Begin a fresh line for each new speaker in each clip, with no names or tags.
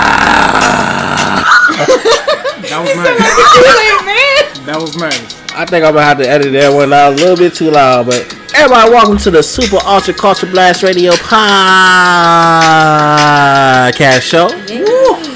think I'm gonna have to edit that one out a little bit too loud, but everybody, welcome to the Super Ultra Culture Blast Radio Podcast Show.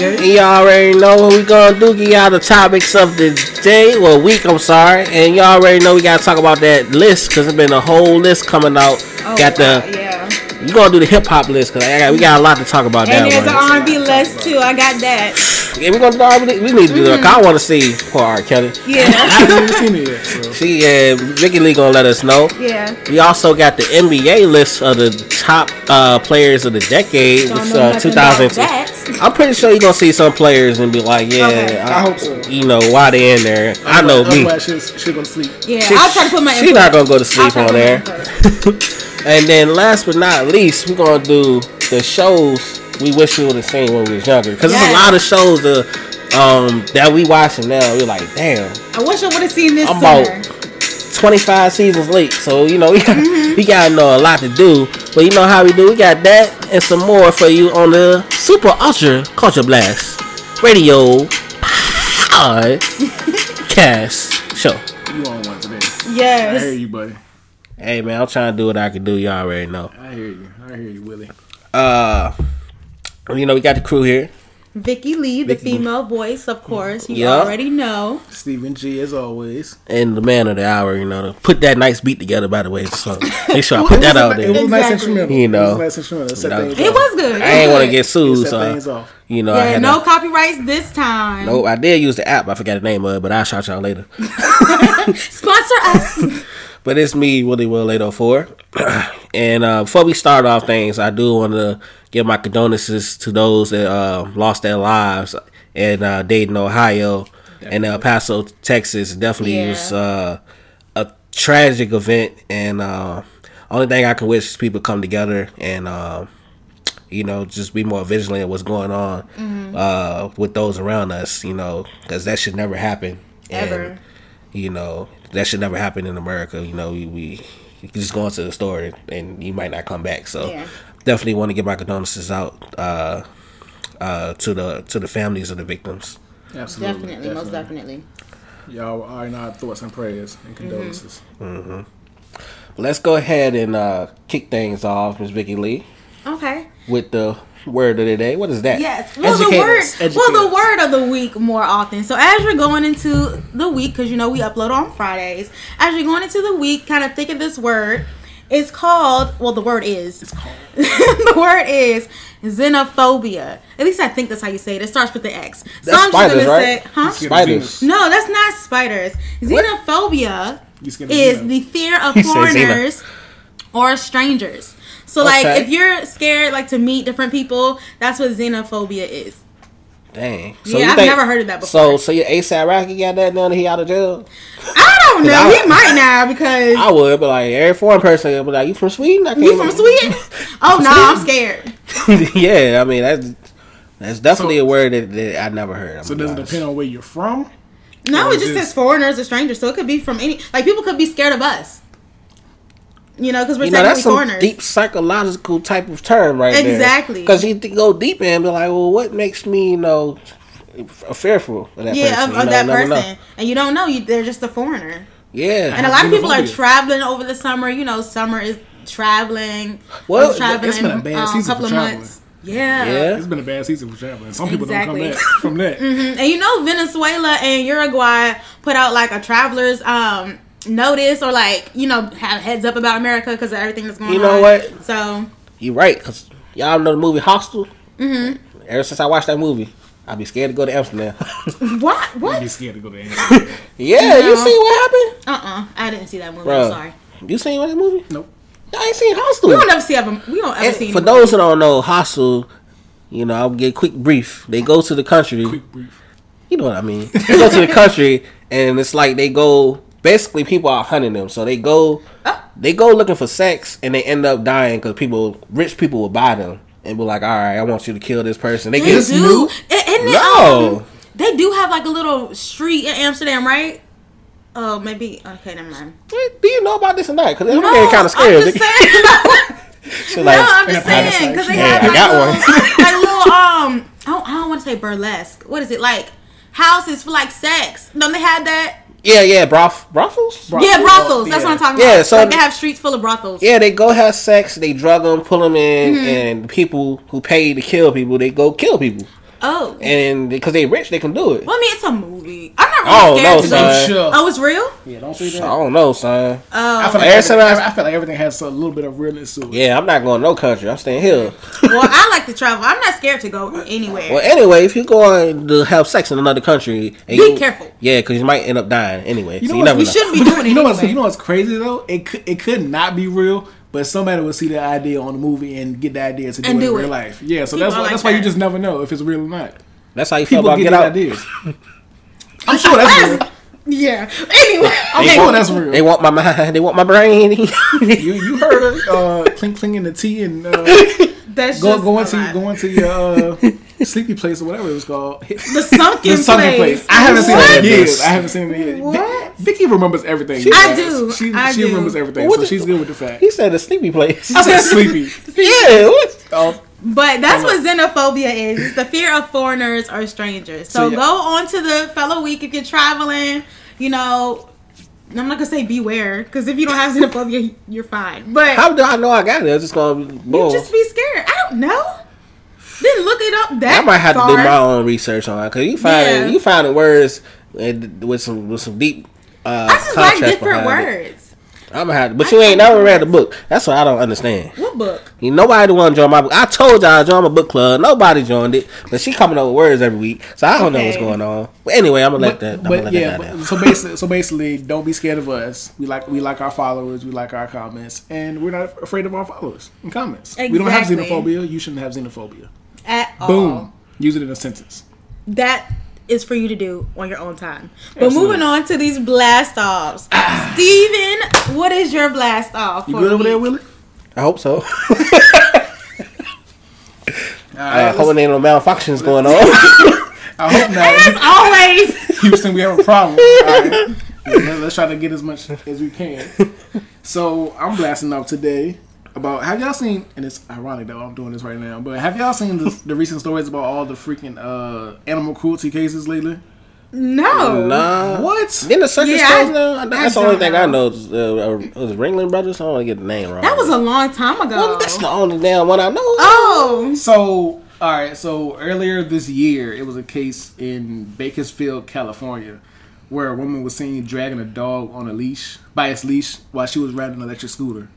Okay.
You already know what we gonna do. Give y'all the topics of the day, well week, I'm sorry, and you already know we gotta talk about that list because it's been a whole list coming out.
Oh,
got the
yeah.
we gonna do the hip hop list because I got, we got a lot to talk about.
And
that
there's an
one.
R&B list too. I got that.
Yeah, we gonna do all- we need to do that. 'cause I want to see poor R. Kelly.
Yeah.
I haven't even seen it yet. So.
She uh, Ricky Lee gonna let us know.
Yeah.
We also got the NBA list of the top uh, players of the decade,
Don't
which
know
uh,
nothing
2000.
about that.
I'm pretty sure you're gonna see some players and be like, yeah,
Okay.
I hope so.
You know why they in there? I know me.
Otherwise, she's she gonna sleep.
Yeah.
She-
I'll try to put my.
She
input.
not gonna go to
I'll
sleep
try
on
to put my
there.
input.
and then last but not least, we're gonna do the shows we wish we would have seen when we was younger. Cause there's a
Yes.
lot of shows uh, um, that we watching now. We're like, damn.
I wish I would have seen this
I'm
sooner.
25 seasons late, so you know we got,
Mm-hmm.
we got know a lot to do. But you know how we do. We got that and some more for you on the Super Ultra Culture Blast Radio Podcast Show.
You on one today? I hear
Yes.
you, buddy.
Hey man, I'm trying to do what I can do. You all already know.
I hear you. I hear you, Willie.
Uh, you know we got the crew here.
Vicky Lee, the
Vicky Lee.
female voice, of course. You
Yeah.
already know.
Stephen G, as always.
And the man of the hour, you know, to put that nice beat together. By the way, so make sure I put that out
It was
there.
a nice
Exactly.
instrumental.
You
it
know.
was a nice instrumental. Set
You know.
things
It
off.
was good.
I ain't want to
It
get
It
sued,
set things
so
off.
you know
was
I
good. Yeah,
had
no
to-
copyrights this time.
Nope, I did use the app. I forgot the name of it, but I'll shout y'all later.
Sponsor us.
But it's me, Willie Will 804. and uh, before we start off things, I do want to give my condolences to those that uh, lost their lives in uh, Dayton, Ohio, and El Paso, Texas. Definitely
Yeah.
was uh, a tragic event. And uh, only thing I can wish is people come together and. Uh, you know, just be more vigilant of what's going on
Mm-hmm.
uh, with those around us, you know, because that should never happen.
Ever.
you know, that should never happen in America. You know, we, we you can just go into the store and, and you might not come back. So
Yeah.
definitely want to get my condolences out uh, uh, to the to the families of the victims.
Absolutely.
definitely, most definitely.
Y'all are in our thoughts and prayers and condolences.
Let's go ahead and uh, kick things off, Miss Vicky Lee,
Okay.
with the word of the day. What is that?
Yes. Well,
Educate
the word.
us.
Well, the word of the week more often. So as you're going into the week, because you know we upload on Fridays. As you're going into the week, kind of think of this word. It's called. Well, the word is. the word is xenophobia. At least I think that's how you say it. It starts with the X.
That's spiders, right?
huh?
Excuse
Spiders.
No, that's not spiders. Xenophobia
You scared of
is
xeno.
the fear of
He said xeno.
foreigners or strangers. So, like,
Okay.
if you're scared, like, to meet different people, that's what xenophobia is.
Dang.
Yeah,
you
I've never heard of that
So,
before.
so your ASAP Rocky got that now that he out of jail?
I don't know.
I-
he might now because
I would, but like every foreign person would be like, "You from Sweden? I
you from Sweden. Oh no, I'm scared.
Sweden?" yeah, I mean that's that's definitely
So-
a word that, that I never heard. I'm
So it doesn't depend on where you're from.
No,
Or
it
is
just
this-
says foreigners or strangers, so it could be from any. Like, people could be scared of us. You know, because we're
You know
technically
that's some
foreigners.
deep psychological type of term right there.
Exactly.
Because you th- go deep in and be like, "Well, what makes me you know f- fearful of that
yeah,
person?"
of,
You
of
know,
that
you never know.
person, and you don't know you, they're just a foreigner.
Yeah,
And a lot of people are
Xenophobia.
traveling over the summer. You know, summer is traveling.
Well,
I was traveling um,
it's been a bad season for traveling.
Yeah.
Yeah.
It's been a bad season for traveling. Some people
Exactly. Mm-hmm.
don't come back from that.
Mm, And you know, Venezuela and Uruguay put out like a traveler's um notice or like you know have heads up about America because of everything that's going on.
You know what?
So
you right. Because y'all know the movie Hostel. Mm-hmm. Ever since I watched that movie, I'd be scared to go to Amsterdam.
what?
I'd
What?
be scared to go to Amsterdam.
yeah, you
No.
see what happened?
Uh uh I didn't see that movie.
Bruh,
I'm sorry.
You seen that movie?
nope.
I ain't seen Hostel.
We don't ever see ever. We don't ever
And
see.
for
any-
those who don't know, Hostel, you know, I'll get quick brief. They go to the country.
Quick brief.
You know what I mean? They go to the country, and it's like they go. Basically, people are hunting them, so they go.
Oh.
They go looking for sex, and they end up dying because people, rich people, will buy them and be like, "All right, I want you to kill this person." They
They
get
do.
new?
I- Isn't it,
No.
um, they do have like a little street in Amsterdam, right? Oh, maybe. Okay, never mind.
do you know about this and that? Because everyone kind of scared.
I'm just saying.
She
no, I'm
like,
just
in a
saying because they
Yeah,
have
I
like,
got
little,
one.
like little um. I don't, I don't want to say burlesque. What is it like? Houses for like sex. Don't they have that?
Yeah, yeah, broth, brothels.
Brothels.
yeah, brothels. That's what I'm talking about.
Yeah, so-
like they have streets full of brothels.
Yeah, they go have sex, they drug them, pull them in,
Mm-hmm.
and people who pay to kill people, they go kill people,
Oh,
and because they rich, they can do it.
well, I mean, it's a movie. I'm not
Oh,
really
no,
scared to
son.
go.
Uh,
sure.
Oh, it's real.
yeah, don't see
I
that.
don't know, son.
I feel, like
Every time
everything,
I-
I, feel like everything has a little bit of realness to it.
Yeah, I'm not going to no country. I'm staying here.
Well, I like to travel. I'm not scared to go anywhere.
Well, anyway, if you're going to have sex in another country, and
Be
you-
careful.
Yeah, because you might end up dying anyway.
You
so
know
you
what?
never
We
know.
Shouldn't be doing it.
You know what's
anyway.
you know what's crazy though? It could it could not be real, but somebody would see the idea on the movie and get the idea to do
And
it in
do
real
it.
life. Yeah, so
People
that's
are
why
like
that's why you
that.
just never know if it's real or not.
That's how you feel
People
about Get
get, these
Out.
ideas. I'm sure that's real.
Yeah. Anyway,
I'm
okay.
sure that's real.
They want my mind. They want my brain.
you you heard uh, clink clinking the tea and uh,
That's
go
just
going
a
to
lot.
going to your uh, sleepy place or whatever it was called.
the sunken,
The sunken place.
place.
I haven't seen
What?
it in years. I haven't seen it in years.
What?
Vic- Vicky remembers everything.
I
guys.
do.
She,
I
she
do.
remembers everything,
What
so
the-
she's good with the fact.
he said a sleepy place.
I said sleepy.
yeah. What?
Oh,
But that's what xenophobia is. It's the fear of foreigners or strangers.
So,
So,
yeah.
go on to the fellow week if you're traveling. You know, I'm not gonna say beware because if you don't have xenophobia, you're fine. But
How do I know I got it? It's just gonna be boom.
you just be scared. I don't know. Then look it up. That
I might have
far.
to do my own research on it because you find
Yeah.
you finding words and with some with some deep. Uh,
I just like
contrast
different
behind it.
words.
I'm gonna have, to, but you ain't never read the book. That's what I don't understand.
What book?
You nobody the one joined my book. I told y'all I joined my book club. Nobody joined it, but she coming up with words every week, so I don't know what's
Okay.
going on. But anyway, I'm gonna let
but,
that. I'm
but
gonna let
yeah,
that die
but,
down.
so basically, so basically, don't be scared of us. We like we like our followers. We like our comments, and we're not afraid of our followers and comments. We don't have
Exactly.
xenophobia. You shouldn't have xenophobia.
At all.
Boom. Use it in a sentence.
that is for you to do on your own time. But
Absolutely.
moving on to these blast offs. Steven, what is your blast off?
You
for
good
the
over there,
week?
Willie?
I hope so. I
Alright,
hope there ain't no malfunctions going on.
I hope not.
As always.
Houston, we have a problem. All right. Yeah, Let's try to get as much as we can. So I'm blasting up today about have y'all seen and it's ironic that I'm doing this right now, but have y'all seen the, the recent stories about all the freaking uh, animal cruelty cases lately?
No.
nah.
What?
Then the circus
Yeah,
yeah,
I-
That's
I
the only
don't
thing
know.
I know. Is, uh, uh, was it Ringling Brothers? I don't want to get the name wrong.
That was a long time ago.
Well, that's the only damn one I know.
oh.
So, all right. So earlier this year, it was a case in Bakersfield, California, where a woman was seen dragging a dog on a leash by its leash while she was riding an electric scooter.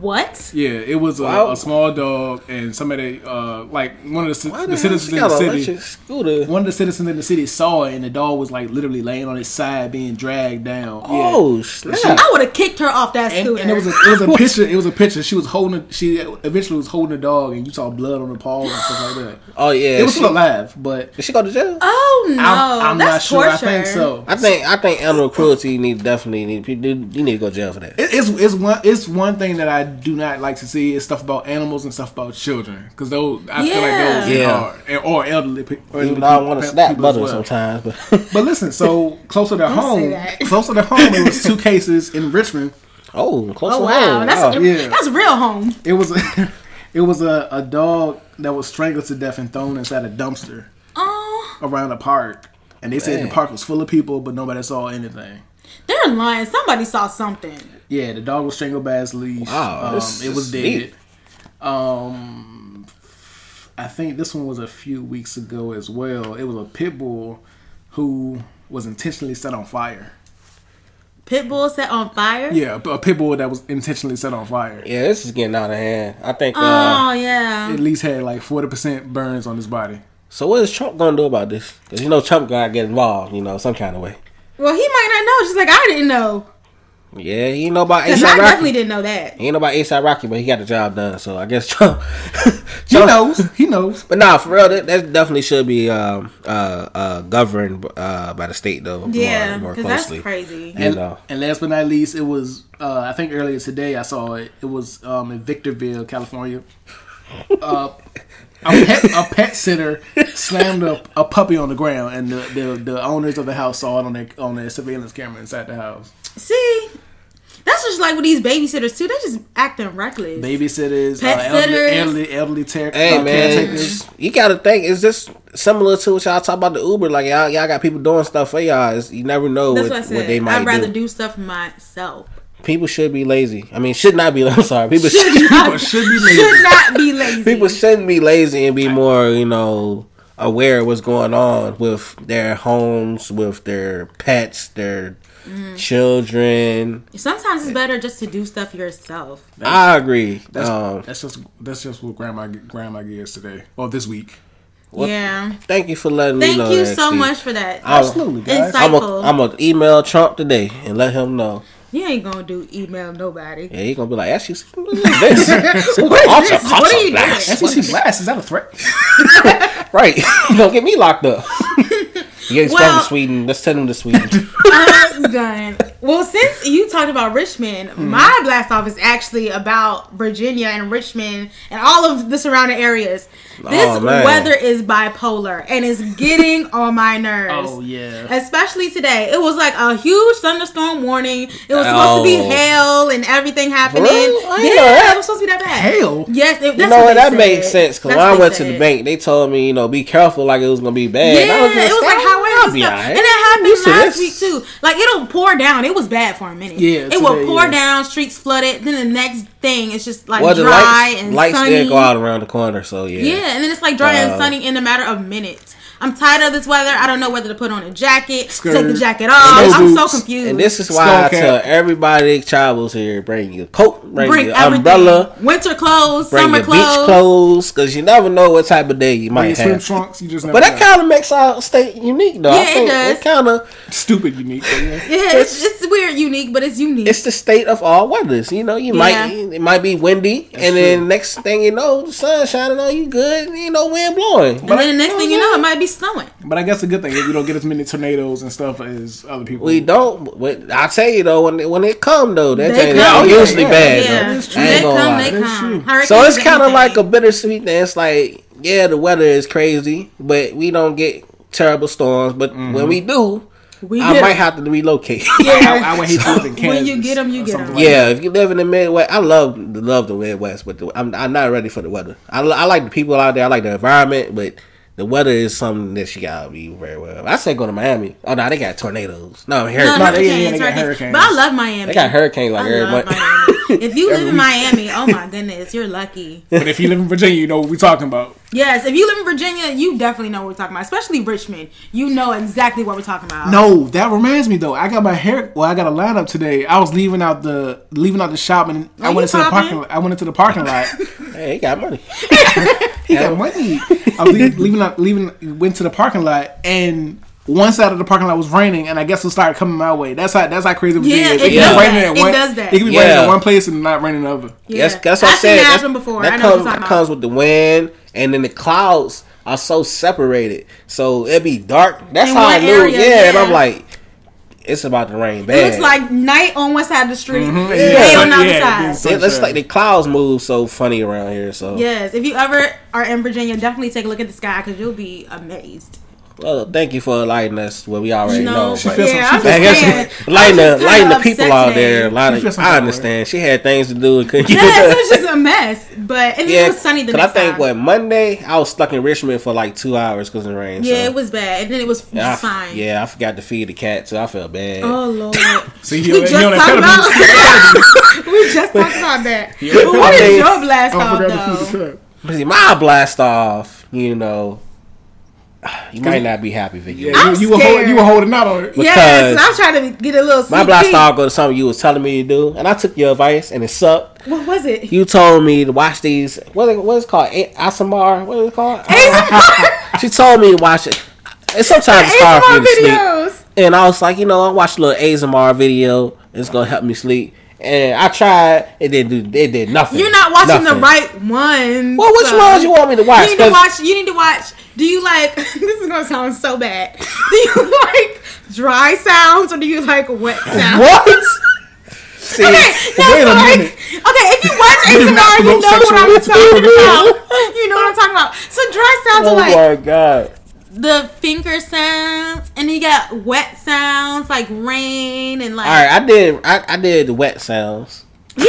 What?
Yeah, it was a,
Wow.
a small dog, and somebody, uh, like one of the, ci-
Why
the
the hell
citizens
she
in
got
the
an
city,
electric scooter?
one of the citizens in the city saw it, and the dog was like literally laying on its side, being dragged down. Yeah.
Oh snap!
I would have kicked her off that
And,
scooter.
and it was a it was a picture. It was a picture. She was holding. She eventually was holding the dog, and you saw blood on the paws and stuff like that.
Oh yeah,
It was
she-
still alive, but
Did she go to jail?
oh no.
I'm, I'm not
that's
sure.
torture.
I think so.
I think I think animal cruelty need definitely need people you need to go to jail for that.
It- It's it's one it's one thing that I do not like to see is stuff about animals and stuff about children because those I feel
Yeah.
like those
Yeah.
are and- or elderly pe- elderly people.
Even though I want to
pe-
snap
people as
butter
well.
sometimes, but
But listen, so closer to home,
that.
closer to home, it was two cases in Richmond.
oh, close
Oh
to
wow.
home.
That's
Oh,
yeah.
that's real home.
It was a, it was a, a dog that was strangled to death and thrown inside a dumpster
Oh,
around a park, and they said
Man.
the park was full of people, but nobody saw anything.
they're lying. Somebody saw something.
Yeah, the dog was strangled by his leash.
Wow,
um,
this
it
is
was dead.
deep.
Um, I think this one was a few weeks ago as well. It was a pit bull who was intentionally set on fire.
Pitbull set on fire.
Yeah, a pit bull that was intentionally set on fire.
yeah, this is getting out of hand. I think. Uh,
Oh yeah.
At least had like forty percent burns on his body.
so what is Trump gonna do about this? Because you know Trump gotta get involved, you know, some kind of way.
Well, he might not know. Just like I didn't know.
Yeah, he ain't know about
'Cause
ASAP
I
Rocky.
definitely didn't know that.
He ain't know about ASAP Rocky, but he got the job done. So I guess Trump.
He
Trump-
knows. He knows.
But nah, for real, that, that definitely should be um, uh, uh, governed uh, by the state though. more-
Yeah,
more,
because that's
closely.
crazy.
You
And,
know.
and last but not least, it was uh, I think earlier today I saw it. It was um, in Victorville, California. Uh, a, pet, a pet sitter slammed a, a puppy on the ground, and the, the, the owners of the house saw it on their on their surveillance camera inside the house.
See, That's just like with these babysitters too. They just acting reckless.
Babysitters,
Pet
uh, elderly,
sitters.
elderly, elderly ter-
Hey
uh,
man,
caretakers.
you gotta think. Is this similar to what y'all talk about the Uber? Like y'all, y'all got people doing stuff for y'all. It's, you never know
That's
what,
what I
what,
said.
they might
I'd rather
do.
do. stuff myself.
People should be lazy. I mean, should not be. I'm sorry. People should,
People should be lazy.
Should not be lazy.
people shouldn't be lazy and be more, you know, aware of what's going on with their homes, with their pets, their
Mm.
children.
Sometimes it's better just to do stuff yourself.
I agree.
That's,
Um,
that's just that's just what grandma grandma gives today. Well, this week.
Yeah.
thank you for letting me
Thank
know.
you
that,
so
Steve.
much for that.
I-
Absolutely, guys.
I'm
Insightful.
gonna email Trump today and let him know.
you ain't gonna do email nobody.
Yeah, he gonna be like, "Actually, what is this? what
this? What are you doing?
That's what she blasts. E Is that a threat?
Right? you gonna get me locked up? yeah, he's
Well-
from Sweden. Let's send him to Sweden.
I'm done. Well, since you talked about Richmond, my blast off is actually about Virginia and Richmond and all of the surrounding areas. This
Oh, man.
weather is bipolar and it's getting on my nerves.
Oh, yeah.
Especially today. It was like a huge thunderstorm warning. It was supposed to be
Oh.
hail and everything happening.
real? I didn't know
Yeah,
that.
it was supposed to be that bad.
Hail?
Yes, it, that's
you know
what
what?
they
That
said.
makes sense because
That's
when I
what
went
they
to the
said.
bank, they told me, you know, be careful, like it was gonna be bad. And I
Yeah,
was just
it was like highways
I'll
and
be
stuff.
alright.
And it
I'm
happened
used to
last
this.
week too. Like it'll pour down. It was bad for a minute.
Yeah,
it will
today,
pour
yeah.
down. Streets flooded. Then the next thing, it's just like
Well, the
dry
lights,
and
lights
sunny.
did go out around the corner, so yeah.
Yeah, and then it's like dry and
Uh,
sunny in a matter of minutes. I'm tired of this weather. I don't know whether to put on a jacket, take the
Skirt.
jacket off.
No
I'm so
boots.
confused.
And this is why
Skull
I
cap.
tell everybody travels here: bring your coat, bring,
bring
your
everything.
umbrella,
winter clothes,
bring
summer
your
clothes.
beach clothes, because you never know what type of day you
Your
might
swim
have.
trunks. You just never
But that
know.
kind of makes our state unique, though.
Yeah,
I
it
think
does.
kind of
stupid unique. but yeah.
Yeah, it's, it's weird, unique, but it's unique.
it's the state of all weathers. You know, you
Yeah.
might it might be windy, and
true.
then next thing you know, the sun shining on you good, and you know, wind blowing.
and then the next thing you know, it might be snowing.
But I guess the good thing is we don't get as many tornadoes and stuff as other people.
We don't. But I tell you though, when it, when it come though, that
They
they
come.
are usually
Yeah,
bad.
yeah,
though.
That's true.
I
they
ain't gonna
come,
lie.
they
That's true.
come. Hurricanes
So it's
and
kind of
everything.
like a bittersweet thing. It's like, yeah, the weather is crazy, but we don't get terrible storms. But when we do,
We
I
get
might
it.
have to relocate.
I, I would hate to live in Kansas.
When you get 'em, you
or
get
something
'em.
like
yeah, if you live in the Midwest, I love love the Midwest, but the, I'm I'm not ready for the weather. I, li- I like the people out there. I like the environment, but the weather is something that you gotta be very well. I say go to Miami. Oh no, they got tornadoes. No,
No,
hurricanes.
No, they-
hurricanes,
yeah, yeah, they got
hurricanes.
hurricanes.
But I love Miami.
they got hurricanes like
I
every
love
month.
Miami. if you live in Miami, oh my goodness, you're lucky.
that. But if you live in Virginia, you know what we're talking about.
Yes, if you live in Virginia, you definitely know what we're talking about, especially Richmond. You know exactly what we're talking about.
No, that reminds me though. I got my hair. Well, I got a lineup today. I was leaving out the leaving out the shop, and I
Are you
went into the
popping?
parking. I went into the parking lot.
Hey, they got money.
he got money. I was leaving, leaving out leaving. Went to the parking lot, and one side of the parking lot was raining, and I guess it started coming my way. That's how that's how crazy Virginia
Yeah,
is.
it
can be
does
raining
that.
at
It
one-
does that.
It can be raining
Yeah.
at one place and not raining another.
That's that's what
I've
I'm saying.
Seen that
That's-
happen before.
That
I know what
comes
you're talking
that
about.
comes with the wind, and then the clouds are so separated, so it be dark. That's
In
how I
one
knew.
area,
yeah, and I'm
yeah.
like, it's about to rain bad.
it looks like night on one side of the street,
Mm-hmm.
day
Yeah.
on the other
Yeah, it is.
side.
It looks like the clouds move so funny around here. So
Yes, if you ever are in Virginia, definitely take a look at the sky because you'll be amazed.
well, thank you for enlightening us. What we already
You know,
know.
She
but-
feels
yeah,
some-
I'm
she
I
just
guess
saying.
she- lighten
I'm
the
just
lighten
kinda
the people
upset
out
today.
there. A lot
She feels
of
some
I
kind of
understand. She had things to do and couldn't.
Yes, it was just a mess. But and then it was sunny the
because I
next
think
time.
what Monday I was stuck in Richmond for like two hours because of the rain.
yeah,
so.
it was bad, and then it was just
I,
fine.
Yeah, I forgot to feed the cat, so I felt bad.
Oh lord.
See,
We
you,
just
you on
talked
amphetamines.
about we just talked about that. But what is your blast
I
off
forgot to feed
though?
the cat.
But see, my blast off, you know, you might not be happy, Vicky.
Yeah,
I'm
you, you were holding,
scared.
you were holding out on it.
Yes, and I'm trying to get a little.
My
sneak
blast
peek.
off goes to something you was telling me to do, and I took your advice, and it sucked.
What was it?
You told me to watch these. What it- what is it called? A- Asamar. What is it called? Uh, she told me to watch it. And sometimes it's hard for
ASMR
you to sleep.
videos.
And I was like, you know, I watched a little Azamar video. It's gonna help me sleep. And I tried. It didn't do. It did nothing.
You're not watching the
Nothing.
right ones.
Well, which
so-
ones you want me to
You
watch?
need to
'Cause-
watch. You need to watch. Do you like? This is gonna sound so bad. Do you like dry sounds or do you like wet sounds?
What? See,
Okay, no,
wait
so
a
like,
minute.
okay, if you watch ASMR,
not
you know
promote
what I'm
sexual
talking
activity.
about. You know what I'm talking about. So dry sounds
Oh
are like
my god.
the finger sounds, and he got wet sounds like rain and like.
All right, I did. I, I did the wet sounds.
Yeah.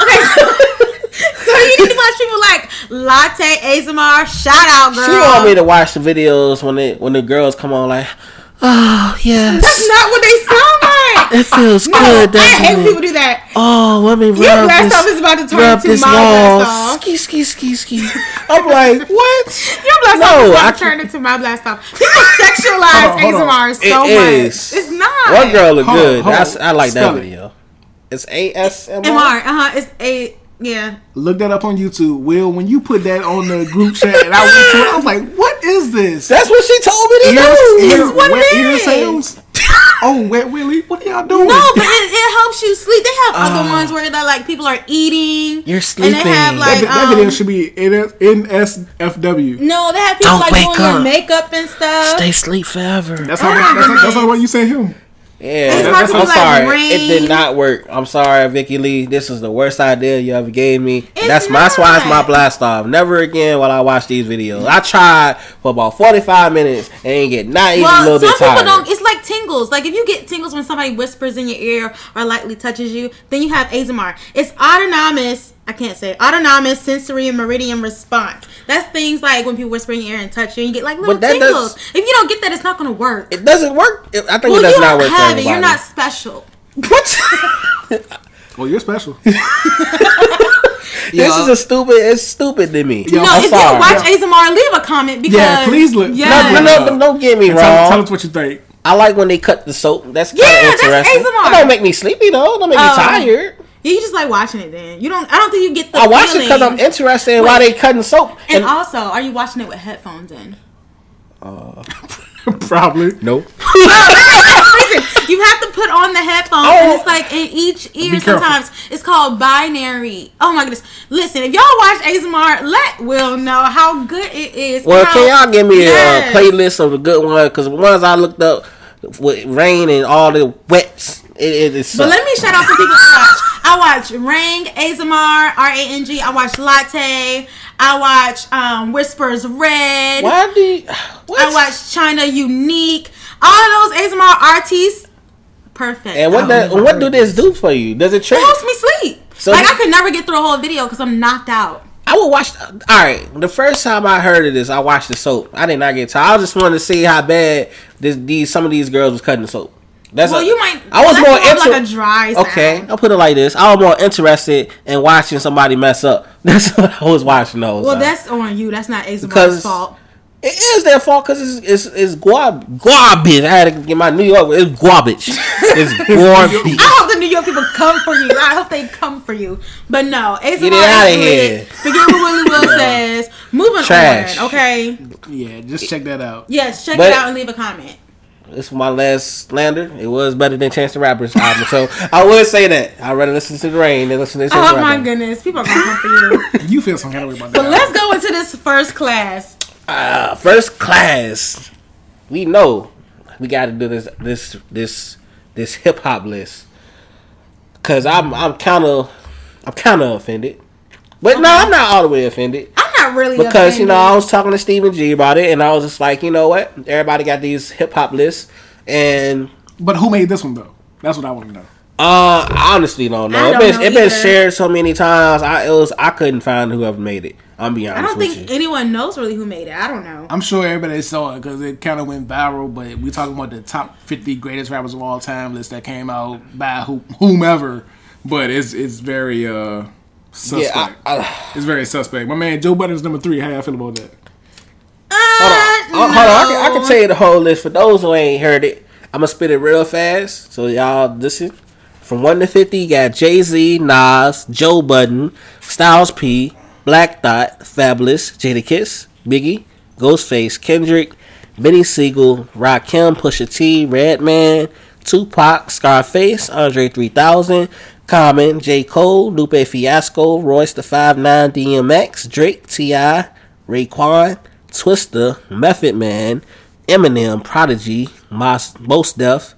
Okay. So, so you need to watch people like Latte Azamar. Shout out, girl.
She want me to watch the videos when it when the girls come on like, oh
That's
yes,
not what they sound like.
it feels
No,
good.
I hate
doesn't
when
it?
people do that.
Oh, let me rub
Your blast
this.
off is about to turn
rub
to
this
my
wall.
blast off.
Ski, ski, ski, ski. I'm like, what?
Your blast
No,
off
I
is about
can't-
to turn into my blast off. People
Hold on,
sexualize
hold on.
Azamar so
It
much.
is.
It's not.
One girl look
Hold on,
good.
hold on.
I s- I, like
Spell
that
it.
video. It's ASMR.
MR. Uh huh. It's a yeah.
Look that up on YouTube. Will, when you put that on the group chat and I went to it, I was like, what is this?
That's what she told me to do.
Ears-
it's what
wet
it
ear
is.
sounds? Oh, wet Willie, what are y'all doing?
No, but it, it helps you sleep. They have other ones where that like people are eating.
Ah. You're
And they have
sleeping.
that,
like
vi- that video
um,
should be NSFW.
no, they have people
Don't
like
wake
doing
up.
their makeup and stuff.
sleep forever.
That's how. That's, how- that's how what you say him.
Yeah,
It's hard to
I'm
like
sorry. It
rain.
did not work. I'm sorry, Vicky Lee. This is the worst idea you ever gave me.
It's
That's my that's why it's my
not.
blast off. Never again will I watch these videos. I tried for about 45 minutes and ain't get not even a
well,
little
some
bit
people
tired.
don't. It's like tingles. Like if you get tingles when somebody whispers in your ear or lightly touches you, then you have ASMR. It's autonomous. I can't say it, autonomous sensory and meridian response. That's things like when people whisper in your ear and touch you, and you get like little
But that
tingles.
does-
if you don't get that, it's not going to work.
It doesn't work. It- I think
well,
it does
you
not
don't
work for
have it.
everybody.
You're not special.
Well, you're special.
this
Y'all-
is a stupid. It's stupid to me.
Y'all-
No,
I'm
if
sorry.
you watch ASMR, leave a comment because
Yeah, please look-
no, no,
Yeah.
no, no, don't get me wrong.
tell, tell us what you think.
I like when they cut the soap. That's kind of
Yeah, that's
interesting.
ASMR.
It don't make me sleepy though. It don't make me
Oh.
tired.
You just like watching it. Then you don't. I don't think you get the.
I watch it
feeling.
because I'm interested in why they cutting soap.
And also, are you watching it with headphones in?
Probably.
nope.
Listen, you have to put on the headphones, and
Oh.
it's like in each ear.
Be careful.
Sometimes it's called binary. Oh my goodness! Listen, if y'all watch ASMR, let Will know how good it is.
Well,
how-
can y'all give me
Yes.
a uh, playlist of a good one? Because ones I looked up with rain and all the wets, it, it is.
But let me shout out some people I watch. I watch Rang ASMR, R A N G. I watch Latte. I watch um, Whispers Red.
Why do you,
I watch China Unique. All those ASMR artists, perfect. Oh.
And what
I've
does,
never
what
heard
do this do for you? Does it
It
trick?
helps me sleep.
So-
like I could never get through a whole video because I'm knocked out.
I would watch. All right, the first time I heard of this, I watched the soap. I did not get tired. I just wanted to see how bad this, these some of these girls was cutting the soap. That's
Well,
a-
you might.
I was
that's
more
of
interested.
like a dry. Sound.
okay, I'll put it like this. I was more interested in watching somebody mess up. That's what I was watching those.
Well, that's on you. That's not
Because-
ASMR's fault.
It is their fault because it's it's, it's guab- garbage. I had to get my New York. It's garbage. It's garbage.
I hope the New York people come for you. I hope they come for you. But no, ASMR.
Get it outta
is lit.
here.
Forget what Willie Will says. Moving
Trash.
on. Okay.
Yeah, just check that out.
Yes, check
But-
it out and leave a comment.
This was my last slander. It was better than Chance the Rapper's album, so I would say that I'd rather listen to the rain than listen to Chance
Oh
the
my
Rapper.
goodness, people are gonna come for you.
You feel some kind of way about
But
that.
let's go into this first class.
Uh, first class. We know we got to do this this this this hip hop list because I'm I'm kind of I'm kind of offended, but no, I'm not all the way offended.
I'm not really
because you know I
offended.
was talking to Stephen G about it, and I was just like, you know what? Everybody got these hip hop lists, and
But who made this one though? That's what I want to know.
uh, I honestly don't know.
I
It's
don't
been
know
it been
either.
shared so many times. I it was I couldn't find whoever made it. I'm be
I
honest
don't
with
think
you.
anyone knows really who made it. I don't know.
I'm sure everybody saw it because it kind of went viral. But we talking about the top 50 greatest rappers of all time list that came out by who, whomever. But it's it's very uh
yeah,
suspect.
I, I,
it's very suspect. My man Joe Budden's number three. How y'all feel about that?
Uh,
hold on, hold on. I can, I can tell you the whole list for those who ain't heard it. I'm gonna spit it real fast, so y'all listen. From one to fifty, you got Jay Z, Nas, Joe Budden, Styles P, Black Thought, Fabulous, Jada Kiss, Biggie, Ghostface, Kendrick, Benny Siegel, Rakim, Pusha T, Redman, Tupac, Scarface, Andre 3000, Common, J. Cole, Lupe Fiasco, Royce the Five Nine, DMX, Drake, T.I., Raekwon, Twista, Method Man, Eminem, Prodigy, Mos- Most Def,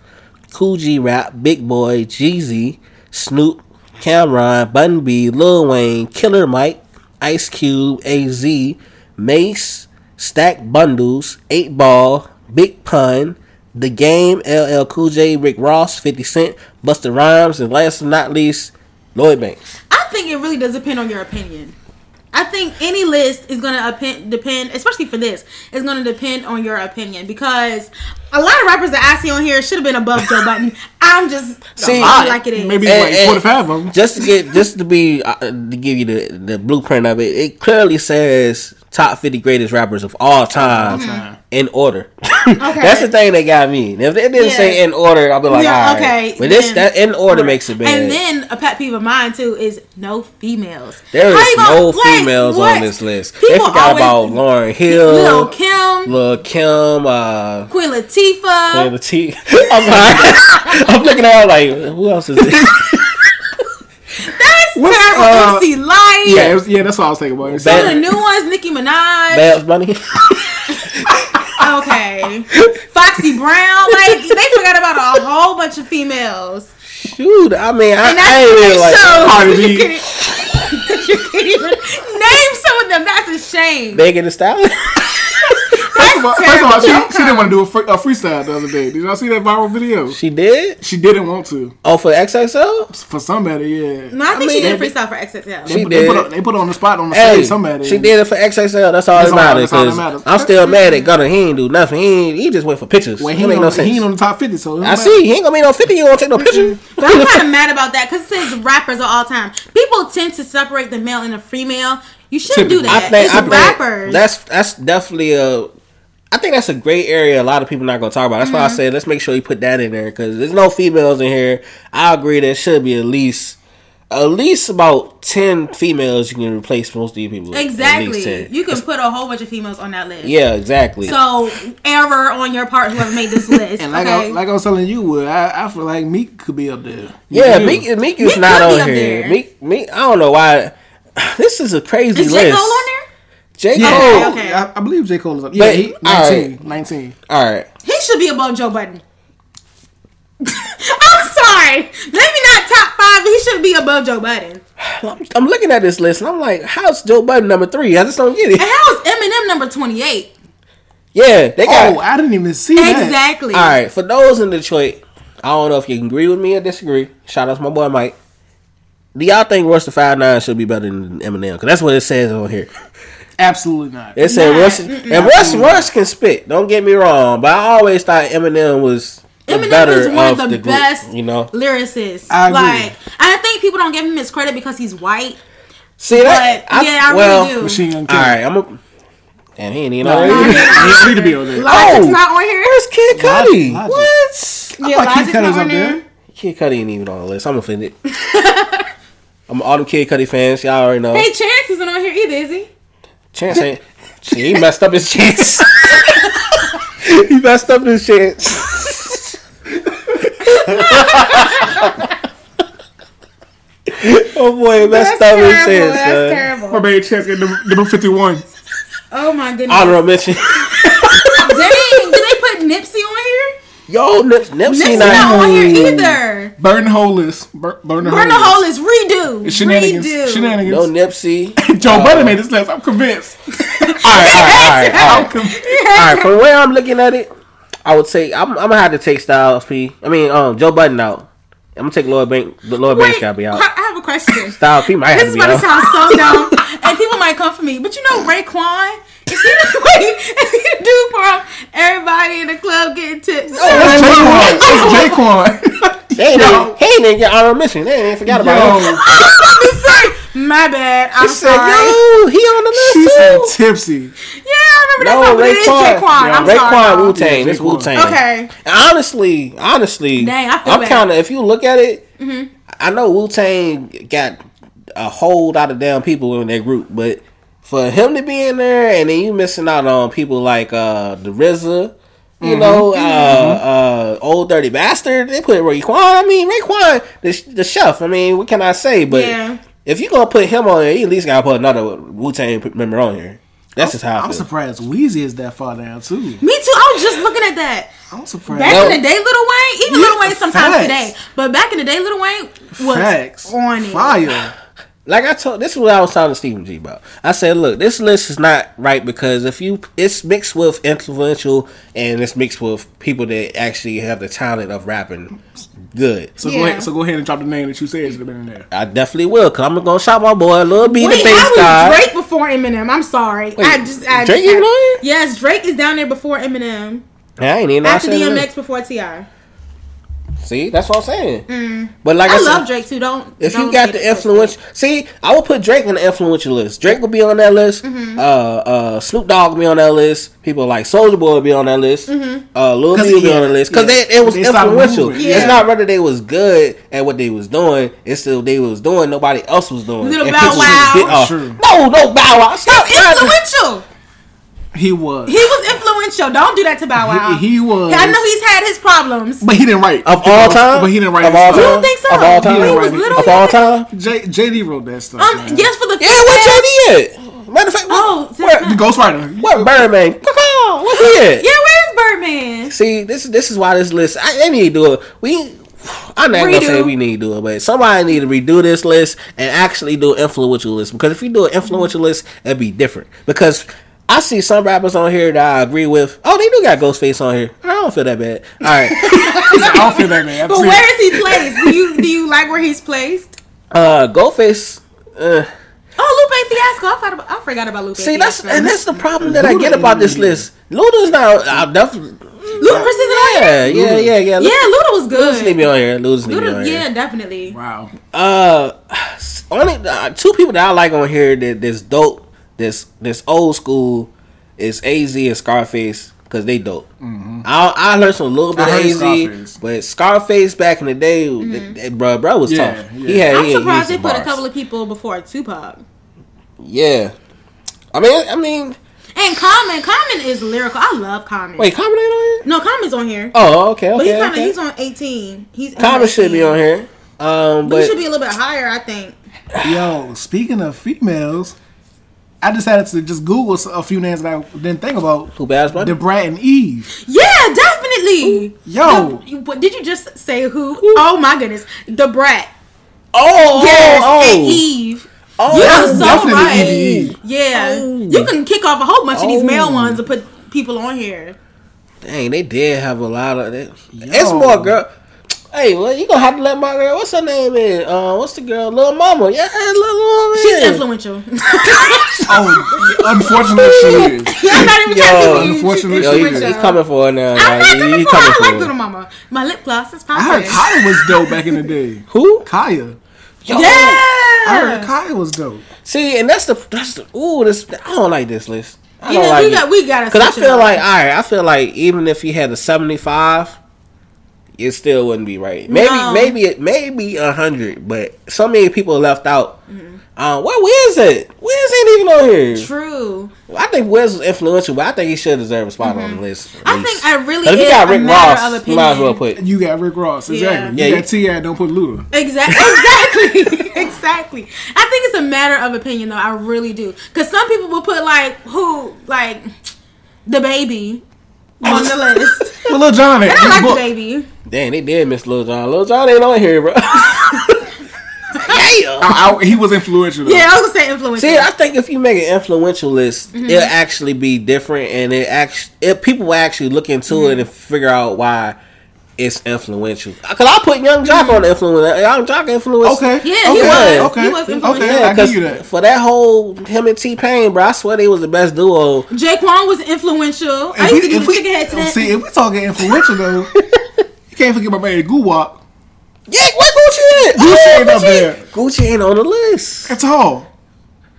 Cool G Rap, Big Boy, Jeezy, Snoop, Cameron, Bun B, Lil Wayne, Killer Mike, Ice Cube, AZ, Mace, Stack Bundles, Eight Ball, Big Pun, The Game, LL Cool J, Rick Ross, 50 Cent, Busta Rhymes, and last but not least, Lloyd Banks.
I think it really does depend on your opinion. I think any list is gonna appen- depend, especially for this, is gonna depend on your opinion because a lot of rappers that I see on here should have been above Joe Button. I'm just
See,
I'm like it is.
Maybe
And-
like
and-
45 of them.
Just to get, just to be, uh, to give you the, the blueprint of it, it clearly says top 50 greatest rappers of all time,
time.
in order. That's the thing that got me. If they didn't
Yeah.
say in order, I'll be like,
Yeah,
all right.
okay,
But this,
then-
that in order makes it bad.
And then a pet peeve of mine too is no females.
There
How
is
you gonna-
no
like,
females
what?
on this list. they
People
forgot
always-
about Lauren
Lil
Hill,
Kim,
Lil Kim, uh,
Queen Latifah.
Lil T. I'm sorry. I'm looking at her like, who else is this?
That's
What's,
terrible.
uh,
MC Light.
Yeah, it was, yeah, that's what I was thinking about. It's
Some
Bad-
of the new ones, Nicki Minaj.
Babs Bunny.
Okay. Foxy Brown. Like, they forgot about a whole bunch of females.
Shoot, I mean, I,
And
I ain't really like.
Cardi
that
B.
really shows. that You can't even name some of them. That's a shame.
Megan Thee Stallion.
First of all, first of all she,
terrible.
she didn't want to do a, free, a freestyle the other day. Did y'all see that viral video?
she did.
She didn't want to.
Oh, for XXL,
For somebody, yeah.
No, I think
I
she
mean,
did freestyle for XXL.
She
They put- they, put
did.
her, they put her on the spot on the
hey,
stage. Somebody.
she did it for XXL. That's all that
That's all-
matters.
that's all that
'cause
matters.
I'm still mad at Gunner. He ain't do nothing. He ain't, he just went for pictures.
Well,
he
he,
make
ain't
no
on,
sense.
he ain't on the top fifty. So it don't
I
matter.
see. He ain't gonna be no fifty. You don't take no picture.
But I'm kind of mad about that because it says rappers are all time. People tend to separate the male and the female. You shouldn't do
I
that.
think,
it's
I think
rappers.
that's that's definitely a. I think that's a gray area. A lot of people not gonna talk about. That's why
Mm-hmm.
I said let's make sure you put that in there because there's no females in here. I agree. There should be at least at least about ten females you can replace most of these people. with. At least
exactly.
10.
You can put a whole bunch of females on that list.
yeah, exactly.
So error on your part, whoever made this list.
And like
okay.
I, like I was telling you, Will, I, I feel like Meek could be up there.
yeah,
You.
Meek Meek is
Meek
not
could be
on
up
here.
there.
Meek Meek. I don't know why. This is a crazy
Is J
list.
Cole on there?
J Cole.
Oh, Yeah,
Okay, okay.
I, I believe J Cole is up. Yeah, he,
all right.
19, 19.
All right.
He should be above Joe Budden. I'm sorry. Maybe not top five, but he should be above Joe Budden.
I'm, I'm looking at this list and I'm like, how's Joe Budden number three? I just don't get it.
And how is Eminem number 28?
Yeah, they got.
Oh, I didn't even see that.
Exactly.
All right, for those in Detroit, I don't know if you can agree with me or disagree. Shout out to my boy Mike. Do y'all think Rush the Five Nine should be better than Eminem? Because that's what it says on here.
Absolutely not.
It said
Nah,
Rush and Rush Rush can spit. Don't get me wrong, but I always thought Eminem was the
Eminem
better
is one of the,
the, group,
best
You know,
lyricists.
I agree.
Like, and I think people don't give him his credit because he's white.
see that?
But, yeah, I really do.
Machine Gun
All
Kelly.
right, I'm a. And he ain't even on
Uh, He
there.
don't need to be on there.
Logic's
Oh.
not on here.
Where's Kid
Logic,
Cudi?
Logic.
What?
I thought Keith Cutter's up there.
Kid Cudi ain't even on the list. I'm offended. I'm all them Kid Cudi fans. Y'all already know.
Hey, Chance isn't on here either, is he?
Chance ain't. Shit, he messed up his chance. he messed up his chance. oh boy, he messed up his chance. son.
My
terrible.
man Chance at number, number 51.
Oh my goodness.
Honorable mention.
Did they, did they put Nipsey on here?
Yo, Nips, Nipsey
Nipsey's
not,
not on here either.
Burn the whole list. Bur- burn the
Burn the
whole
hole is redo.
list. Shenanigans.
Redo.
Shenanigans.
No Nipsey.
Joe Budden made this list. I'm convinced.
All right, all right, all right, all right.
Yeah.
All right, from where I'm looking at it, I would say I'm, I'm gonna have to take Styles P. I mean, um, Joe Budden out. I'm gonna take Lloyd Bank. Lloyd Banks
Wait,
gotta be out.
I I have a question.
Styles P might have
This
to
is
be
about to
out.
sound so dumb, and people might come for me. But you know, Raekwon is he the wait, is he the dude from everybody in the club getting tips?
that's Jay-
Jaquan. It's Jaquan.
They ain't even, he ain't even get honorable mention. They ain't even forgot about him.
Yo,
I'm sorry, my bad. I'm
I said,
sorry.
yo, he on the list
she said
too.
tipsy.
Yeah, I remember
No,
that's not what it is.
Raekwon.
Jaquan.
Yeah,
I'm sorry.
Raekwon
y'all.
Wu Tang. This
Jaquan.
Wu Tang.
Okay.
Honestly, honestly,
Dang, I feel
I'm
bad. Mm-hmm.
kind of. If you look at it, I know Wu Tang got a whole lot of damn people in their group, but for him to be in there and then you missing out on people like uh the RZA, you
Mm-hmm.
know, uh, uh, old dirty bastard. They put Raekwon. I mean, Raekwon, the the chef. I mean, what can I say? But
Yeah.
if you gonna put him on there, you at least gotta put another Wu Tang member on here. That's just how I
I'm
feel.
surprised Weezy is that far down, too.
Me too. I was just looking at that.
I'm surprised.
Back
No.
in the day, Little Wayne, even Little Wayne sometimes
facts.
today, but back in the day, Little Wayne was
Facts.
on it.
Fire.
Like I told, this is what I was talking to Stephen G about. I said, look, this list is not right because if you, it's mixed with influential and it's mixed with people that actually have the talent of rapping good.
So
Yeah.
go ahead, so go ahead and drop the name that you said should have been in there.
I definitely will, cause I'm gonna shout my boy Lil B the
Wait,
Bass
I
God.
was Drake before Eminem. I'm sorry. I just, I
Drake
just,
is on?
Yes, Drake is down there before Eminem.
I ain't even know I
After
said that.
DMX, before Ti. I
See, that's what I'm saying. But like I, said,
Hmm. love Drake too. Don't.
if
don't
you got
get
the
it twisted.
influence, see, I would put Drake on the influential list. Drake would be on that list.
Mm-hmm.
Uh, uh, Snoop Dogg would be on that list. People like Soldier Boy would be on that list. Uh, Lil
'Cause
B would be
yeah,
on the list because
yeah.
they it was
They started
influential.
moving.
It's
Mm-hmm. Yeah.
not whether they was good at what they was doing. It's still they was doing. Nobody else was doing.
Little
And
Bow
people
Wow.
just get off.
True.
No, no Bow Wow. Stop. that.
Influential.
He was.
He was influential. Don't do that to Bow Wow.
He, he was.
I know he's had his problems.
but he didn't write
Of all time,
But he didn't write
of
his
all
stuff.
time,
You don't think so?
Of all time,
He didn't
of
write it.
all time.
J- JD wrote that stuff.
Um,
man.
yes, for the
Yeah, what JD at? Matter of fact,
Oh,
what, where-
The Ghostwriter.
What Birdman? What he at?
Yeah, where's Birdman?
See, this this is why this list. I they need to do it. We. I'm not gonna say
Redo.
we need to do it, but somebody need to redo this list and actually do an influential list. Because if you do an influential list, it'd be different. Because I see some rappers on here that I agree with. Oh, they do got Ghostface on here. I don't feel that bad. All right,
I don't feel that man.
But where is he placed? Do you do you like where he's placed?
uh, Ghostface. Uh,
Oh, Lupe Fiasco. I, thought about, I forgot about Lupe.
see, that's
Fiasco.
and that's the problem that I
Luda
get about this
is-
list. Luda's not. I definitely.
Ludacris isn't on here.
Yeah, yeah, yeah, yeah.
Yeah,
Luda's
Luda was
need to be
good.
on here. Luda's need to be on
Luda,
here.
yeah, definitely.
Wow.
Uh, only uh, two people that I like on here that that's dope, this this old school, is Az and Scarface because they dope. I I learned some little bit
Mm-hmm. I heard
of
Scarface.
Az, but Scarface back in the day, th- that bro, bro was
Yeah,
tough.
yeah.
He had,
Mm-hmm. I'm
he had
surprised they
used
put a
bars.
couple of people before Tupac.
Yeah, I mean, I mean,
And Common, Common is lyrical. I love Common.
wait, Common ain't on here.
no, Common's on here,
Oh, okay, okay,
but he kind of
okay.
he's on 18. He's
Common should be
18.
on here. Um,
But he
but
should be a little bit higher, I think.
Yo, speaking of females, I decided to just Google s- a few names that I didn't think about.
who bad
The Brat and Eve.
Yeah, definitely.
Yo.
The- what did you just say? Who? Oh my goodness, the brat.
Oh,
Yes, and
oh, oh,
Eve.
oh,
You are
that's
so
definitely
right.
Eve.
Yeah,
Oh.
you can kick off a whole bunch of these
Oh.
male ones and put people on here.
Dang, they did have a lot of that. It's more girl. Hey, well, you gonna have to let my girl. What's her name? In uh, what's the girl? Little Mama. Yeah, Little Mama.
She's
in.
influential.
Oh, unfortunately she is.
I'm not even
Yo,
trying to be
unfortunately,
Yo, he,
She's
he's
influential.
coming for her now. Like,
I'm not
he- he
coming
coming
for. her. I like
her.
little mama. My lip gloss is
I heard
popping.
Kaya was dope back in the day.
Who?
Kaya.
Yo.
I heard
Yeah.
Kaya was dope.
See, and that's the that's the ooh. This I don't like this list. I don't
Yeah,
like
we
it.
got we got
Cause I feel like all right, I feel like even if you had a seventy five, it still wouldn't be right. Maybe
No.
maybe it maybe a hundred, but so many people left out. Uh, where Wiz it? Wiz ain't even on here.
Mm-hmm. true.
I think Wiz was influential, but I think he should deserve a spot on the list. at
Mm-hmm. I
least.
think I really
But if you
is
got
a
Rick
matter
Ross,
of
you might as well
opinion.
put.
You got Rick Ross, exactly.
Yeah.
You
Yeah,
got T.I. Don't put Luda.
Exactly. Exactly. exactly. I think it's a matter of opinion, though. I really do. Because some people will put, like, who, like, the baby on the list.
But Lil John ain't.
I like the
But-
baby.
Damn, they did miss Lil Jon. Lil Jon ain't on here, bro. yeah.
I, I, he was influential. Though.
Yeah, I was going to say influencer.
See, I think if you make an influential list,
Mm-hmm.
it'll actually be different, and it actually it, people will actually look into
Mm-hmm.
it and figure out why it's influential. Cause I put Young Jock on the influence. uh, Young Jock influence.
Okay.
Yeah, he
okay.
was.
Okay.
He was influential.
Okay.
Yeah,
I give
because
you that.
for that whole him and T Pain, bro, I swear they was the best duo.
Jaquan was influential. I used to give a chicken head to that.
see, if we talking influential though, you can't forget my man Guwap
Yeah, what Gucci is?
Gucci
Oh,
ain't up there.
Gucci ain't on the lest.
at all.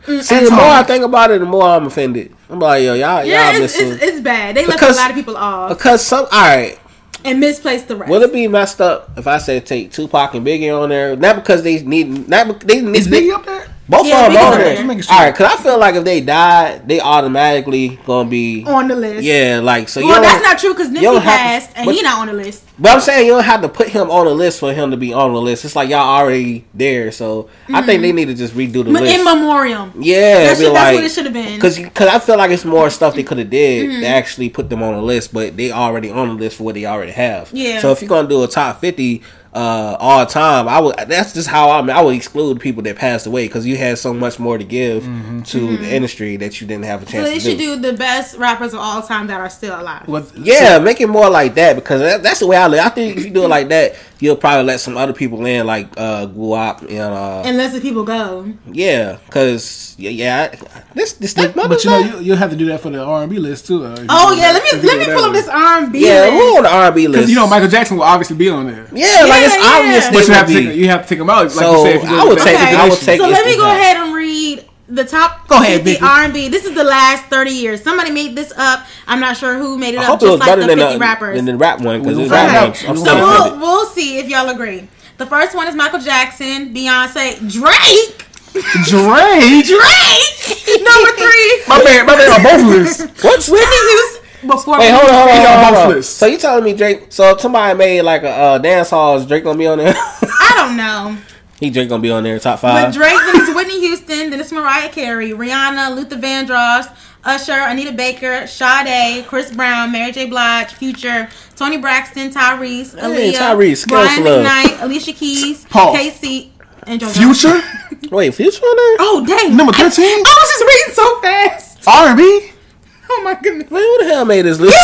See, the
Anton.
more I think about it, the more I'm offended. I'm like, yo, y'all,
yeah,
y'all
it's,
missing.
it's, it's bad. They left
Because-
a lot of people off
because some, all right,
and misplaced the rest.
will it be messed up if I said take Tupac and Biggie on there? Not because they need, not bec- they need
Is Biggie up there?
both
Yeah,
of them
Biggie's
on
up
there.
there.
Just making sure.
All right, because I feel like if they die, they automatically gonna be,
on the list.
yeah, like so. you
Well,
don't-
that's not true because
don't
Nipsey
have to-
passed and
but-
he not on the list.
But I'm saying you don't have to put him on the list for him to be on the list. It's like y'all already there, so I think they need to just redo the list.
Mm-hmm. In memoriam.
Yeah,
That
be
should- that's
like-
what it should've been. Mm-hmm.
Cause, you- cause I feel like it's more stuff they could have did to actually put them on the list, but they already on the list for what they already have.
Yeah.
So if you're gonna do a top fifty uh, all time. I would. That's just how I. Mean, I would exclude people that passed away because you had so much more to give
Mm-hmm.
to the industry that you didn't have a
So
chance.
Mm-hmm. they
to
should
do.
do the best rappers of all time that are still alive.
With,
Yeah, make it more like that because that, that's the way I look. I think if you do it like that, you'll probably let some other people in, like uh, Guap and uh,
Unless the people go.
yeah, because yeah, yeah, I- this this
But,
thing,
but you know, you, you'll have to do that for the R and B list too. Uh, if you
Oh
do
yeah,
that- if
let me
you
let
do
me
that
pull up
one.
this R and B.
yeah, who on the R and B list?
Because you know, Michael Jackson will obviously be on there.
yeah, like it's
Yeah, yeah.
obvious. they
But you
But
would
have to
be.
take, you have to take them out. Like
So,
you said, if you do
I would
the
take-
best
Okay.
I would take
so
this
let me
to
go
heart.
ahead and read the top
Go ahead,
50
Vicky.
R&B. This is the last 30 years. Somebody made this up. I'm not sure who made it
I
up.
hope it
Just
was
like
better
the
than
50
the,
rappers.
than the rap one because
We
the
will find
rap one.
out.
I'm
We
still
will
so
find
offended.
we'll, we'll see if y'all agree. The first one is Michael Jackson, Beyonce, Drake.
Drake,
Drake. Number three.
my man, my man, on both lists.
What's with
Whitney Houston. Before
Wait, hold on, hold on,
He on
hold on,
both
hold on.
lists.
So you telling me Drake? So if somebody made like a uh, dance hall, is Drake gonna be on there?
I don't know.
he Drake gonna be on there top
But
five.
Drake, then it's Whitney Houston, then it's Mariah Carey, Rihanna, Luther Vandross, Usher, Anita Baker, Sade, Chris Brown, Mary J. Blige, Future, Tony Braxton, Tyrese,
Hey,
Aaliyah,
Tyrese, give us
Brian
love.
McKnight, Alicia Keys,
Paul.
Casey, and Joe.
Future,
Wait, Future on there?
Oh dang!
Number 13?
I, I was just reading so fast.
R and B.
Oh my goodness.
Man, who the hell made this list?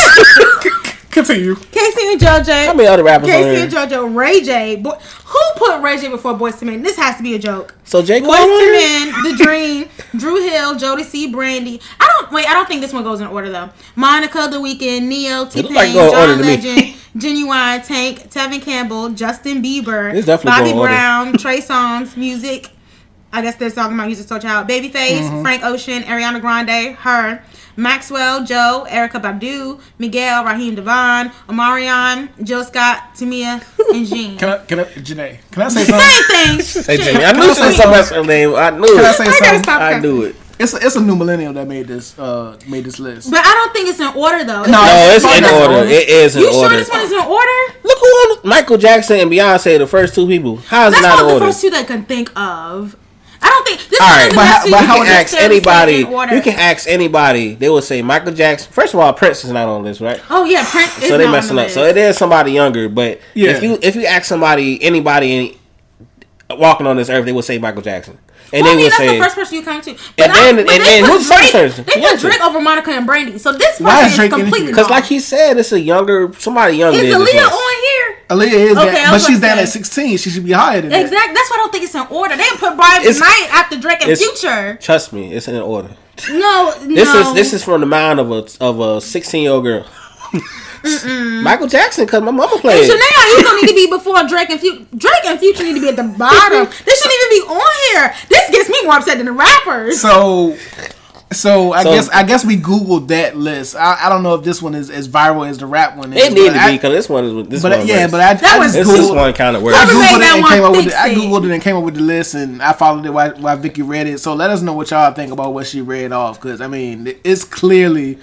Continue.
Casey and JoJo.
How many other rappers on
Casey
here?
and JoJo. Ray J. Boy, who put Ray J. before Boyz II Men? This has to be a joke.
so J Cole
Boys
on
to
there?
Men, The Dream, Drew Hill, Jodeci, Brandy. I don't wait. I don't think this one goes in order though. Monica, The Weeknd, Neo, T
look
Pain,
like going order
John
to me.
Legend, Genuine, Tank, Tevin Campbell, Justin Bieber,
This definitely
Bobby
going order.
Brown, Trey Songz, music. I guess they're talking about music. So child, Babyface,
Mm-hmm.
Frank Ocean, Ariana Grande, her. Maxwell, Joe, Erica Badu, Miguel, Raheem Devon, Omarion, Jill Scott, Tamia, and Jean.
Can I, can I, Janae? Can I say something?
Same thing.
Hey,
Shit.
Jimmy, I knew she was somebody else's name. I knew
Can I say
it.
I gotta
something?
stop
I
cussing.
knew it.
It's a, it's a new millennial that made this uh made this list.
But I don't think it's in order though. It's
No,
No, it's
Fuck
in
that.
order. It is in
You sure
order.
this one is in order?
Look who on Michael Jackson and Beyonce, the first two people. How is
That's
it not
not
in
the
order?
first two that I can think of. I don't think this
All
one
right,
is the
but
best
how-
two
but
you
how
can
would you
ask
necessarily say
anybody.
in order.
You can ask anybody. They will say Michael Jackson. First of all, Prince is not on this, right?
Oh yeah, Prince is
so
not
they
on
messing
the
up. So
list.
it is somebody younger. But
Yeah.
if you if you ask somebody anybody in, walking on this earth, they will say Michael Jackson, and they
Well, I mean,
will
that's
say
the first person you come to. But
And
I-
then-
but
and
they
then
put
who's the first
Drake-
person?
They
Yes.
put Drake over Monica and Brandy. So this
Why
person
is
is,
Drake in here?
completely
because,
wrong.
like he said, it's a younger somebody younger.
is
than this
Aaliyah
list.
on here?
Aaliyah is,
Okay,
that,
I
but
was
she's
about to
down at
say.
16. She should be higher than that.
Exactly. That's why I don't think it's in order. They didn't put Brian
It's-
McKnight after Drake and
it's-
Future.
Trust me, it's in order.
No, no.
This is this is from the mind of a of a sixteen year old girl. Michael Jackson, because my mama played.
So now you don't need to be before Drake and Future. Drake and Future need to be at the bottom. This shouldn't even be on here. This gets me more upset than the rappers.
So, so I
So-
guess I guess we googled that list. I, I don't know if this one is as viral as the rap one. Is,
It need
but
to be
I,
because this one is this
But I-
one.
yeah,
works.
but I,
That
I
was-
just
this,
googled,
this one kind of
I
works.
Whoever
googled
made
it
that
and
one,
came up with
fix
the, I
it.
googled it and came up with the list and I followed it while, while Vicky read it. So let us know what y'all think about what she read off because I mean it's clearly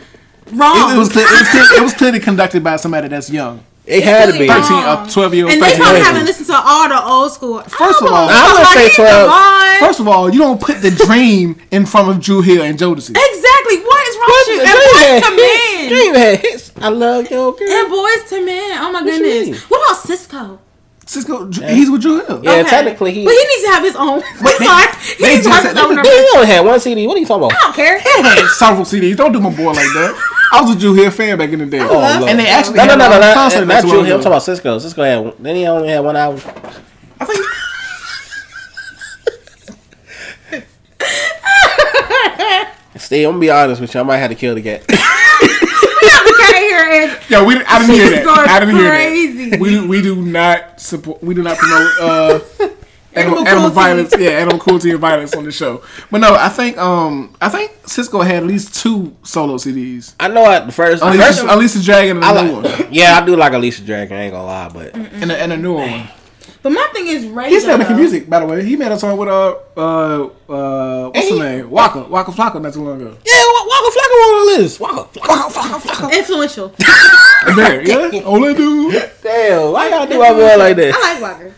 Wrong.
Oh.
it, it was clear, it, was clear, it was clearly conducted by somebody that's young.
It had to
really
be.
wrong.
13 or 12 year old.
and they probably
13.
haven't listened to all the old school.
First of all-
I would say 12.
First,
First of all, you don't put the dream in front of Drew Hill and Jodeci.
exactly. What is wrong with you? And boys to men.
Dream had hits. I love your girl.
And boys to men. Oh my
you mean?
goodness. What about Cisco?
Cisco, Dr- he's with Drew Hill.
Yeah. technically he-
But he needs to have his own.
they-
Sorry. he
they
needs to
just
have his
said-
own
Dude,
they-
number.
you only had one CD. What are you talking
I
about?
don't care.
had several CDs. Don't do my boy like that. I was a Drew Hill fan back in the day.
love
and they
Cisco.
actually
Oh, No, no,
had
no,
a
no,
live
not,
concert
not,
not
not
Drew
Drew Hill. I'm talking
Hill.
about Cisco. Cisco had. Then he only had one album.
I think
Steve, I'm gonna be honest with you. I might have to kill the cat.
We have to cut it here and
Yo, we, I didn't hear
She's
that.
going
I didn't hear
crazy.
that. We we do not support. We do not promote uh, animal,
Animal
animal
cruelty.
violence. Yeah, animal cruelty and violence on the show. But no, I think um I think Cisco had at least two solo CDs.
I know at the first. the first
Alicia,
one,
Alicia Dragon and
I
a new one.
like, yeah, I do like Alicia Dragon. I ain't gonna lie, but
And a, and a newer one.
But my thing is Ray.
He's uh, still
though.
making music, by the way. He made a song with uh uh uh
And
what's his
he-
name? Waka Waka Flocka not too long ago.
yeah, Wa- Waka Flocka on the list. Waka Flocka, Flocka, Flocka.
Influential.
There, yeah. Only dude.
Damn, why y'all do my boy like that?
I like Walker.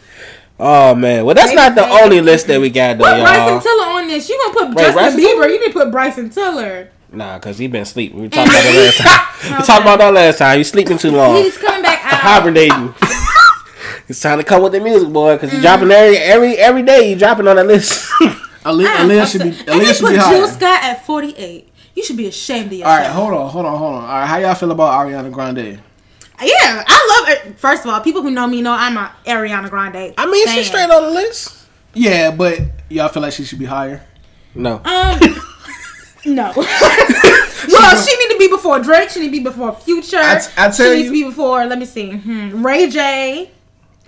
Oh man, well that's not the only list that we got though,
Put
y'all.
Bryson Tiller on this. You gonna put
Wait,
Justin
Bryson
Bieber?
Tiller?
You need to put Bryson Tiller.
Nah, cause he been asleep. We were talking about that last time. We
Okay.
Oh.
talked about that last time. You sleeping too long.
He's coming back out. Mm.
Hibernating. It's time to come with the music, boy, because you're dropping every every every day. You're dropping on that list.
Ali-
I'm
Aaliyah should
upset.
be
and they
Aaliyah should
put
be
Jill
higher.
Scott at 48. You should be ashamed of
All
yourself.
right, hold on, hold on, hold on. All right, how y'all feel about Ariana Grande?
Yeah, I love it. First of all, people who know me know I'm a Ariana Grande.
I mean,
fan.
she's straight on the list.
Yeah, but y'all feel like she should be higher.
No,
Um, no. well, she need to be before Drake. She need to be before Future.
I t- I tell
she needs
you-
to be before. Let me see. Hmm, Ray J.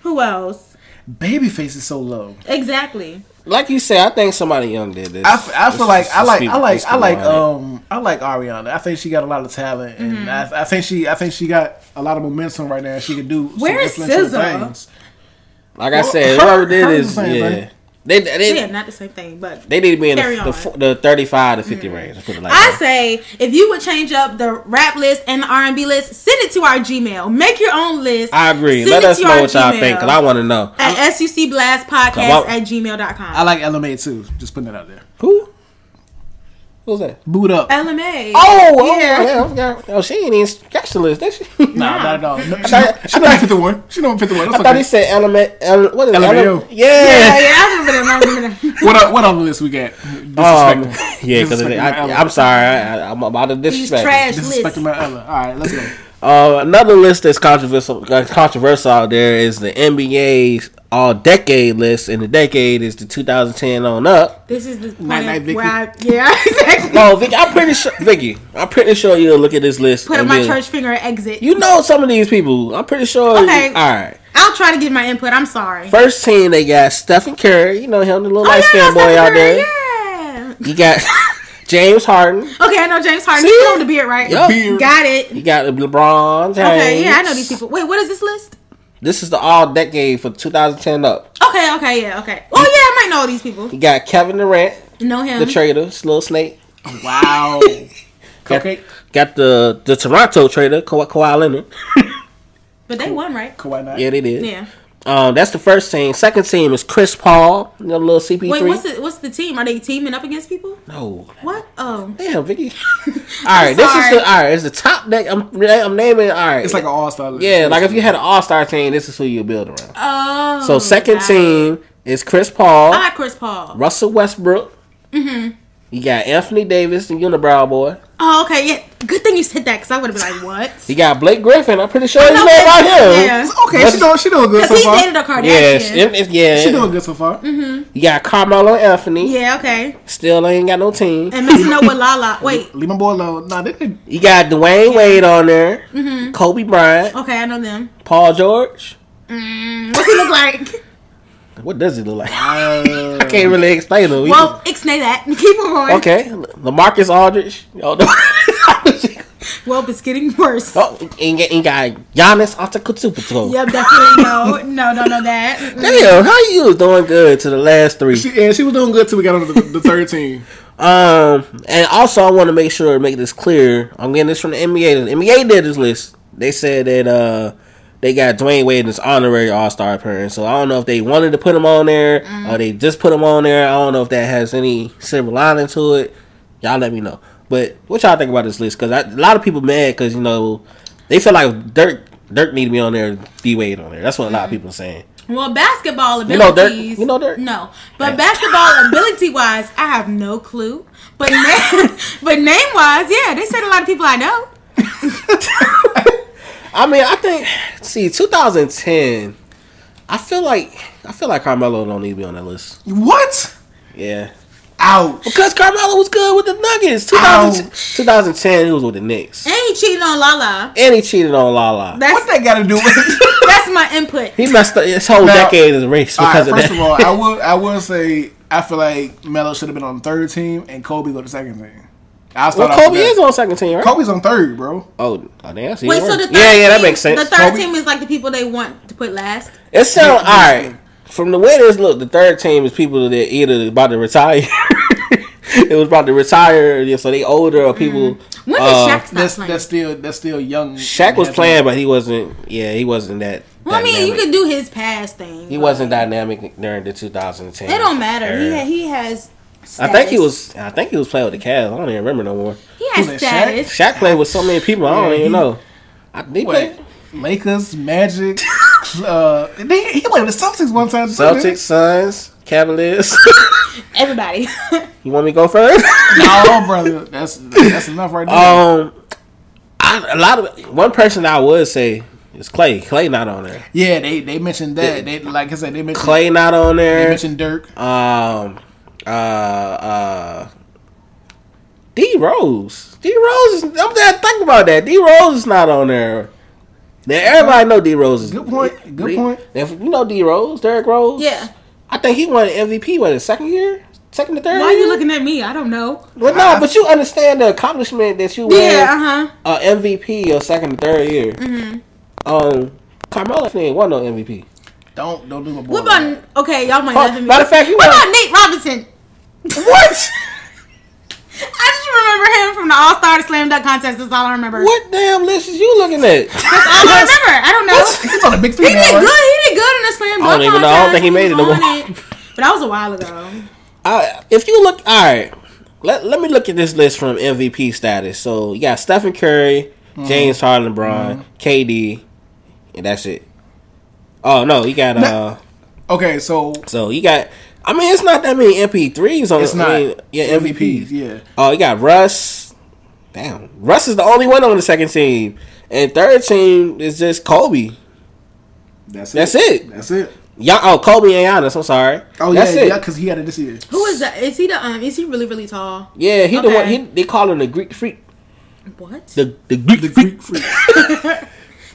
Who else?
Babyface is so low.
Exactly.
like you said, I think somebody young did this.
I, f- I feel like I like I like I like
um.
um I like Ariana. I think she got a lot of talent, and
Mm-hmm.
I, I think she I think she got a lot of momentum right now. She can do some
Where is
influential
SZA?
things.
Like I
Well,
said,
her-
whoever did
her
this,
the same
yeah,
thing.
they they
Yeah, not the same thing, but
they need to be in
Carry
the,
on. Mm.
the, fo- the thirty five to fifty range. let's put it like
I
that.
say if you would change up the rap list and the R and B list, send it to our Gmail. Make your own list.
I agree.
Send
Let
it
us
to
know
our
what y'all think, cause I want to know
at
Come
sucblastpodcast
on.
I
at gmail.com.
like LMA too. Just putting it out there.
who. Who's that?
Boot up.
LMA.
Oh, oh
Yeah.
yeah. I forgot. Oh, she ain't even specialist, did she?
Nah, not at all. No, she,
thought-
she not fifty one. She not fifty one.
I thought he said element. Ele- what is it?
LMAO.
Ele- yeah.
yeah, yeah, I remember that. I remember that.
What up, what other list we got?
Um,
Disrespecting.
yeah, because
Disrespecting my Ella.
I'm sorry, I, I, I'm about to
These
disrespect.
trash lists.
Disrespecting my Ella. All right, let's go.
Uh, another list that's controversial, uh, controversial out there is the NBA's all decade list, and the decade is the 2010 on up.
This is the
Night,
planet
night,
where I, yeah, exactly.
No, Vicky, I'm pretty sure, Vicky, I'm pretty sure you'll look at this list.
Put up
and
my
then-
church finger at exit.
You know some of these people. I'm pretty sure.
Okay.
all right.
I'll try to give my input. I'm sorry.
First team, they got Stephen Curry. You know him, the little
Oh,
light
yeah,
skinned boy
Stephen
out
Curry,
there.
Yeah.
You got James Harden.
Okay, I know James Harden.
See?
He's on the beard, right?
Yup.
Beard.
Got it.
You got LeBron James.
Okay, yeah, I know these people. Wait, what is this list?
This is the all decade for 2010 up.
Okay, okay, yeah, okay. Oh yeah, I might know all these people.
You got Kevin Durant,
Know him.
the trader, Little Snake.
Wow.
Okay.
Cupcake.
Got the the Toronto trader, Ka- Kawhi Leonard.
but they won, right?
Kawhi Knight.
Yeah, they did.
Yeah.
Um, that's the first team. Second team is Chris Paul, you know, little CP3.
Wait, what's the what's the team? Are they teaming up against people?
No.
What? Oh.
Damn, Vicky. all right, this is
sorry.
the all right. It's the top deck. I'm I'm naming. All right,
It's like an all star list.
yeah, like if you had an all star team, this is who you build around.
Oh.
So second
got it.
team is Chris Paul,
I Mm-hmm. like Chris Paul.
Russell Westbrook. You got Anthony Davis, the unibrow boy.
Oh, okay. Yeah. Good thing you said that, because I would have been like, what?
You got Blake Griffin. I'm pretty sure you know
know
about him.
Blake- yeah.
Okay, she doing she doing good so
Because he
far.
dated a Kardashian.
Yes, if- if- yeah.
She doing good so far.
You got Carmelo Anthony.
Yeah, okay.
Still ain't got no team.
And messing up with Lala. Wait.
Leave my boy alone. Nah, they, they,
You got Dwayne Wade on there.
Mm-hmm.
Kobe Bryant,
Okay, I know them.
Paul George.
Mm, what's he look like?
What does he look like? I
uh,
can't really explain him. He
well, explain that. Keep on going.
Okay, Lamarcus Aldridge. Y'all know-
Well, it's getting worse.
oh, and, and got Giannis Antetokounmpo.
Yeah, definitely no. No, don't know that.
Damn, how you was doing good to the last three.
she, yeah, she was doing good till we got on the, the third team.
Um, and also I want to make sure make this clear. I'm getting this from the NBA. The NBA did this list. They said that uh they got Dwayne Wade as honorary All Star appearance. So I don't know if they wanted to put him on there or they just put him on there. I don't know if that has any silver lining to it. Y'all let me know. But what y'all think about this list? Because a lot of people mad because you know they feel like Dirk Dirk need to be on there, D Wade on there. That's what a lot of people are saying.
Well, basketball
You know Dirk-
abilities.
you know Dirk?
No, but basketball ability wise, I have no clue. But name, but name wise, yeah, they said a lot of people I know.
I mean, I think see 2010. I feel like I feel like Carmelo don't need to be on that list.
What?
Yeah,
Ouch.
because Carmelo was good with the Nuggets.
Oh.
2000, 2010, he was with the Knicks,
And he cheated on Lala.
and he cheated on Lala.
That's
What that got to do with it?
that's my input.
He messed up his whole
Now-
decade of race
All right,
because
first
of
of
that.
all, I will I will say I feel like Melo should have been on third team and Kobe go to second team. I
well, Kobe is on second team, right?
Kobe's on third, bro.
Oh, oh damn, see,
Wait,
it
so
worked.
the third
yeah, yeah, that
team-
makes sense.
The third
Kobe-
team is like the people they want to put last.
It sounds all right. From the way this look, the third team is people that either about to retire. it was about to retire, yeah, so they older or people.
Mm-hmm. When did
uh,
Shaq stop
That's
playing?
that's still that's still young.
Shaq was playing, but he wasn't. Yeah, he wasn't that.
well, I mean, you
dynamic.
could do his past thing.
He wasn't dynamic during the 2010.
It don't matter. He
era.
ha- he has.
I think he
status.
was. I think he was playing with the Cavs. I don't even remember no more.
He
Who
has
is Shaq?
status.
Shaq played with so many people. I don't
Yeah,
even
he-
know. I, he
Wait,
played.
Lakers, Magic, Uh, they, he played with the Celtics one time. too, didn't he?
Celtics, Suns, Cavaliers.
Everybody.
you want me to go first?
No, brother, that's that's enough right there.
um, I, a lot of one person I would say is Clay. Clay not on there.
yeah, they they mentioned that. They like I said, they mentioned
Clay not on
They
there.
mentioned Dirk.
Um, uh, uh, D Rose. D Rose. Is, I'm there thinking about that. D Rose is not on there. Now everybody know D Rose. Is,
Good point, good
D-
point.
If you know D Rose, Derrick Rose.
Yeah.
I think he won MVP. What his second year? Second to third?
Why are
year?
you looking at me? I don't know.
Well, no, but you understand the accomplishment that you win
Yeah, uh huh.
uh, MVP your second and third year.
Mm-hmm.
Um, Carmelo Anthony ain't won no MVP.
Don't don't do my boy.
What
like
about okay? Y'all might
Oh,
laugh at me.
matter of fact, you
what
want-
about Nate Robinson?
What?
I just remember him from the All Star Slam Dunk contest. That's all I remember.
what damn list is you looking at?
That's all I remember. I don't know.
that. He's on a big
He
three
did
now,
good.
right?
He did good in the slam dunk
I don't even know. I don't
contest.
think he made it no
was
more.
on But that was a while ago.
I, if you look, all right. Let Let me look at this list from MVP status. So you got Stephen Curry,
Mm-hmm.
James Harden, LeBron, KD, and that's it. Oh no, you got uh.
Okay, so
So you got. I mean, it's not that many MP3s on.
it's
I
not
mean, yeah, MVPs.
Yeah,
Oh, you got Russ. Damn, Russ is the only one on the second team, and third team is just Kobe.
that's it.
That's it.
That's it.
Y'all, oh, Kobe and Giannis. I'm sorry.
Oh
that's
yeah,
it.
yeah, because he had it this year.
Who is that? Is he the um? Is he really really tall?
Yeah, he the
Okay.
one. He, they call him the Greek freak.
What?
The the Greek
The
freak.
Greek freak.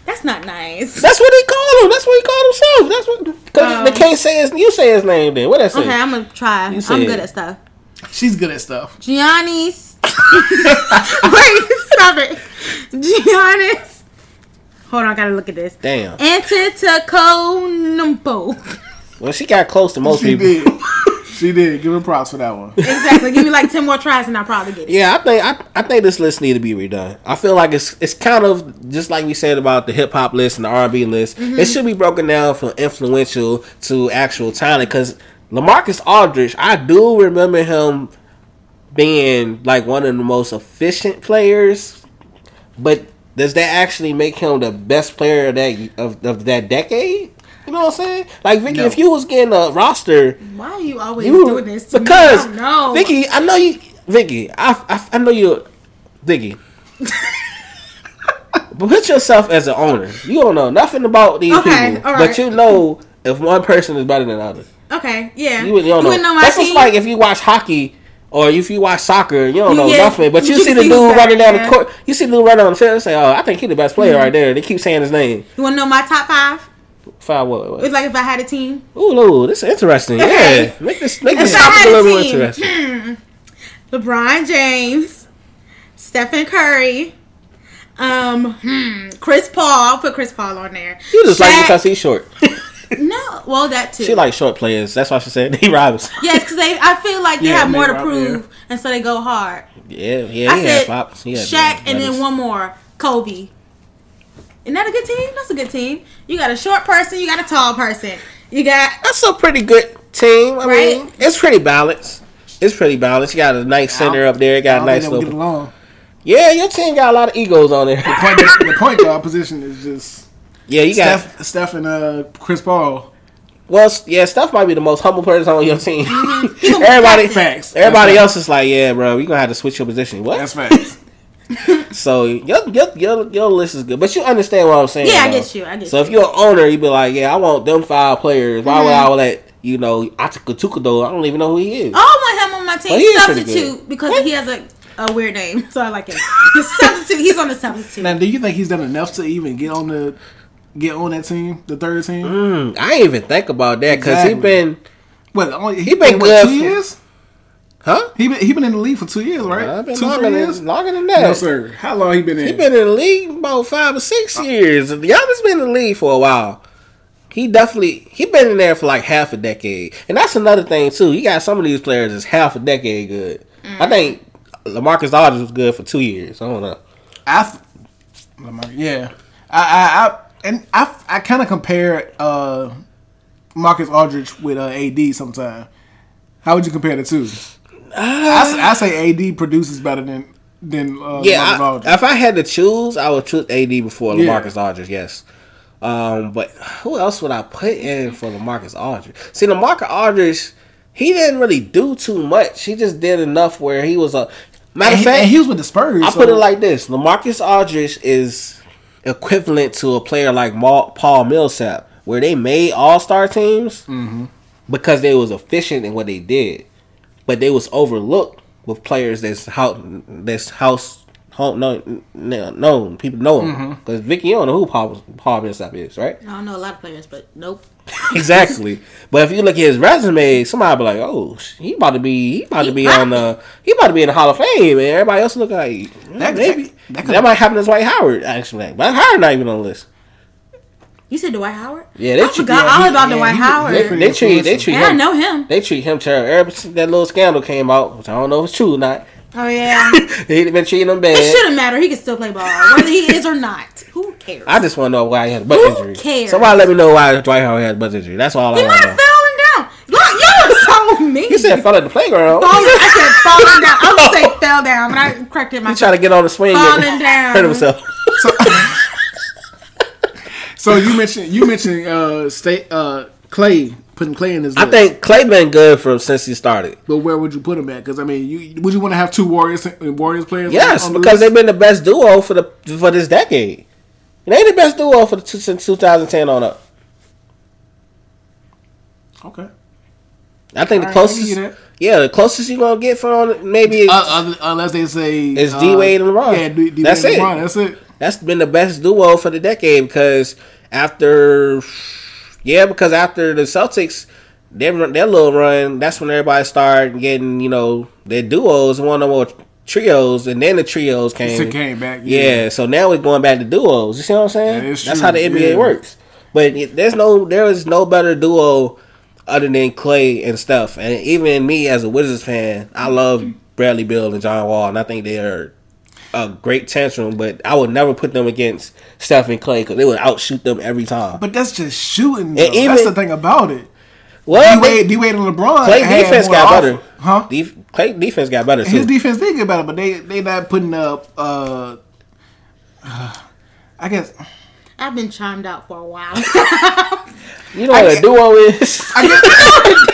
That's not nice.
That's what they call him. That's what he called himself. That's what because
Um,
they can't say his. You say his name then. What that say?
Okay, I'm gonna try. I'm
said-
good at stuff.
She's good at stuff.
Giannis. Wait, stop it. Giannis. Hold on, I gotta look at this.
Damn.
Antetokounmpo.
Well, she got close to most
She
people.
did. She did. Give her props for that one.
Exactly. Give me like ten more tries and I'll probably get it.
Yeah, I think I, I think this list need to be redone. I feel like it's it's kind of just like we said about the hip hop list and the R and B list.
Mm-hmm.
It should be broken down from influential to actual talent. Because Lamarcus Aldridge, I do remember him being like one of the most efficient players, but does that actually make him the best player of that of, of that decade? You know what I'm saying? Like Vicky,
No.
if you was getting a roster,
Why are you always
you
doing this? To
because
me? no,
Vicky, I know you, Vicky. I I, I know you, Vicky. but put yourself as an owner. You don't know nothing about these
Okay,
people,
all
but
right.
you know if one person is better than the other.
Okay, yeah.
You, wouldn't- you don't know.
wouldn't know my
That's just
team.
like if you watch hockey. Or if you watch soccer, you don't
You
know
get-
nothing. But you,
you
see
can
the
see
dude
who's better,
running down
yeah. Mm-hmm.
the court. You see the dude running on the field. and Say, "Oh, I think he's the best player right there." They keep saying his name.
you want to know my top five?
Five. What, what?
It's like if I had a team.
Ooh, ooh, this is interesting.
Okay.
Yeah, make this make
If
this
I
topic
had
a
a
little more
team.
interesting.
LeBron James, Stephen Curry, um, hmm, Chris Paul. Put Chris Paul on there.
You just like
Shaq-
him because he's short.
no, well that too.
She like short players. That's why she said D. Robinson.
yes, because they. I feel like they
Yeah,
have more
maybe
to
right
prove, and so they go hard.
Yeah, yeah,
I
he
said
had flops. He had
Shaq, and
legs.
then one more, Kobe. Isn't that a good team? That's a good team. You got a short person. You got a tall person. You got
That's a pretty good team. I mean,
Right?
it's pretty balanced. It's pretty balanced. You got a nice center up there. You
I
Got a
don't
nice
think they would get
little.
along.
Yeah, your team got a lot of egos on there.
Point- the point guard position is just
yeah, you got.
Steph, Steph and uh, Chris Paul.
Well, s- yeah, Steph might be the most humble person on your team.
He gonna be
everybody,
captain.
Facts.
everybody
That's
else is like, yeah, bro, you gonna have to switch your position. What?
That's facts.
So your, your your your list is good, but you understand what I'm saying.
Yeah, I
though.
get you, I get
so if
you. Mm-hmm.
you're an owner, you be like, yeah, I want them five players. Why would I let you know Atika Tukado? I don't even know who he is.
I don't want him on my team.
Well, he is pretty
substitute because he has a, a weird name, so I like him. The substitute. He's on the substitute.
now, do you think he's done enough to even get on the get on that team, the third team?
Hmm, I didn't even think about that because
Exactly.
he been
Well, only, he,
He
been
been
what,
good
two
for-
years.
huh?
He been he been in the league for two years, right?
I've been
two
longer
three
than,
years.
longer than that.
No, sir. Uh. How long he been in?
He been in the league about five or six years. Y'all has been in the league for a while. He definitely he been in there for like half a decade, and that's another thing too. You got some of these players that's half a decade good.
Mm.
I think Lamarcus Aldridge was good for two years. I don't know.
I, f- Lamar- yeah, I, I, I and I, f- I kind of compare uh, Marcus Aldridge with uh, AD sometime. How would you compare the two? I, s- I say AD produces better than than uh,
Yeah,
Marcus
I,
Aldridge.
if I had to choose, I would choose AD before
Yeah.
Lamarcus Aldridge. Yes, Um, but who else would I put in for Lamarcus Aldridge? See, Lamarcus Aldridge, he didn't really do too much. He just did enough where he was a matter of
And he, and
fact.
he was with the Spurs.
I put it like this: Lamarcus Aldridge is equivalent to a player like Ma- Paul Millsap, where they made All Star teams because they was efficient in what they did, but they was overlooked with players that's how that's house home known, known people know him because Vicky you don't know who Paul Paul Millsap is, right?
I don't know a lot of players, but nope.
exactly. But if you look at his resume, somebody be like, "Oh, sh- he about to be, he about to be on the, he about to be in the Hall of Fame," and everybody else look like "Eh,
That-
maybe
that-
that,
that could-
might happen to Dwight Howard actually. But Howard not even on the list.
You said Dwight Howard?
Yeah, they
I
treat-
forgot
yeah,
all
he-
about
yeah,
Dwight
he-
Howard.
they pretty-
They treat they treat
yeah, I
him.
know him.
They treat him terrible. Ever since that little scandal came out, which I don't know if it's true or not,
Oh yeah.
he been treating him
It
bad.
shouldn't matter. He can still play ball, whether he is or not. Who cares?
I just want to know why he had a butt
Who
injury.
cares?
Somebody let me know why Dwight Howard had a butt injury. That's all
he
I
might
want to
have
know.
fallen down. Look, you are so mean.
He said fell at the playground.
fallen. I said fallen down. I would say fell down, but I corrected
He
myself.
tried to get on the swing
Falling
and
down.
hurt himself.
So you mentioned you mentioned uh, state uh, Clay putting Clay in his.
I
list.
think Clay been good from since he started.
But where would you put him at? Because I mean, you would you want to have two Warriors Warriors players?
Yes,
on the
because
list?
they've been the best duo for the for this decade. They the best duo for the two, since 2010 on up.
okay.
I think the
All right, I can
closest,
get it.
yeah, the closest you gonna get from maybe
Uh, other, unless they say
It's
uh,
D-Wade and LeBron.
Yeah, D- D-
That's
Wade
it.
and LeBron. That's it.
that's been the best duo for the decade because after yeah because after the Celtics their run- their little run that's when everybody started getting you know their duos and one or more trios and then the trios came
It came back,
yeah.
yeah.
so now we're going back to duos you see what I'm saying
That is
that's
true,
how the NBA
yeah.
works but it- there's no there is no better duo other than Clay and stuff and even me as a Wizards fan I love Bradley Bill and John Wall and I think they are a great tantrum, but I would never put them against Steph and Clay because they would outshoot them every time.
But that's just shooting. Though.
even-
that's the thing about it. D
well,
Wade, D Wade, and LeBron.
Clay
had
defense
more
got
off-
better,
huh?
Def- Clay defense got better too.
His defense did get better, but they they not putting up. uh I guess
I've been chimed out for a while.
you know what a duo is?
I guess,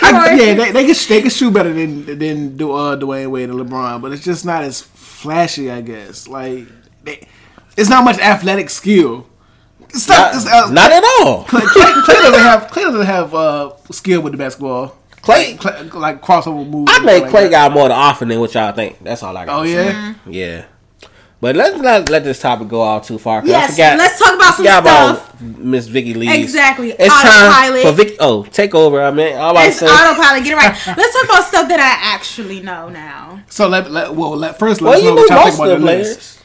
I- yeah, they, they can they can shoot better than than do uh, Dwayne Wade and LeBron, but it's just not as flashy, I guess. Like, they, it's not much athletic skill. It's not. it's, uh,
not, not at all.
Clay, Clay, Clay doesn't have Clay doesn't have uh, skill with the basketball.
Clay,
Clay, like crossover moves.
I
and
think
stuff
Clay
like that.
got more to offer than what y'all think. That's all I got. Mm-hmm.
Oh yeah,
yeah. But let's not let this topic go all too far. 'cause
Yes, let's talk about some
forgot
stuff.
About Miss Vicky Lee.
Exactly,
It's time
autopilot.
for Vicky. Oh, take over. I mean, all I
it's
said.
autopilot. Get it right. Let's talk about stuff that I actually know now.
so let, let well let first let
well,
us know
you
what
knew
y'all think
most
about
of
the
the
list.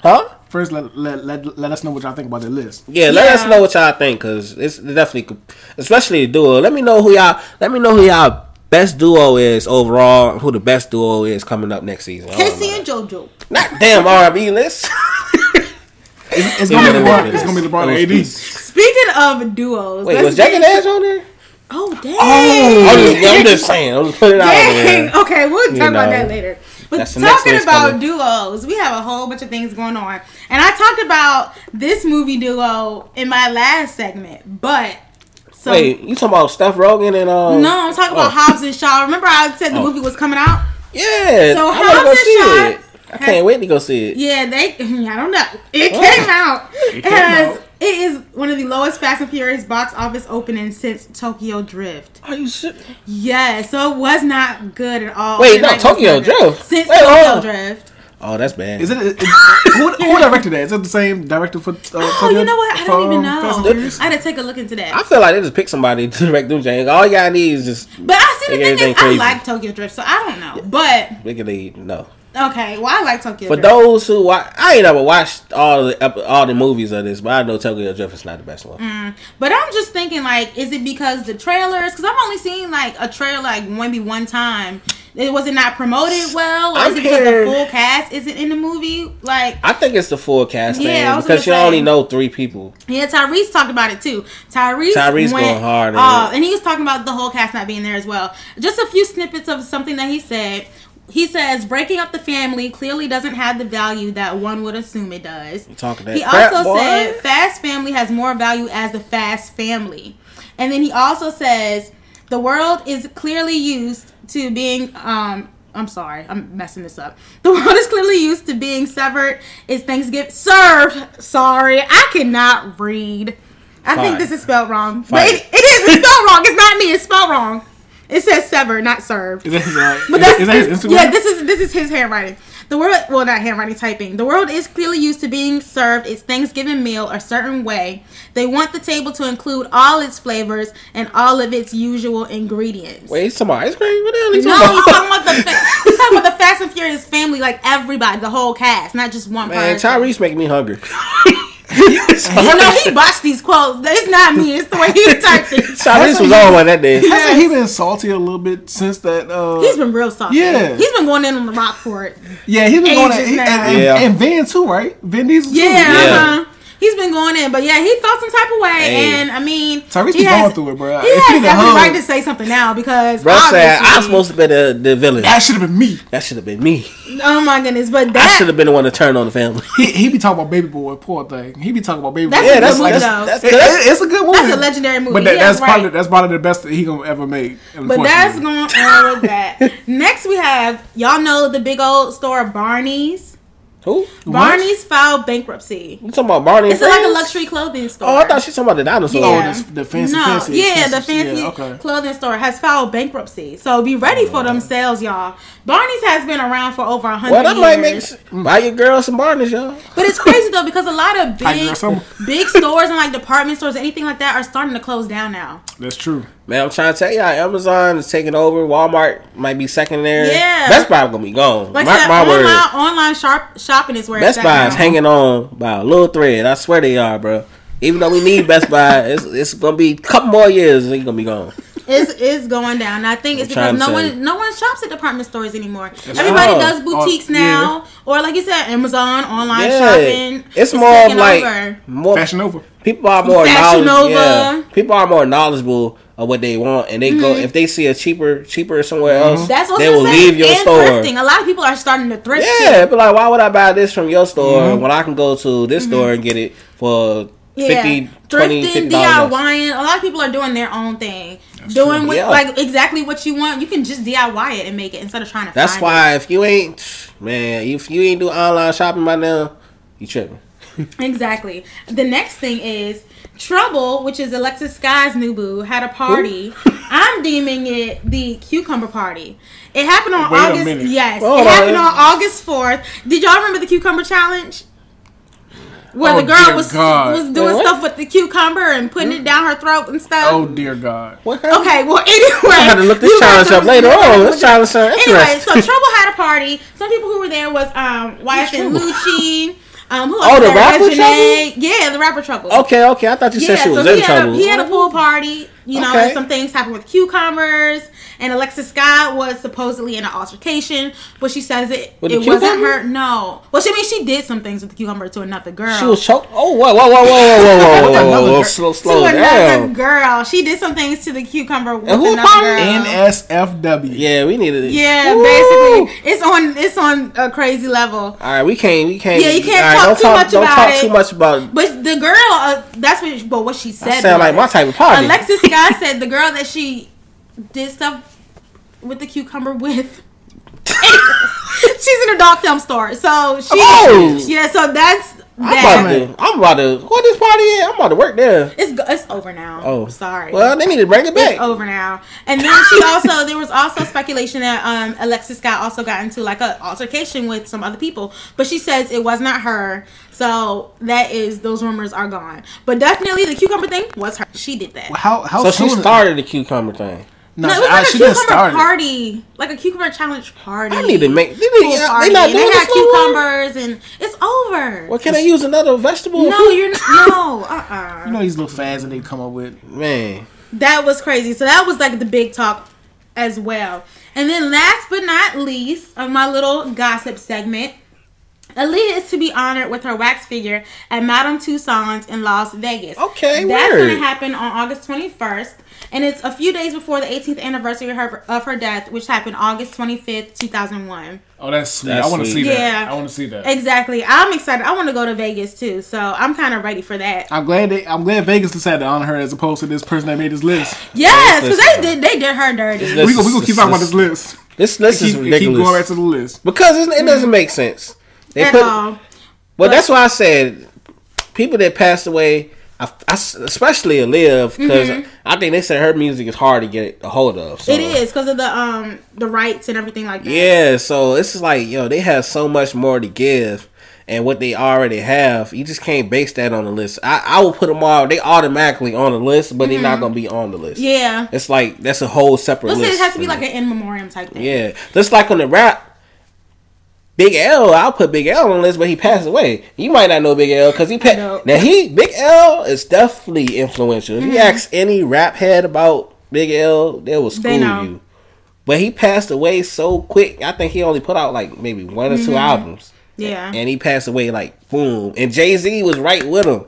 players, huh?
First let, let let let us know what y'all think about the list.
Yeah, let
Yeah.
us know what y'all think because it's definitely, especially the duo. Let me know who y'all. Let me know who y'all best duo is overall. Who the best duo is coming up next season? I don't
Casey
know.
and JoJo.
not damn R&B list.
It's, it's
Yeah,
gonna be
that
LeBron.
is.
It's gonna be
That was
LeBron and AD.
peace.
Speaking of duos,
Wait,
let's
was Jagged
get-
Edge on there?
Oh dang!
I'm just, I'm just saying. I'm just putting it out
Dang.
there.
Okay, we'll talk
You
about
know.
that later. But
That's the next
talking
list
about
coming.
duos, we have a whole bunch of things going on. And I talked about this movie duo in my last segment, but so
Wait, you talking about Steph Rogan and um?
no, I'm talking
oh,
about Hobbs and Shaw. Remember, I said the
Oh.
movie was coming out.
Yeah,
So
I wanna go
Hobbs and
see
Shaw
it. I can't wait to go see it.
Yeah, they. I don't know.
Oh.
It came out. It,
came
has,
out.
it is one of the lowest Fast and Furious box office openings since Tokyo Drift.
Are you sure?
Yeah, so it was not good at all.
Wait,
It,
no,
like, was
Tokyo
not good.
Drift.
Since
Wait, hold
Tokyo
on.
Drift.
Oh, that's bad.
Is it, it who, who directed that? Is it the same director for? Uh,
Oh, you know what? I don't even know.
Furious?
I had to take a look into that.
I feel like they just pick somebody to direct them. James, all y'all need is just
but I see the
They
thing is,
everything
I
crazy.
like Tokyo Drift, so I don't know. But
Biggie Lee, no.
okay, well, I like Tokyo
For
Drift.
those who watch, I ain't ever watched all the ep- all the movies of this, but I know Tokyo Drift is not the best one.
Mm. But I'm just thinking, like, is it because the trailers? Because I've only seen like a trailer like maybe one time. It was it not promoted well, or
I'm
is it because
here-
the full cast isn't in the movie? Like,
I think it's the full cast
Yeah, I
thing
was
because you
gonna say.
only know three people.
yeah, Tyrese talked about it too. Tyrese,
Tyrese
went
going hard at
off,
it.
and he was talking about the whole cast not being there as well. Just a few snippets of something that he said. He says breaking up the family clearly doesn't have the value that one would assume it does.
talking that
He
crap,
also
boy.
said fast family has more value as the fast family. And then he also says the world is clearly used to being um I'm sorry, I'm messing this up. The world is clearly used to being severed is Thanksgiving served. Sorry, I cannot read. I
Fine.
think this is spelled wrong.
Fine.
But it, it is it's spelled wrong. It's not me, it's spelled wrong. It says severed, not served.
Is that his, uh,
But
is-
that's
is that his Instagram?
yeah. This is this is his handwriting. The world, well, not handwriting, typing. The world is clearly used to being served its Thanksgiving meal a certain way. They want the table to include all its flavors and all of its usual ingredients.
Wait, he's talking about ice cream? What the hell he's
No,
talking
he's
about?
talking about the fa- he's talking about the Fast and Furious family, like everybody, the whole cast, not just one
Man,
person.
Tyrese making me hungry.
You know, he botched these quotes. It's not me. It's the way he typed it.
Tyrese was on one that day.
Hasn't he been salty a little bit since that? Uh,
He's been real soft.
Yeah.
He's been going in on the rock for it.
yeah, he's been going at,
ages
he- and,
now.
and,
Yeah.
and Vin too, right? Vin Diesel too.
Yeah,
Yeah.
Uh-huh. he's been going in, but yeah, he felt some type of way,
Hey.
and I mean,
Tyrese
he
be
has-
going through it, bro.
He
If he
has
the
every
hug-
right to say something now because
Bro said, I'm
obviously-
supposed to be the, the villain.
That should have been me.
That should have been me.
Oh my goodness,
I
but
should
that
have been the one to turn on the family.
He, he be talking about Baby Boy, poor thing. He be talking about Baby
That's
Boy.
a good
that's-
movie
that's-
though.
that's-
It- it- it's a good movie.
That's a legendary movie.
But that,
Yeah,
that's
right.
probably that's probably the best that he gonna ever make.
but that's
unfortunately.
going on with that. Next, we have y'all know the big old store Barney's.
Who?
Barney's filed bankruptcy.
You talking about Barney? and
It's like a
Friends?
luxury clothing store.
Oh, I thought she was talking about the dinosaur.
Yeah.
Oh,
this- the fancy-
no,
fancy
yeah, the
expensive-
fancy
yeah, okay.
clothing store has filed bankruptcy, so be ready for them sales, y'all. Barney's has been around for over a hundred.
Well, that might make
years.
s- buy your girl some Barney's, y'all.
But it's crazy though because a lot of
I agree.
big
Some-
big stores and like department stores, anything like that, are starting to close down now.
that's true.
Man, I'm trying to tell y'all, Amazon is taking over. Walmart might be second there.
Yeah.
Best Buy gonna be gone.
Like
Mark
that
my
online
word.
online shop, shopping is where
Best
it's
Buy
at
is
now.
hanging on by a little thread. I swear they are, bro. Even though we need Best Buy, it's, it's gonna be a couple more years. and It's gonna be gone.
It's is going down. And I think it's because
trying
no
to say.
one no one shops at department stores anymore. Everybody
true.
does boutiques
Oh, yeah.
now, or like you said, Amazon online
yeah,
shopping.
it's more of
taking
like
over.
more
Fashion Nova.
people are more
Fashion
knowledgeable. Yeah,
Nova.
people are more knowledgeable of what they want, and they go if they see a cheaper cheaper somewhere else.
Mm-hmm. That's what
they
I'm
will
saying.
leave your
and
store.
Thrifting. A lot of people are starting to thrift. too.
Yeah, but like, why would I buy this from your store when I can go to this store and get it for
Mm-hmm. Yeah,
50 20
thrifting,
$50 less?
DIYing. A lot of people are doing their own thing, doing
true.
what,
Yeah.
like exactly what you want. You can just DIY it and make it instead of trying to.
That's
find
why if you ain't man, if you ain't do online shopping by now, you tripping.
it. exactly. The next thing is Trouble, which is Alexis Sky's new boo, had a party. I'm deeming it the cucumber party. It happened on
Wait a
August.
minute.
Yes,
Hold
it happened
on.
on August fourth. Did y'all remember the cucumber challenge? Where
Oh,
the girl
dear
was
God.
was doing
What?
stuff with the cucumber and putting it down her throat and stuff.
Oh dear God.
What happened?
Okay, well, anyway.
I had to look this
you
challenge
got
up
to-
later
you got to
on.
look
This
it-
challenge sounds
Anyway,
interesting.
so Trouble had a party. Some people who were there was um, YF and Lucci. Um, who else
Oh,
was
the
there?
rapper
Reginae. Yeah, the rapper Trouble.
Okay, okay. I thought you
Yeah,
said she was
so he
in
had, a,
trouble.
he had a pool party, you know,
Okay.
and some things happened with cucumbers, and Alexis Scott was supposedly in an altercation, but she says it
With
it
the
wasn't
cucumber?
her. No, well, she I mean she did some things with the cucumber to another girl.
She was choked. Oh, whoa, whoa, whoa, whoa, whoa, whoa, whoa, whoa, whoa,
Another
whoa.
girl.
slow,
to
slow
another
down.
girl. She did some things to the cucumber with
who
another
party?
girl.
NSFW.
Yeah, we needed it.
Yeah,
Woo!
basically, it's on it's on a crazy level.
All right, we can't, we can't.
Yeah, you can't
all
talk too much
don't
about
talk
it.
too much about.
But the girl, uh, that's what. But what she said.
That sound like my
was-
type of party.
Alexis Scott said the girl that she did stuff with the cucumber with. She's an adult film star, so she.
Oh!
Yeah, so that's
I'm
that.
about to. I'm about to. What this party is? I'm about to work there.
It's go- it's over now.
Oh,
sorry.
Well, they need to bring it back.
It's over now. And then she also there was also speculation that um Alexis Scott also got into like a altercation with some other people, but she says it was not her. So that is those rumors are gone. But definitely the cucumber thing was her. She did that.
How how
So she
soon-
started the cucumber thing.
No,
No, it was
Ah,
I-
like
she
a
didn't
cucumber
start. it.
party, like a cucumber challenge party.
I need to make. They, they,
Pool
they
party.
not
And
doing
they had
this no more?
cucumbers, and it's over.
Well, can I use another vegetable?
No, you're not, no. uh
You know these little fads that they come up with.
man.
that was crazy. So that was like the big talk as well. And then last but not least of my little gossip segment, Aaliyah is to be honored with her wax figure at Madame Tussauds in Las Vegas.
Okay,
that's
word.
going to happen on August 21st, and it's a few days before the 18th anniversary of her, of her death, which happened August 25th, 2001.
Oh, that's sweet.
That's
I want to
sweet.
see that.
Yeah.
I want to see that.
Exactly. I'm excited. I want to go to Vegas too, so I'm kind of ready for that.
I'm glad they, I'm glad Vegas decided to honor her as opposed to this person that made this list.
Yes, because
Let's
they
listen.
did. They did her dirty.
we gonna, we gonna keep talking about this list.
This list is
Keep, keep going right
ridiculous
to the list.
because it, it doesn't make sense. They
Mm-hmm. At
put,
all.
Well, that's why I said people that passed away, I, I s- especially Aaliyah, because I think they said her music is hard to get a hold of. So.
Mm-hmm. It is because of the um the rights and everything like that.
Yeah, so it's just like, yo, they have so much more to give. And what they already have, you just can't base that on the list. I, I will put them all; they automatically on the list, but they're not gonna be on the list.
Mm-hmm. Yeah.
it's like that's a whole separate
Let's
list.
say it has to be
for
like
me.
an in memoriam type thing.
yeah, just like on the rap, Big L. I'll put Big L on the list, but he passed away. You might not know Mm-hmm. Big L because he passed.
Nope.
Now he Big L is definitely influential. If you ask any rap head about Big L, they will school
know.
you. But he passed away so quick. I think he only put out like maybe one or two albums.
Yeah.
And he passed away like boom. And Jay Z was right with him.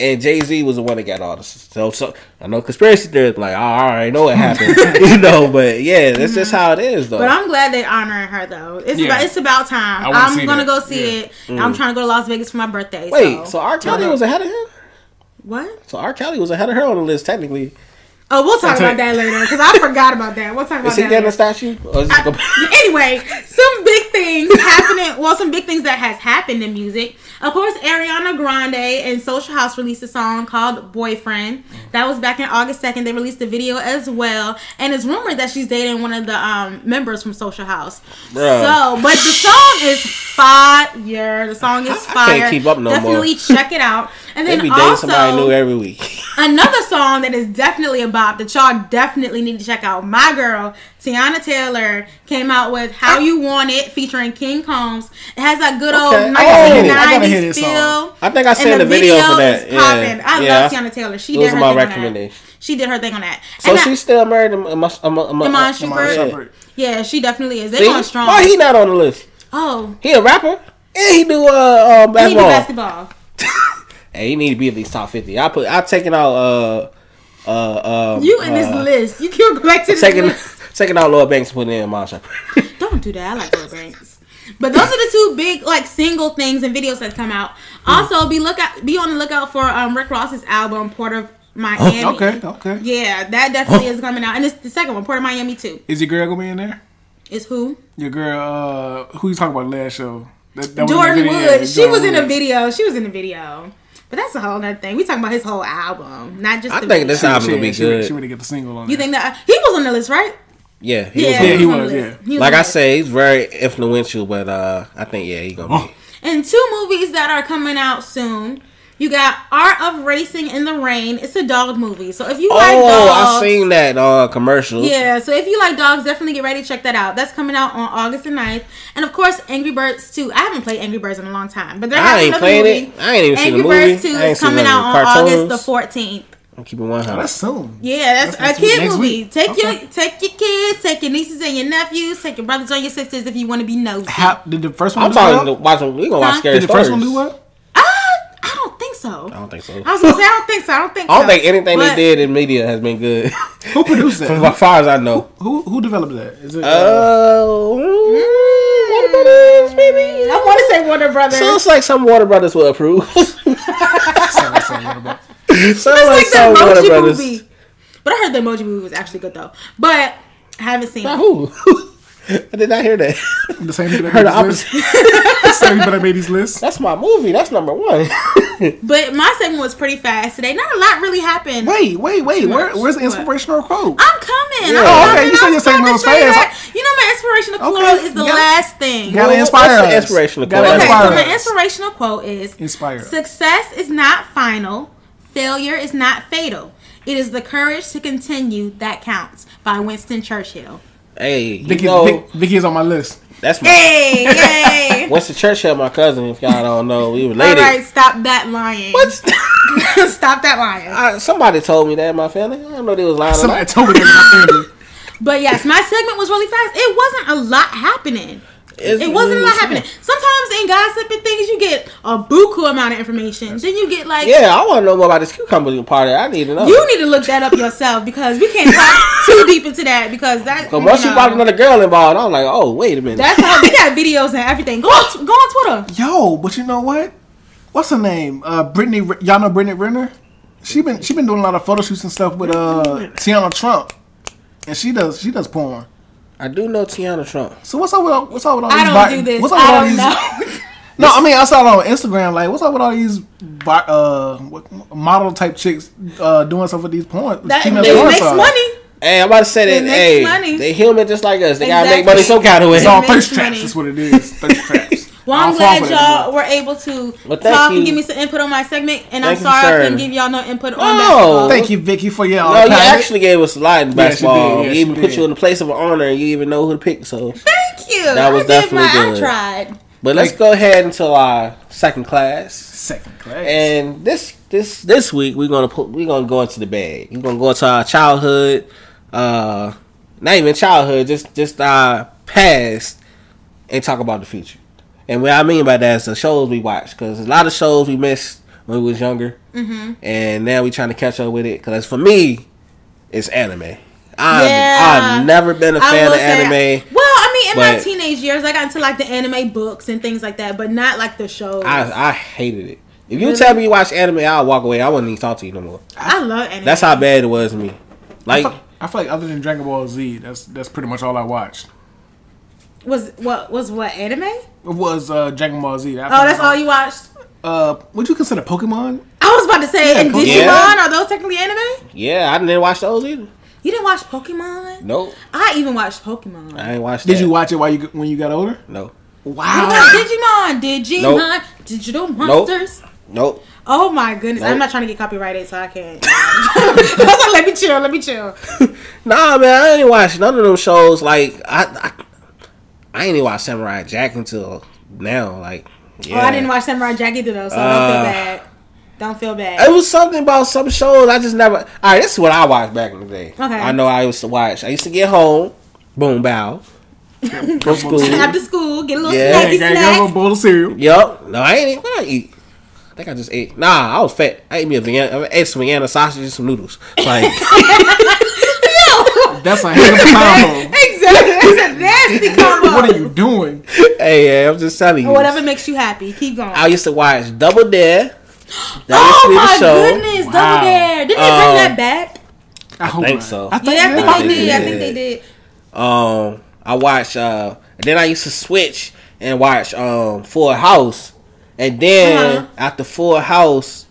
And Jay Z was the one that got all this. So, so I know conspiracy theorists like, oh, I already know what happened, you know. But yeah, that's just how it is, though.
But I'm glad they're honoring her though. It's
Yeah.
about it's about time.
I wanna
I'm
see
gonna
that.
go see
Yeah.
it. And I'm trying to go to Las Vegas for my birthday.
Mm. Wait, so
so
R. Kelly
no.
was ahead of him.
what?
So R. Kelly was ahead of her on the list technically.
Oh, we'll talk
Okay.
about that later because I forgot about that. We'll talk about
Is he
that.
getting a
Later.
statue? Or is this gonna-
anyway, some big things happening. Well, some big things that has happened in music. Of course, Ariana Grande and Social House released a song called "Boyfriend." That was back in August second. They released the video as well, and it's rumored that she's dating one of the um, members from Social House.
Bruh.
So, but the song is fire. The song is
I- I
fire.
can't keep up no more.
Definitely check it out. And
They
then
be dating
also
somebody new every week.
another song that is definitely a bop that y'all definitely need to check out. My girl, Tiana Taylor, came out with How You Want It featuring King Combs. It has that good old
Okay.
I gotta hear
1990s
this
feel.
song.
I think I
And
seen a video for that.
is
Yeah.
popping. I
Yeah,
love
I-
Tiana Taylor. She
it
did
was
her
my
thing on
recommendation.
that. She did her thing on that.
So
And I-
she's still married to Am- Am- Am-
Iman
Am-
Shumpert.
Iman Shumpert.
Yeah, she definitely is. They're
See?
going strong.
Why he not on the list?
oh,
He a rapper and he do uh, uh
he do
basketball.
basketball.
Hey, he need to be at least top fifty. I put I taking out uh uh uh
You in this list. You can't go back to this
taking
list.
taking out Lord Banks and putting in Masha.
Don't do that. I like Lil Banks. But those are the two big like single things and videos that come out. Also, be look out, be on the lookout for um, Rick Ross's album Port of Miami.
Okay, okay.
Yeah, that definitely is coming out, and it's the second one, Port of Miami too.
Is your girl gonna be in there?
Is who?
Your girl, uh, who you talking about last show? That, that was in the
Jordan
video,
Wood.
yeah,
she was in a
Woods.
video. She was in a video. But that's a whole other thing. We talking about his whole album, not just.
I
the
think
video.
this album
She,
gonna be
she, she,
good.
she really get the single on
You
there.
think that uh, he was on the list, right?
yeah, he was
Yeah,
on
he
it.
on the
was,
list.
yeah.
He was
like
on
I
the list.
say, he's very influential, but uh I think yeah, he gonna be.
Oh.
And two movies that are coming out soon. You got Art of Racing in the Rain. It's a dog movie. So if you like
Oh, I
dogs,
seen that uh commercial.
yeah, so if you like dogs, definitely get ready to check that out. That's coming out on August the 9th. And of course, Angry Birds 2. I haven't played Angry Birds in a long time, but they're
I
having
ain't
another
played
movie.
it. I ain't even seen
Angry
the movie.
Birds 2
I ain't
is
seen
coming
none
out
of
on
the
August
cartoons.
the 14th.
I'm keeping one
That's
hundred.
soon.
Yeah, that's,
That's next
a
week-
kid
next
movie.
week.
Take
Okay.
your take your kids, take your nieces and your nephews, take your brothers and your sisters if you want to be nosy.
How, did the first one?
I'm
do well?
talking. To watching. We gonna watch
Huh?
scary
Did the
stories.
first one do well?
Ah, I don't think so.
I don't think so.
I was gonna say I don't think so. I don't think.
I don't
so.
think anything
But-
they did in media has been good,
Who produced that?
as far as I know.
Who who developed that? Is it? Uh,
Oh, Warner Brothers, maybe.
Mm. I want to say Warner Brothers.
Sounds like some Warner Brothers will approve. Sounds
sorry, sorry, what about-
Sounds
it's like
some
the
Warner
Emoji
Brothers.
movie. But I heard the Emoji movie was actually good though. But I haven't seen
By
it.
who? I did not hear that.
the same people that
Heard
made
the
these lists?
opposite.
The same people that made these lists.
That's my movie. That's number one.
But my segment was pretty fast today. Not a lot really happened.
Wait, wait, wait.
much.
Where, where's the
What?
inspirational quote?
I'm coming.
Yeah.
I'm
Oh, okay.
coming.
You said
I'm
your segment
coming
was
to say
fast.
that. You know my inspirational
Okay.
quote is the
You gotta-
last thing.
gotta
Well,
inspire
what's the
us.
inspirational
Gotta
quote?
Okay,
inspire
so my
us.
inspirational quote is
Inspire us.
Success is not final. Failure is not fatal. It is the courage to continue that counts by Winston Churchill.
hey, you
Vicky,
know,
Vic- Vicky is on my list.
that's my.
Hey, yay.
Winston Churchill, my cousin. If y'all don't know, we
All
related.
right, stop that lying.
What's
stop that lying.
I, somebody told me that in my family. I don't know they was lying. or
Somebody
not.
told me that.
But yes, my segment was really fast. It wasn't a lot happening. it wasn't a lot happening. Sometimes in gossiping things, you get a buku amount of information. Then you get like,
Yeah, I want to know more about this cucumber party. I need to know.
you need to look that up yourself because we can't talk too deep into that because that.
Cause once you
know,
brought another girl involved, I'm like, oh wait a minute.
That's how we got videos and everything. Go on, go on Twitter.
Yo, but you know what? What's her name? Uh, Brittany. Re- Y'all know Brittany Renner. She been she been doing a lot of photo shoots and stuff with uh Tiana Trump, and she does she does porn.
I do know Tiana Trump.
So what's up with all, what's up with all
I
these?
don't
vi-
do this.
What's up with
I
all
don't
these?
know.
No, I mean I saw it on Instagram. Like, what's up with all these vi- uh what, model type chicks uh doing stuff with these porn?
that
female
it
porn
makes
stars?
money.
Hey, I'm about to say that.
makes
Hey,
money.
they human just like us. They gotta make
Exactly.
money some kind of way.
It's all
It
thirst
makes
traps.
money.
That's what it is. Thirst traps.
Well,
I
I'm
don't fall
glad
for that
y'all were able to
Well, thank
talk
you.
and give me some input on my segment,
Thank
and I'm
you,
sorry I
sir.
couldn't give y'all no input
No.
on basketball.
Thank you, Vicky, for your.
No,
No,
you actually gave us a lot in
Yeah, she did.
basketball.
Yeah,
we
she
even put
did.
you in the place of honor, and you even know who to pick. So,
Thank you.
That was
I
definitely
did my,
good.
I tried.
but let's
Like-
go ahead into our second class.
second class.
And this this this week we're gonna put we're gonna go into the bag. We're gonna go into our childhood, uh, not even childhood, just just our past, and talk about the future. And what I mean by that is the shows we watch, because a lot of shows we missed when we was younger, mm-hmm. and now we trying to catch up with it. Because for me, it's anime. I've,
Yeah.
I've never been a
I
fan
will
of
say-
anime.
well, I mean, in my
but-
teenage years, I got into like the anime books and things like that, but not like the shows. I,
I, I hated it. If you tell me you watch anime, I'll walk away. I wouldn't even talk to you no more.
love anime.
That's how bad it was to me.
I
Like
feel, I feel like other than Dragon Ball Z, that's that's pretty much all I watched.
was what was what anime? Oh,
It was uh, Dragon Ball Z. Oh,
that's all you watched.
Uh, would you consider Pokemon?
I was about to say,
Yeah,
and
Pokemon.
Digimon
Yeah.
are those technically anime?
Yeah, I didn't watch those either.
You didn't watch Pokemon?
Nope,
I even watched Pokemon.
I ain't watched.
Did
that.
you watch it while you when you got older?
No,
What
Wow.
about Digimon? Digimon,
Nope.
digital monsters.
nope.
Oh my goodness! I'm
Nope.
not trying to get copyrighted, so I can't. let me chill. Let me chill. Oh,
Nah, man, I ain't watched none of them shows. Like I, I, I ain't even watch Samurai Jack until now. Like, yeah,
Oh, I didn't watch Samurai Jack either, though, so
Uh,
don't feel bad. Don't feel bad.
It was something about some shows I just never. All right, this is what I watched back in the day.
Okay.
I know I used to watch. I used to get home, boom bow, from school.
After school, get a little
Yeah,
Yeah,
snacky
you gotta get a little
snack.
bowl of cereal.
Yup. No, I ain't. even- What I eat? I think I just ate. Nah, I was fat. I ate me a Vienna. I ate some Vienna sausage and some noodles. Like.
That's a hell of a combo.
exactly. That's a nasty combo.
what are you doing?
hey, yeah, I'm just telling you.
Whatever makes you happy. Keep going.
I used to watch Double Dare. That
oh
used
my
to be the show.
goodness,
Wow.
Double Dare. Didn't they
Um,
bring that back?
I, hope
think
not.
so.
I think they
Yeah, I think
they
they did. I
did.
think they did.
Um, I watched. Uh, and then I used to switch and watch um Full House, and then
Uh-huh.
after Full House,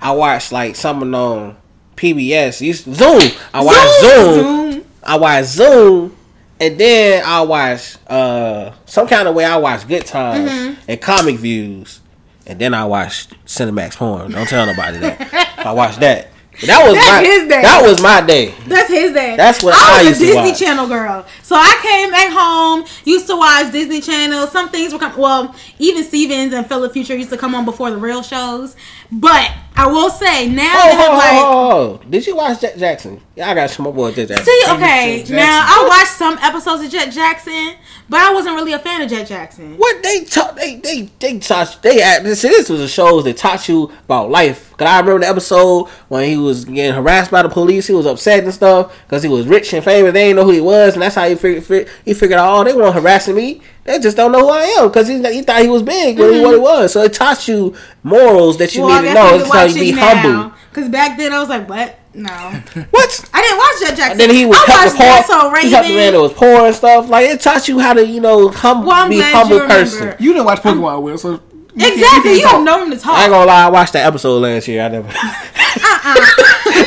I watched like something on PBS. Used Zoom. I watched Zoom.
Zoom.
I watched Zoom, and then I watched uh some kind of way. I watched Good Times and Comic Views, and then I watched Cinemax porn. Don't tell nobody that. I watched that. But that was
That's
my
his day.
that was my day.
That's his day.
That's what I
was
used to
a Disney
watch.
Channel girl. So I came back home, used to watch Disney Channel. Some things were coming. Well, even Stevens and Philip Future used to come on before the real shows. But I will say now
Oh,
they have like.
oh, oh, oh. did you watch Jack Jackson? Yeah, I got some more Jack Jackson.
See,
Famous
okay,
Jack
now
Jackson.
I watched some episodes of Jet Jackson, but I wasn't really a fan of Jet Jackson.
What they taught they they they taught they act- this this was a show that taught you about life. Cause I remember the episode when he was getting harassed by the police. He was upset and stuff because he was rich and famous. They didn't know who he was, and that's how he figured fig- he figured out. Oh, they weren't harassing me. They just don't know who I am because he, he thought he was big when he what he was. So it taught you morals that you
Mm-hmm. Well, I
need to know. It's
guess I could
how
watch
you be
it
humble.
now. Because back then I was like, what? No. I
What?
didn't watch Jet Jackson.
And then he was
I
helping
watched
poor.
That's So
He helped the man that
Raven.
was poor and stuff. Like it taught you how to, you know, hum,
Well, I'm
be
glad
humble
you remember.
person.
You didn't watch Pokemon, Will. So
Exactly. You don't know him to talk.
I ain't gonna lie, I watched that episode last year. I never.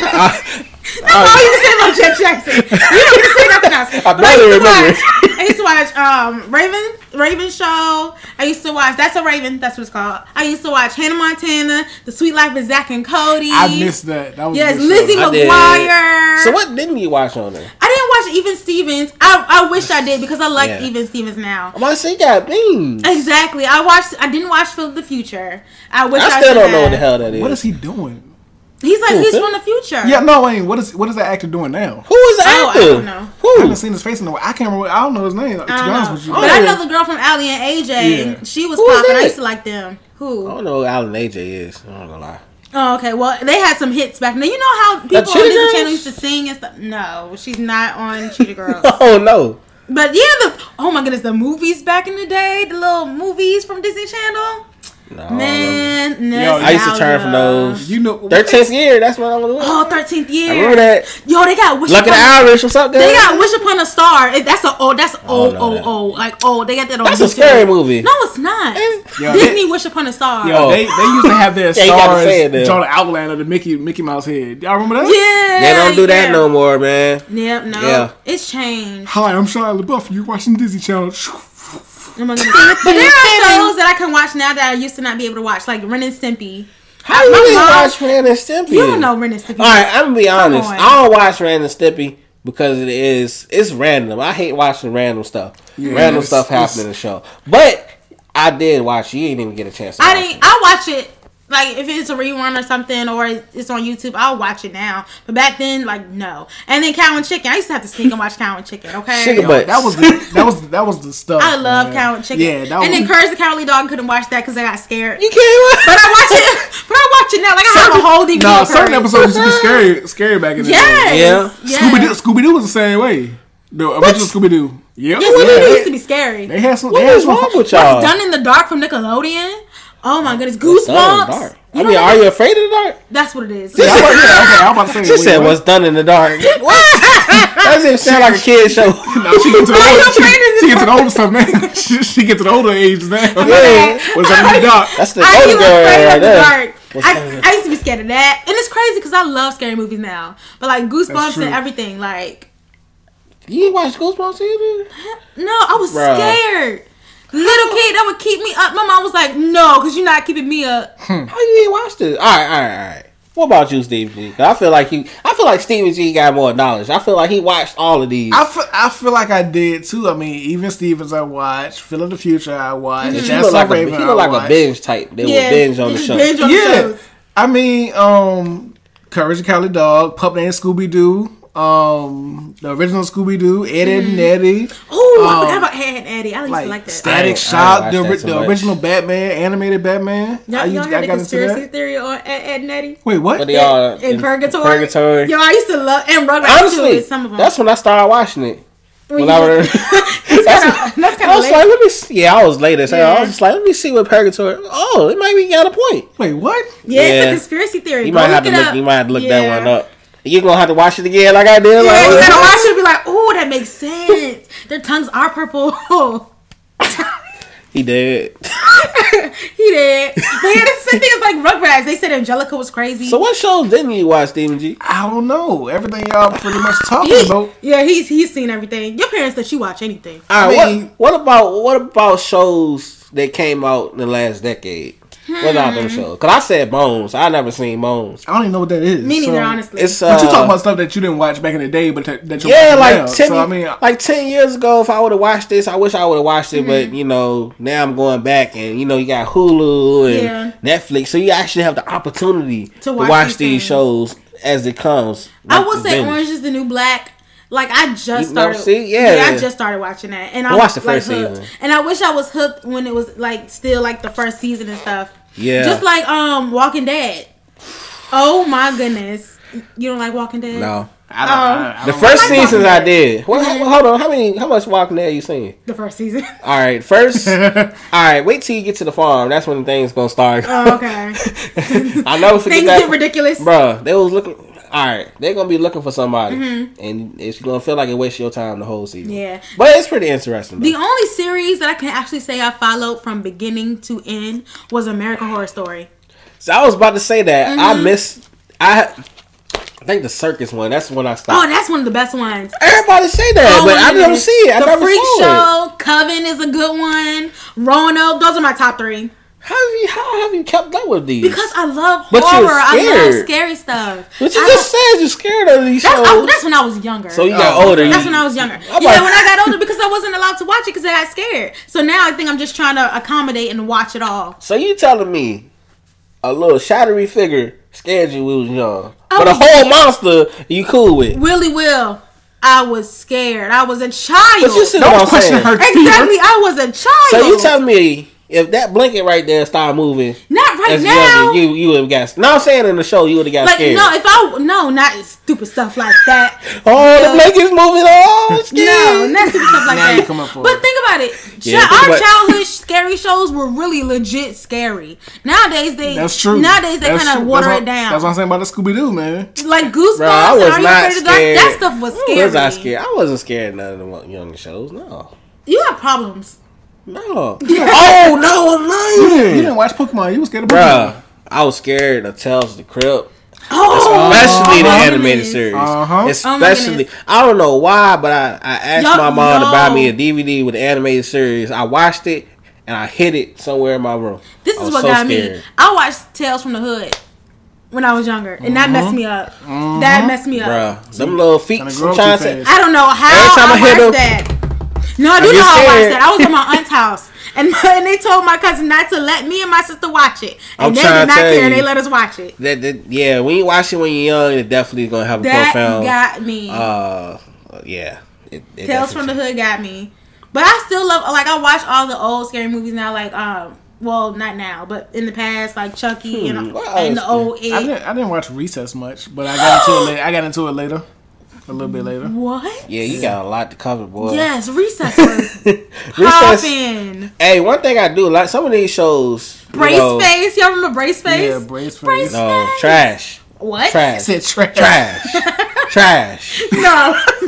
That's all Oh, you can say about Jet Jackson. You don't even say nothing else.
Oh, I
But I used
barely
to
remember
watch. I used to watch um, Raven Raven Show. I used to watch That's a Raven. That's what it's called. I used to watch Hannah Montana, The Sweet Life of Zach and Cody.
I missed that. That was a
Yes,
good show.
Lizzie
I did.
McGuire.
So what didn't you watch on there?
I didn't watch Even Stevens. I, I wish I did because I like
Yeah.
Even Stevens now.
I'm like, she got beans.
Exactly. I watched. I didn't watch Phil the Future. I wish I,
I still
should
don't know
have.
what the hell that is.
What is he doing?
He's like
Who,
he's
Phil?
from the future.
Yeah, no, I mean, what is what is that actor doing now?
Who is
Oh,
that?
I don't know.
I
Who?
haven't seen his face in a while. I can't remember. I don't know his name. To be
I don't
honest with
know.
you,
But I know the girl from Ali and AJ.
Yeah.
She was
Who is
popping. I
that?
used to like them. Who?
I
Oh.
don't know who Alan AJ is. I'm not gonna lie.
okay. Well, they had some hits back then. You know how people on
Cheetah
Disney
Girls?
Channel used to sing and stuff. No, she's not on Cheetah Girls.
Oh no.
but yeah, the oh my goodness, the movies back in the day, the little movies from Disney Channel.
No.
Man,
Yo,
I used to turn from
nostalgia.
those.
you know,
Thirteenth year. That's what I was. doing.
Oh, 13th year.
I remember that.
Yo, they got Wish
Lucky the
Upon a-
Irish or something.
They got Wish Upon a Star. It- That's a oh, that's old,
know
old,
that.
old. Like oh, they got that on.
That's a
YouTube.
scary movie.
No, it's not.
Yo,
Disney Wish Upon a Star.
Yo, they, they used to have their
Yeah, you gotta say it
stars
then.
draw the outline of the Mickey Mickey Mouse head. Y'all remember that?
yeah,
They don't do that
yeah.
no more, man.
Yep, no,
Yeah.
it's changed.
Hi, I'm Shia LaBeouf. You watching Disney Channel?
I'm not gonna- but there are shows that I can watch now that I used to not be able to watch, like Ren and Stimpy.
How you
My
really
mom-
watch Ren and Stimpy?
You don't know Ren and Stimpy.
All right, I'm gonna be honest.
on.
I don't watch Ren and Stimpy because it is it's random. I hate watching random stuff. random
it's-
stuff
it's-
happening in the show. But I did watch. You didn't even get a chance. To
I
watch
didn't.
it.
I watch it like if it's a rerun or something, or it's on YouTube. I'll watch it now. But back then, like no. And then Cow and Chicken. I used to have to sneak and watch Cow and Chicken. Okay.
Chicken butt.
That was the, that was that was the stuff.
I love
man.
Cow and Chicken.
Yeah, that
and
was.
then Courage the Cowardly Dog couldn't watch that because I got scared.
You can't
But
watch.
I watch it. But I watch it now. Like I have a whole DVD.
nah,
of
certain
Courage.
episodes used to be scary scary back in the
Yes.
Yeah.
day.
yes.
Scooby Doo Scooby Doo was the same way. The original Scooby Doo. Yep.
Yes, Scooby Doo
Yeah.
used to be scary.
They had some.
What
they had
is
some-
wrong with
What's
y'all?
Done in the Dark from Nickelodeon. Oh my goodness,
Done in the
Goosebumps.
dark.
You
I
know
mean,
what?
are you afraid of the dark?
That's what it is.
Yeah, I was- yeah, okay, I'm about to say.
She
wait,
said,
what?
"What's done in the dark." What? that doesn't even sound like a kid show.
No, she gets to the
Why your
older. She,
friend is-
she gets to the older stuff now. she, she gets to the older age now.
Yeah.
What's up with the doc?
That's the
I
older
used to
girl right there.
afraid of the dark. I, I used to be scared of that, and it's crazy because I love scary movies now. But like
That's
Goosebumps
true.
and everything, like
You ain't watch Goosebumps either.
no, I was
Bruh.
scared. Little kid, that would keep me up. My mom was like, "No, because you're not keeping me up."
How Oh, you ain't watched it? All right, all right, all right. What about you, Steve G? 'Cause I feel like you. I feel like Steve G got more knowledge. I feel like he watched all of these.
I feel, I feel like I did too. I mean, even Stevens I watched, Phil of the Future I watched,
he
That's
look like a,
Raven
he
I
look like a
watched.
binge type. They would binge on the
just
show.
binge on the
Yeah,
shows.
I mean, um, Courage the Cowardly Dog, Pup Named Scooby Doo, um, the original Scooby Doo, Ed Ed and Eddie,
Oh, I
Um,
forgot about Ed and Eddie. I used
Mm-hmm. like,
to like
I don't- I
that.
Static
don't
Shock,
watch
the,
that
ori-
so
the
much.
original Batman, animated Batman.
Y'all, y'all
used-
heard the
got into
conspiracy
that.
theory on Ed, Ed and Eddie
Wait,
But
what?
they are
in, Purgatory?
Purgatory.
Yo, I used to love and Rugrats too.
Honestly,
is Some of them.
that's when I started watching it.
When
when
you
I were-
just- that's kind of that's kind
I
of
was
late.
like, let me. See. Yeah, I was late as hell.
Yeah.
I was just like, let me see what Purgatory. Oh, it might be got a point.
Wait, what?
yeah, it's a
Yeah.
conspiracy theory.
You
Go
might have to
it
look.
up.
You might have to look
Yeah.
that one up. You're gonna have to watch it again, like I did.
Yeah, you
like,
gotta watch it and be like, oh, that makes sense. Their tongues are purple.
he did.
he did. But yeah, the same thing as like Rugrats. They said Angelica was crazy.
So what shows didn't you watch, Stephen G?
I don't know. Everything y'all pretty much talking
He-
about.
yeah, he's he's seen everything. Your parents let you watch anything.
All right,
I mean-
what, what about what about shows that came out in the last decade? What are
Hmm.
them shows? Cause I said Bones. I never seen Bones.
I don't even know what that is.
Me neither,
so-
honestly.
It's uh,
But you talking about stuff that you didn't watch back in the day, but that, that you're
yeah,
watching
like
now.
ten,
So I mean,
Uh,
like ten years ago. If I would have watched this, I wish I would have watched it.
Hmm.
But you know, now I'm going back, and you know, you got Hulu and Netflix, so you actually have the opportunity to,
watch
watch,
these
these
things.
shows as it comes.
I
Like,
will
the
say
binge.
Orange is the New Black. Like I just
You know,
started.
see? Yeah.
I just started watching that, and I,
watched the
was, like,
first
hooked.
season.
And I wish I was hooked when it was like still like the first season and stuff.
Yeah.
Just like um Walking Dead. Oh my goodness, you don't like Walking Dead?
No,
I don't, I, I
the
don't-
first
Walking
seasons I
Dead.
did. Well,
Mm-hmm.
h- hold on, how many? How much Walking Dead you seen?
The first season.
All right, first. all right, wait till you get to the farm. That's when things gonna start.
Oh, okay.
I never forget
Things
that.
get ridiculous.
Bruh, they was looking. All right, they're gonna be looking for somebody, and it's gonna feel like it wastes your time the whole season.
Mm-hmm. Yeah.
but it's pretty interesting. Though.
The only series that I can actually say I followed from beginning to end was American Horror Story.
so I was about to say that
Mm-hmm.
I missed. I I think the circus one. That's when I
Oh,
stopped.
that's one of the best ones.
Everybody say that,
Oh,
but
my
I never
goodness.
see it. I
the
never
Freak
saw it.
Show, Coven is a good one. Roanoke, those are my top three
How have you? How have you kept up with these?
because I love
But you're
horror. I love
scared.
scary stuff.
but you
I
just said you're scared of these
don't- that's, I-
shows.
that's when I was younger.
so you got
Oh,
older.
that's
you-
when I was younger.
I'm
yeah,
like-
when I got older, because I wasn't allowed to watch it because I got scared. So now I think I'm just trying to accommodate and watch it all.
So you telling me a little shadowy figure Scared you when we was young. but
Oh.
a whole monster, you cool with.
Willie Will, I was scared. I was a child.
But you see
Don't
what I'm
question
saying.
her
exactly, I was a child.
So you tell me if that blanket right there started moving
not right
as
now.
younger, you you would have got. No, I'm saying in the show you would have got
like
scared.
no, if I no, not stupid stuff like that.
oh, the
no.
blanket's moving. Oh, I'm scared.
No, not stupid stuff like
Now
that.
you come up for
but
it.
think about it.
Yeah,
Chi-
think
our
about-
childhood scary shows were really legit scary. Nowadays they
That's true.
Nowadays they
That's
kind
true.
of water
That's
it
what-
down.
That's what I'm saying about the Scooby Doo man.
like goosebumps.
Bro, I was
and Are You
not
Afraid of the Dark?
scared.
That stuff was scary.
Was I scared? I wasn't scared of none of the young shows. No,
You have problems.
no. oh no,
You
I'm
didn't,
lying.
you didn't watch Pokemon. You was scared of Pokemon.
Bruh, I was scared of Tales of the Crypt.
Oh,
Especially the
my
animated
goodness. Oh,
series.
Uh-huh.
Especially,
goodness.
I don't know why, but I, I asked
Y'all-
my mom to buy
no.
me a DVD with the animated series. I watched it and I hid it somewhere in my room.
This
I
is
was
what
so
got me.
scared.
I watched Tales from the Hood when I was younger, and that messed me up.
Uh-huh.
That messed me up.
Uh-huh. Bruh, them little feet.
Kinda grow
I'm
up
trying
too
to
fast.
say,
I don't know how
Every time
I,
I hear
watched
them-
that. No, I do
get
know how I watched
scared.
that. I was at my aunt's house, and, and they told my cousin not to let me and my sister watch it, and
I'm
they
trying
did
to
not
tell
care.
you.
They let us watch it.
that, that, yeah, when you watch it when you're young, it definitely is going to have a
That
profound.
got me.
uh, yeah. It, it
Tales from the Hood got me. But I still love like I watch all the old scary movies now, like um well not now, but in the past, like Chucky and,
Hmm, what
and the
else?
old
I
it.
didn't, I didn't watch Recess much, but I got into it. Later. I got into it later, a little bit later.
What?
Yeah, you got a lot to cover, boy.
Yes, recess was
Recess-
popping.
Hey, one thing I do like some of these shows. you
Brace
know,
face, y'all remember brace face?
Yeah, brace face.
No, trash,
What?
trash,
Said trash.
trash, trash.
No.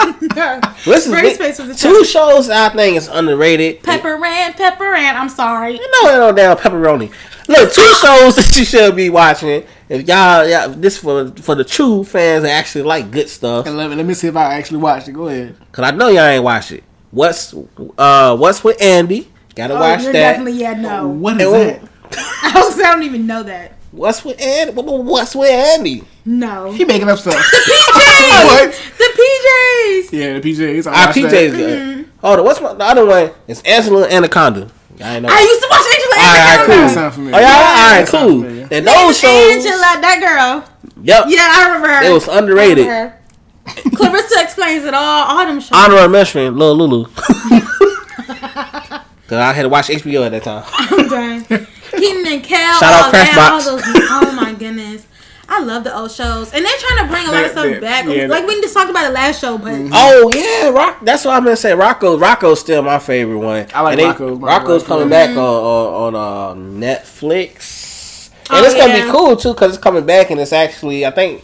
Listen, Brace
Brace Face was a
two shows I think is underrated.
Pepper Ran, Pepper Ran. I'm sorry.
No, no, no, down pepperoni. Look, two shows that you should be watching. If y'all, y'all this for for the true fans that actually like good stuff,
Hey, Let me, let me see if I actually watched it. Go ahead.
because I know y'all ain't watch it. What's uh, what's with Andy? Gotta
Oh,
watch
you're
that.
definitely yeah no.
What is
Hey,
that?
what-
I, was, I don't even know that.
What's with Andy? What- what- What's with Andy?
No.
He making up stuff.
PJs.
What?
The PJs.
Yeah, the PJs. I
Our
watched
PJ is
that.
good.
Mm-hmm.
Hold on, what's my, the other one? It's Angela Anaconda. I ain't know.
I used to watch
All right,
Angela
cool.
That
Anaconda.
sound
Oh,
familiar.
y'all, all right,
That sound
cool.
familiar.
And those shows,
Angela, that girl.
yep,
Yeah, I remember her.
it was underrated.
I remember her. Clarissa explains it all. All them shows.
Honorable mention, Lil Lulu. Cause I had to watch HBO at that time.
I'm done. Keaton and Kel.
Shout out
all that,
Crackbox.
all those- oh my goodness. I love the old shows, and they're trying to bring a lot of
That-
stuff
that-
back.
yeah,
like
that-
we just talked about it last show, but
Oh yeah, Rock. That's what I'm gonna say. Rocco, Rocco's still my favorite one.
I like
And they-
Rocco. My
Rocco's
Rocco.
coming back on on, on uh, Netflix, and
Oh,
it's gonna
yeah.
be cool too because it's coming back and it's actually I think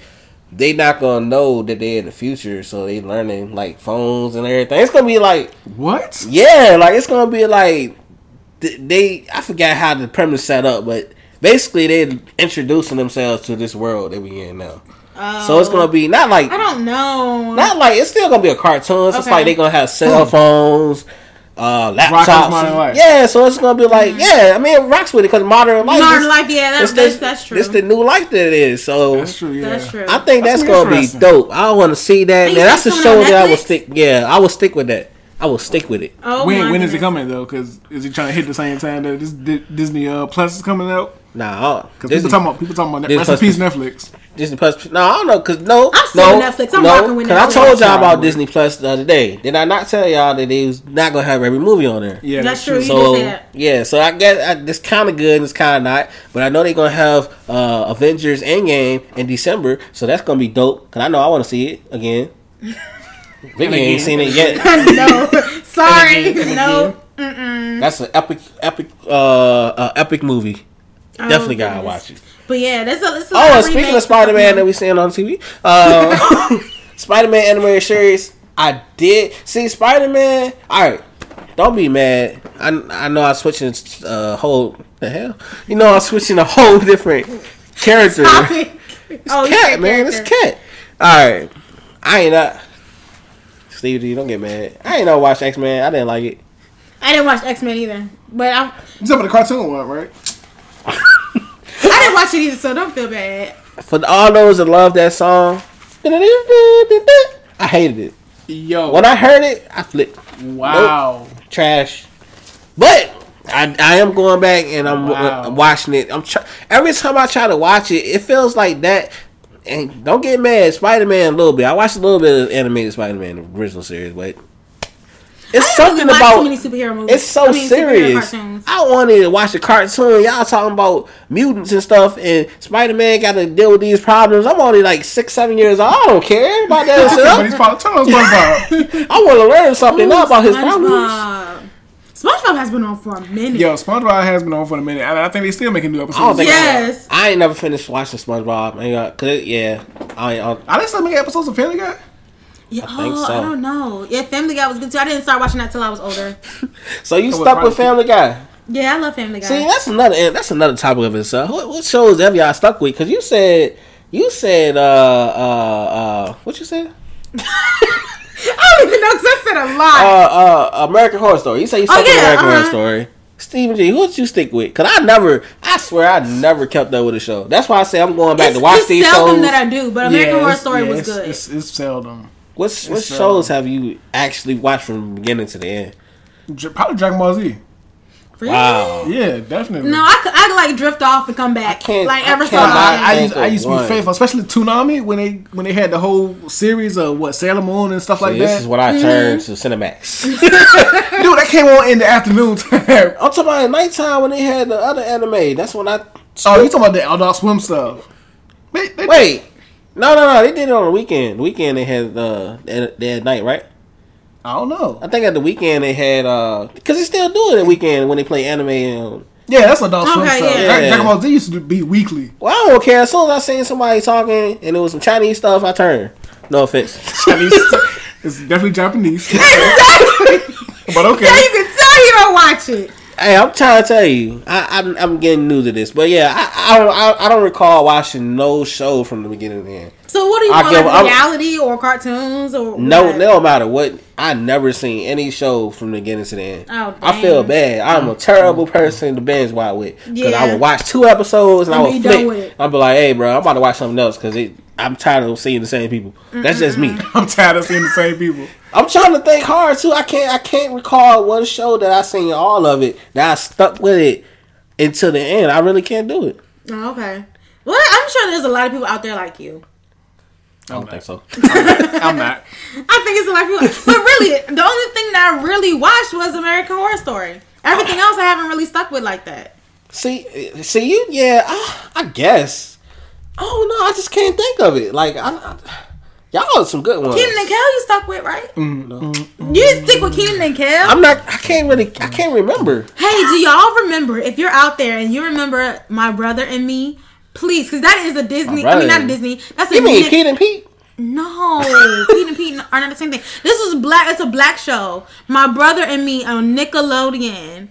they not gonna know that they're in the future, so they learning like phones and everything. It's gonna be like
What?
Yeah, like it's gonna be like th- they. I forgot how the premise set up, but basically they're introducing themselves to this world that we in now.
oh,
So it's gonna be not like
I don't know.
not like it's still gonna be a cartoon. So It's
Okay.
like they're gonna have cell phones. Uh,
Modern
laptops,
Life.
yeah. So it's gonna be like, yeah. I mean, it rocks with it because modern life,
Mm-hmm. Modern
is-
life, yeah, that,
it's
that's,
Oh, the-
that's true.
It's the new life that it is. So
That's true. Yeah.
That's true.
I think
That's
that's,
gonna
gonna
be
be
interesting.
dope. I want to see that.
you
Man,
said
that's a
it's
show
coming on
that I will
Netflix?
stick. Yeah, I will stick with that. I will stick with it.
oh, my
When when is it
goodness.
coming though? Because is he trying to hit the same time that this Di- Disney uh, Plus is coming out?
Nah, I-
Because
this
people
is-
talking about people talking about
Disney
Net- rest in
Plus-
peace Netflix.
Disney Plus. No, I don't know because no,
I'm still
no,
with Netflix. I'm
no,
rocking with
'cause
Netflix.
I told y'all
Sorry,
about
boy.
Disney Plus the other day. Did I not tell y'all that they was not gonna have every movie on there?
Yeah,
That's true. You
So
just said.
yeah, so I guess I, it's kind of good and it's kind of not, but I know they're gonna have uh, Avengers Endgame in December, so that's gonna be dope. Cause I know I want to see it again. Vicky ain't
again.
seen it yet.
no, sorry,
And again, and
no.
That's an epic, epic, uh, uh epic movie.
Oh,
Definitely gotta
goodness.
watch it.
But yeah, that's a. That's a
Oh, and speaking of Spider Man that we seeing on TV, uh, Spider Man animated series, I did see Spider Man. All right, don't be mad. I I know I'm switching uh whole the hell. You know I'm switching a whole different character.
topic. Oh, you
Cat
said
man, it's
character.
cat. All right, I ain't not. Steve D, don't get mad. I ain't not watch X Men. I didn't like it.
I didn't watch X Men either, but I,
You talking about the cartoon one, right?
I didn't watch it either, so don't feel bad.
For all those that love that song, I hated it.
Yo,
When I heard it, I flipped.
wow,
trash. But I, I am going back and I'm
Wow.
uh, watching it. I'm try- every time I try to watch it, it feels like that. And don't get mad, Spider Man a little bit. I watched a little bit of animated Spider Man, the original series, but it's
I haven't
something
really watched
about
too many superhero movies.
it's so
I mean, superhero
serious.
cartoons.
I wanted to watch a cartoon. Y'all talking about mutants and stuff, and Spider Man got to deal with these problems. I'm only like six, seven years old. I don't care about that
But
stuff.
he's probably telling us SpongeBob.
I want to learn something
Ooh,
about his problems.
SpongeBob. SpongeBob has been on for a minute.
Yo, SpongeBob has been on for a minute, and I think they still making new
I don't
episodes.
think
Yes.
I, I ain't never finished watching SpongeBob. I ain't got, cause it- yeah, I, ain't- I don't-
Are they still making episodes of Family Guy?
Yeah,
think
oh,
so.
I don't know. Yeah, Family Guy was good too. I didn't start watching that till I was older.
so you
So
stuck
what,
with Family
Prodigy?
Guy.
Yeah, I love Family Guy.
See, that's another eh, that's another topic of itself. What, what shows have y'all stuck with? Cause you said you said uh uh uh what you said
I don't even know because I said a
uh
lot.
uh American Horror Story. You said you stuck with
yeah,
American
uh-huh.
Horror Story. Stephen G, who'd you stick with? Cause I never, I swear, I never kept up with the show. That's why I say I'm going back
it's,
to watch
it's
these
seldom
shows.
that I do, but American
Yeah,
Horror
it's-
Story
yeah,
was
it's-
good.
It's, it's seldom.
What's what
It's, uh,
shows have you actually watched from beginning to the end?
Dr- Probably Dragon Ball Z.
really?
Wow.
Yeah, definitely.
No, I could, I could like drift off and come back.
I can't-
like
I
ever so
cannot-
often.
I, I used,
think
I
of
used to
one.
be faithful, especially Toonami when they when they had the whole series of what Sailor Moon and stuff like
this
that.
is what I turned to Cinemax.
Dude, that came on in the afternoon time.
I'm talking about at nighttime when they had the other anime. That's when I.
Oh, you talking about the Adult Swim stuff? They, they,
Wait, no, no, no. They did it on the weekend. The weekend they had uh, they they had night, right?
I don't know.
I think at the weekend they had uh, because they still do it at weekend when they play anime. And,
Yeah, that's Adult Swim
Okay,
stuff.
yeah.
Dra-
Yeah.
Dragon Ball Z used to be weekly.
well, I don't care. As soon as I seen somebody talking and it was some Chinese stuff, I turned. No offense.
Chinese. it's definitely Japanese, but okay.
Yeah, you can tell you don't watch it.
hey, I'm trying to tell you, I, I'm I'm getting new to this, but yeah, I I don't, I, I don't recall watching no show from the beginning to the end.
So what do you
I
want,
give-
like
I'm-
reality or cartoons or
No,
what?
no matter what, I never seen any show from the beginning to the end.
Oh,
I feel
dang.
bad. I'm a terrible person to binge watch with because I
Yeah.
would watch two episodes and,
And
I
be
would
done with
flip.
it.
I'd be like, "Hey, bro, I'm about to watch something else because I'm tired of seeing the same people." That's just me.
I'm tired of seeing the same people.
I'm trying to think hard too. I can't. I can't recall one show that I seen all of it that I stuck with it until the end. I really can't do it.
Oh, okay. Well, I'm sure there's a lot of people out there like you.
I don't think so.
I'm not.
I think it's a lot of people, but really, the only thing that I really watched was American Horror Story. Everything else I haven't really stuck with like that.
See, see you. Yeah, I, I guess. Oh no, I just can't think of it. Like, I, I, y'all are some good ones.
Keenan and Kel, you stuck with right?
Mm,
You didn't stick with Keenan and Kel.
I'm not. I can't really. I can't remember.
Hey, do y'all remember? If you're out there and you remember my brother and me, please, because that is a Disney. I
Brother
mean, not a
and Me.
Disney. That's a
You mean
Nick-
Pete and Pete?
No, Pete and Pete are not the same thing. This was black. It's a black show. My brother and me on Nickelodeon.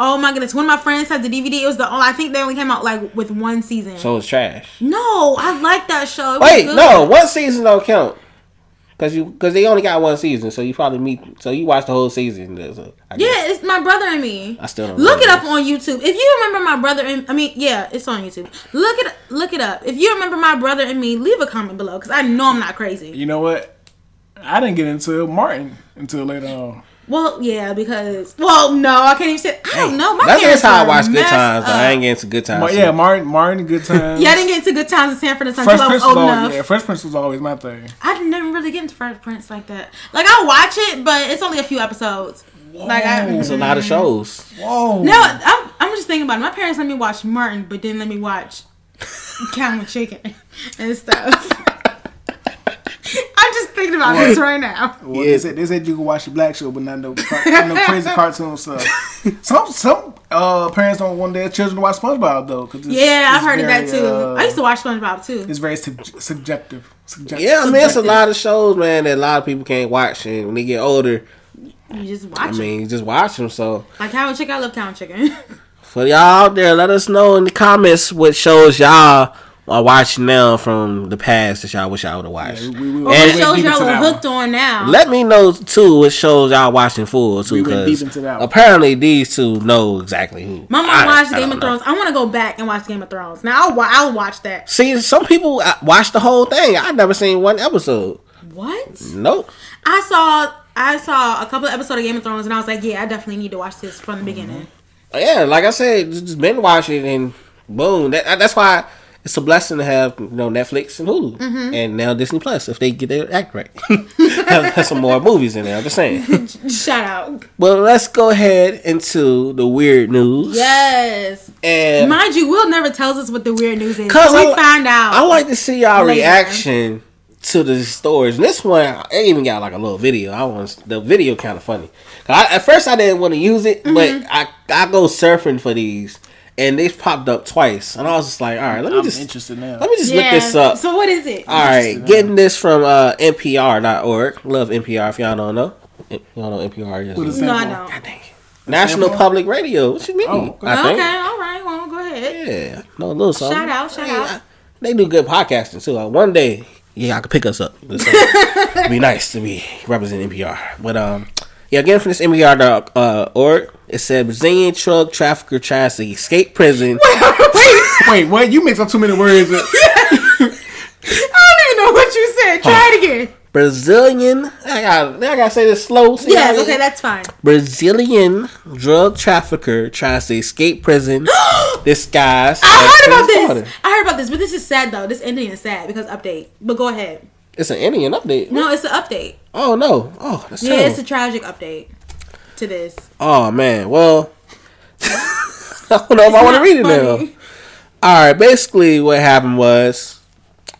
Oh my goodness! One of my friends had the DVD. It was the only. I think they only came out like with one season.
So it's trash.
no, I like that show. It was
Wait,
good.
no, one season don't count. Cause you, cause they only got one season, so you probably meet. So you watch the whole season. so I guess.
Yeah, it's my brother and me.
I still don't
look it up
remember
on YouTube. If you remember my brother and I mean, yeah, it's on YouTube. Look it, look it up. If you remember my brother and me, leave a comment below because I know I'm not crazy.
You know what? I didn't get into Martin until later on.
Well, yeah, because well, no, I can't even say. I don't know. My
That's
parents
just how I
were
watch Good
messed
Times. though.
up.
I ain't getting to Good Times.
But yeah, Martin, Martin, Good Times.
Yeah, I didn't get into Good Times in Sanford and Son
Fresh
until I was
Prince
old
was
enough.
always, yeah, Fresh Prince was always my thing.
I didn't never really get into Fresh Prince like that. Like I watch it, but it's only a few episodes. Like I
it's a lot
Mm.
of shows.
Whoa.
no, I'm, I'm just thinking about it. My parents let me watch Martin, but didn't let me watch Cow and Chicken and stuff. I'm just thinking about this right now.
Well, they, said, they said you could watch the black show, but not no, car- not no crazy cartoon stuff. Some some uh, parents don't want their children to watch SpongeBob though. Cause it's,
Yeah, I've
it's
heard
very,
of that too.
uh,
I used to watch SpongeBob too.
it's very sub- subjective. subjective.
Yeah, I mean, it's a lot of shows, man, that a lot of people can't watch. And when they get older,
You just watch
I
it.
mean, you just watch them. So
Like Cow and Chicken, I love Cow and Chicken.
for y'all out there, let us know in the comments what shows y'all are watching now from the past that y'all wish y'all would have watched.
Yeah, we- we-
Or
And-
what shows
deep
y'all
into
are
that one.
hooked on now.
Let me know too what shows y'all watching full too,
We went deep
because
into that one.
apparently these two know exactly who.
My mom
I-
watched
I
Game
don't
of
know.
Thrones. I want to go back and watch Game of Thrones. Now I'll, wa- I'll watch that.
See, some people uh, watch the whole thing. I never seen one episode.
What?
Nope.
I saw I saw a couple of episodes of Game of Thrones and I was like, yeah, I definitely need to watch this from the beginning.
yeah, like I said, just just binge watch it and boom. That, that's why it's a blessing to have you know Netflix and Hulu and now Disney Plus if they get their act right. have, have some more movies in there. I'm just saying.
Shout out.
Well, let's go ahead into the weird news.
Yes.
and
Mind you, Will never tells us what the weird news is.
'Cause
we
I-
find out.
I like to see y'all
Later.
reaction to the stories. And this one, I even got like a little video. I want the video kind of funny. 'Cause I, at first, I didn't want to use it, but I I go surfing for these, and they popped up twice, and I was just like, all right, let me
I'm
just
interested now.
let me just look this up.
So what is it?
all right, getting this from uh, NPR.org. Love NPR if y'all don't know. If y'all know NPR.
What is
Is
that?
no, I
sample.
don't.
Mm-hmm. God dang it. National
sample?
Public Radio. What you mean?
Oh, okay.
I think.
Okay, all right. Well, go ahead.
Yeah, no, a little something.
Shout out, shout
Yeah,
out.
They do good podcasting too. Like, one day, yeah, I could pick us up. It'd be nice to be representing NPR. But um, yeah, again from this NPR dot, uh, org, it said Brazilian drug trafficker tries to escape prison.
Wait, what? You mixed up too many words.
I don't even know what you said. Try it again.
Brazilian, I got, I gotta say this slow. so
Yes.
y'all-
Okay, that's fine.
Brazilian drug trafficker tries to escape prison disguised.
I
as
heard about
transporter.
this. I heard about this, but this is sad though. This ending is sad because update. But go ahead.
It's an Indian update.
No, it's an update.
Oh no! Oh, that's
Yeah,
terrible.
it's a tragic update to this.
Oh man, well, I don't know if Oh, I want to
not
read it
funny.
now. All right, basically what happened was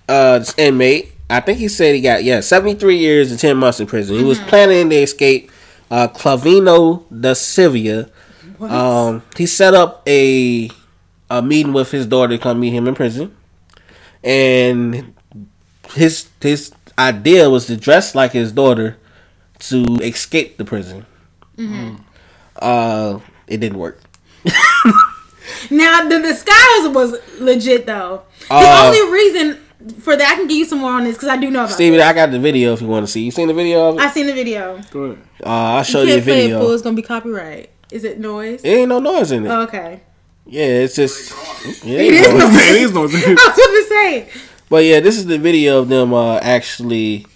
uh, this inmate. I think he said he got yeah seventy three years and ten months in prison. He was planning to escape. Uh, Clavino da Silvia. Um, he set up a a meeting with his daughter to come meet him in prison, and his his idea was to dress like his daughter to escape the prison. Uh, it didn't work.
Now the disguise was legit though. The
Uh,
only reason for that, I can give you some more on this because I do know about.
Steven,
it.
I got the video if you want to see. You seen the video of it?
I seen the video.
Go ahead.
Uh, I'll show you the
Can't play it, fool.
video. It
It's gonna be copyright. Is it noise?
ain't no noise in it.
Oh, okay.
yeah, it's just. Yeah,
It is
you know.
no-
It is no-
I was gonna say.
But yeah, this is the video of them uh, actually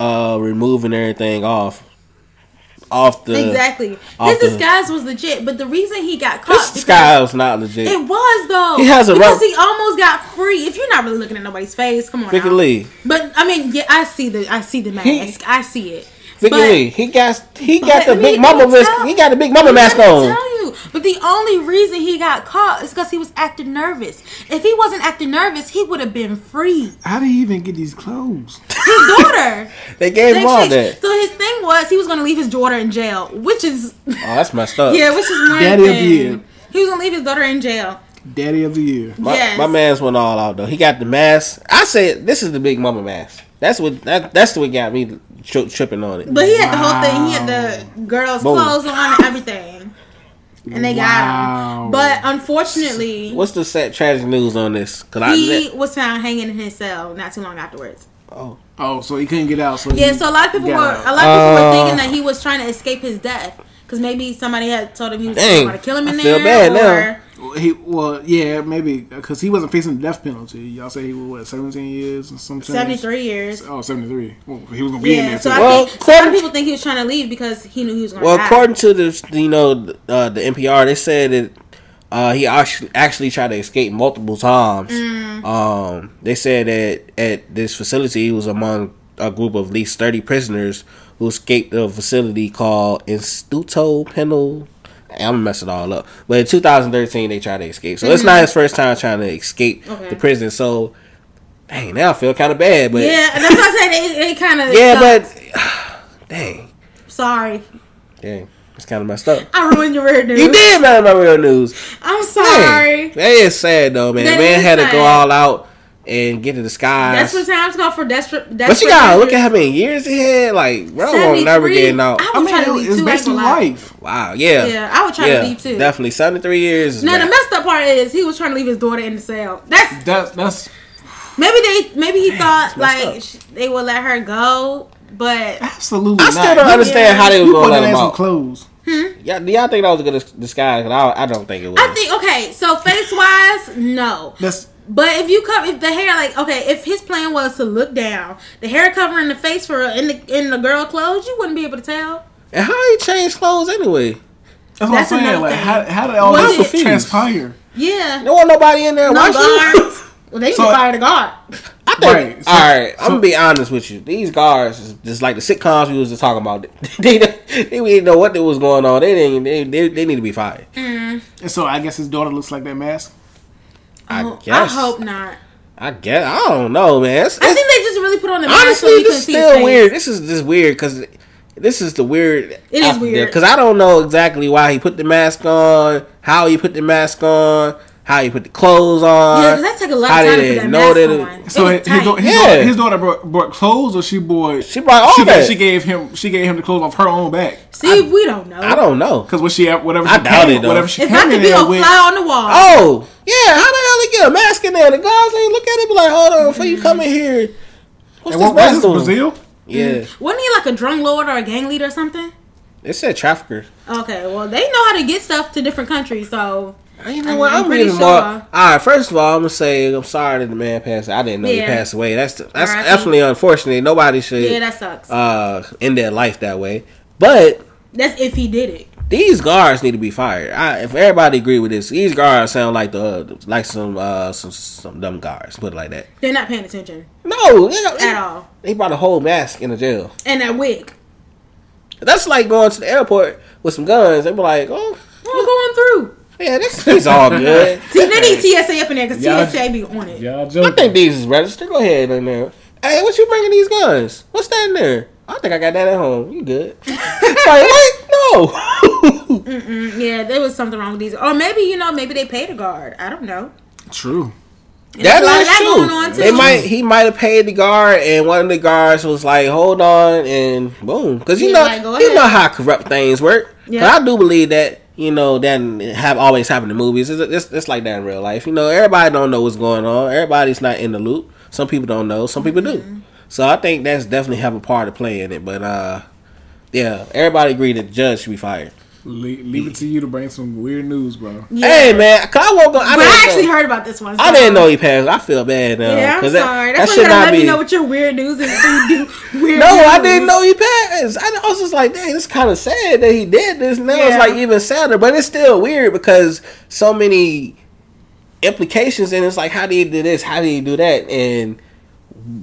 uh, removing everything off. Off the.
Exactly.
off
His
the-
disguise was legit, but the reason he got caught
This
because-
guy was not legit.
It was though.
He has a
because
rep-
he almost got free. If you're not really looking at nobody's face, come on.
Vicky
now.
Lee.
But I mean, yeah, I see the I see the mask. I see it.
Vicky
But-
Lee. He got he got
But
the
he
big
can
mama mask.
tell-
He got the big mama
I'm
mask
trying to
on.
Tell you, but the only reason he got caught is because he was acting nervous. If he wasn't acting nervous, he would have been free.
How did he even get these clothes?
His daughter.
They gave
They
him all
changed-
that.
So his thing was he was going to leave his daughter in jail, which is
Oh, that's messed up.
yeah, which is one
That is
thing.
weird.
He was going to leave his daughter in jail.
Daddy of the year.
My,
Yes.
my man's went all out though. He got the mask. I said this is the big mama mask. That's what that, that's what got me tri- tripping on it.
But he had the whole thing. He had the girl's
Boom.
clothes on and everything. And they got
Wow.
him. But unfortunately,
What's the sad tragic news on this? Cause I
he
ne-
was found hanging in his cell not too long afterwards.
oh
Oh, so he couldn't get out. So
Yeah,
he-
so a lot of people
got
were
out.
a lot of people were
Uh,
thinking that he was trying to escape his death because maybe somebody had told him he was
Dang,
trying to kill him in
I feel
there.
bad
or,
He well, yeah, maybe because he wasn't facing the death penalty. Y'all say he was what, seventeen years or something?
73 years.
Oh, 73. Well, he was gonna be in
Yeah,
there.
so
too.
I
Well,
think so a lot
according-
of people think he was trying to leave because he knew he was going to
well,
die.
according to the you know uh, the NPR, they said that uh, he actually actually tried to escape multiple times.
Mm.
Um, they said that at this facility, he was among a group of at least thirty prisoners who escaped a facility called Instituto Penal. I'm gonna mess it all up. But in 2013, they tried to escape, so it's not his first time trying to escape
Mm-hmm. Okay.
the prison. So, dang, now I feel kind of bad, but
yeah, and that's why I said it, it kind of.
yeah, but dang,
Sorry.
dang, it's kind of messed up.
I ruined your weird news.
You did man my real news.
I'm sorry.
Man, that is sad though, man.
That
man
is
had to
sad.
go all out and get in the skies.
That's what time's called for desperate.
but you gotta look at how many years he had. Like, bro, won't never getting out.
I
I
would
mean,
try to
it-
leave
it's
too. I ain't
basically
gonna lie.
life.
Wow, yeah,
Yeah, I would try
yeah,
to leave too.
Definitely, seventy three years. Is
Now the
bad.
messed up part is he was trying to leave his daughter in the cell. That's
That's that's
maybe they maybe he thought
messed
like
up.
sh- they would let her go, but
absolutely.
I still don't understand how they was
You
gonna
put
let
that
him
in some
out.
clothes.
y'all, do y'all think that was a good dis- disguise? 'Cause I, I don't think it was.
I think okay. So face wise, no.
That's
But if you cover if the hair like okay, if his plan was to look down, the hair covering the face for in the in the girl clothes, you wouldn't be able to tell.
and how he changed clothes anyway?
That's, what I'm
That's
saying.
another
Like,
thing.
how, how did all
Was
this
it-
transpire?
Yeah.
There wasn't nobody in there.
No
watching.
guards. Well, they need
So-
to fire the guard.
I think.
Right, so-
all right, I'm
so-
gonna be honest with you. These guards, is just like the sitcoms we was just talking about, they, they, they didn't know what was going on. They didn't. They, they, they need to be fired.
And so I guess his daughter looks like that mask.
I
Oh, I
guess.
hope not.
I guess. I don't know, man. It's-
I
it's-
think they just really put on the mask so
honestly,
you
this
couldn't
is
see his
still
face.
weird. This is just weird because this is the weird.
is weird.
because I don't know exactly why he put the mask on, how he put the mask on, how he put the clothes on.
Yeah, 'cause that took a lot
Uh, how
of time
they
to put that
didn't
mask
that it-
on.
So
it
his,
was tight.
da- his
Yeah.
daughter, his daughter brought, brought clothes, or she brought
She brought all
she,
that.
she gave him she gave him the clothes off her own back
See, we don't know.
I don't know.
because what she whatever she
I doubt
came,
it, though.
whatever she
If
came
I could
in
be a
there
fly
with.
on the wall,
Oh yeah, how the hell they get a mask in there? The guards ain't look at it, be like, hold on, before you come in here. What's
And
this
what was
mask
this
on?
Brazil?
Yeah,
wasn't he like a drunk lord or a gang leader or something?
it said trafficker.
Okay, well they know how to get stuff to different countries, so
You
I'm-
know what?
I'm
I'm,
pretty
reading
sure.
more. All right, first of all, I'm gonna say I'm sorry that the man passed. I didn't know
Yeah.
he passed away. That's that's
R.I.P.
definitely unfortunate. Nobody should
yeah, that sucks.
uh end their life that way. But
That's if he did it.
these guards need to be fired. I, if everybody agree with this, these guards sound like the uh, like some uh some some dumb guards. Put it like that.
They're not paying attention
No, they don't-
at all,
They brought a whole mask in the jail.
and that wig.
That's like going to the airport with some guns. They be like, oh
We're going through.
yeah, this is all good.
See, they need TSA up in there because
Y'all-
TSA be on it.
Y'all
I think these is registered. Go ahead in there. Hey, what you bringing these guns? What's that in there? I think I got that at home. You good? It's like what? No.
Mm, Yeah, there was something wrong with these, or maybe you know, maybe they paid a guard. I don't know.
True.
There's a lot
That
of that
is true.
going on, too.
They might he might have paid the guard, and one of the guards was like, "Hold on," and boom, because you
Yeah,
know
like, go
you
ahead.
know how corrupt things work.
Yeah.
But I do believe that you know that have always happened in movies. It's, it's, it's like that in real life. You know, everybody don't know what's going on. Everybody's not in the loop. Some people don't know. Some people
Mm-hmm.
do. So I think that's definitely have a part to play in it. But uh, yeah, everybody agreed that the judge should be fired.
Le- leave it to you to bring some weird news, bro.
Yeah.
Hey man, cause I woke up. I,
but
didn't
I actually
know,
heard about this one.
I
so-
didn't know he passed. I feel bad now.
Yeah, I'm
'cause
sorry. That's why
should
you gotta
not
let
be-
me know what your weird news is. if you do weird
No,
news.
I didn't know he passed. I was just like, dang, it's kind of sad that he did this. Now
Yeah.
it's like even sadder, but it's still weird because so many implications, and it's like, how did he do this? How did he do that? And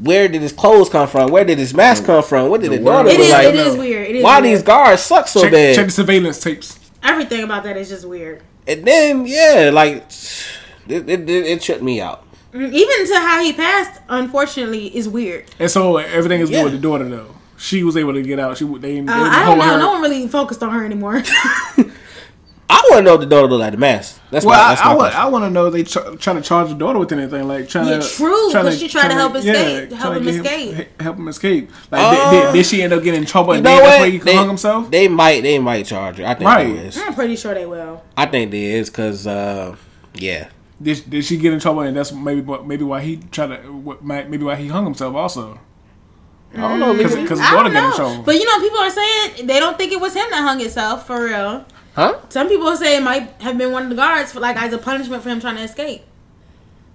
where did his clothes come from? Where did his mask come from? What did the
world
daughter
It
look
is.
like?
it is weird. It is
Why
weird.
these guards suck so
Check,
bad?
check the surveillance tapes.
Everything about that is just weird.
And then yeah, like it it, it, it tripped me out.
Mm, Even to how he passed, unfortunately, is weird.
And so everything is
Yeah.
good with the daughter though. She was able to get out. She they, they didn't
Uh, I don't
hold
know.
her.
No one really focused on her anymore.
I want to know if the daughter looked like the mask. That's
Well,
my,
I,
that's my
I, want,
question.
I want to know if they try, try to charge the daughter with anything like trying
Yeah,
to
true,
trying
'cause she tried to
trying
help escape-
trying
help
to
him
get
escape.
he- help him escape. Like did,
Uh,
did, did she end up getting in trouble
You
and
know
then that's where
what?
he
they,
hung himself?
they might, they might charge her. I think
Right. Hmm.
they is.
I'm pretty sure they will.
I think there is because, uh, yeah,
Did, did she get in trouble and that's maybe what- maybe why he tried to what- might- maybe why he hung himself also
I don't know.
because
Cause,
his
I
daughter
don't
got in
know.
trouble.
But you know, people are saying they don't think it was him that hung himself for real.
huh?
Some people say it might have been one of the guards for like as a punishment for him trying to escape.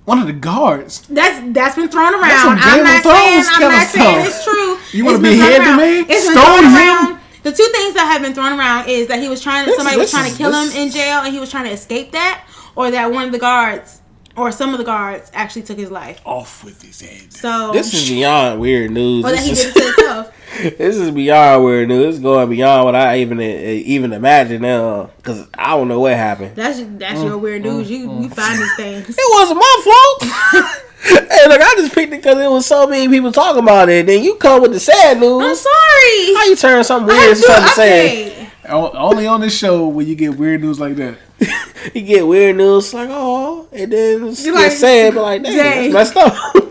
One of the guards.
That's that's been thrown
some
around.
Game
I'm not
of Thrones
saying I'm
kinda
not saying
stuff.
it's true.
You wanna
It's
be
been thrown
handy
around.
man?
It's been
Stone
thrown
him?
around. The two things that have been thrown around is that he was trying to
This
somebody
is-
was
this
trying
is-
to kill
this-
him in jail and he was trying to escape that, or that one of the guards or some of the guards actually took his life.
Off with his head.
So
This is beyond weird news.
or that he
This
did it
is,
to himself.
this is beyond weird news. It's going beyond what I even uh, even imagined now because I don't know what happened.
That's that's
Mm,
your weird news. You you find these things.
It wasn't my fault. hey, look, I just picked it because it was so many people talking about it. Then you come with the sad
I'm
news. How
sorry.
you turn something
I had
weird to
to
something sad?
update.
O- Only on this show will you get weird news like that.
You get weird news like oh, and then it's
You're
get
like,
sad, but like
dang.
dang, that's messed up.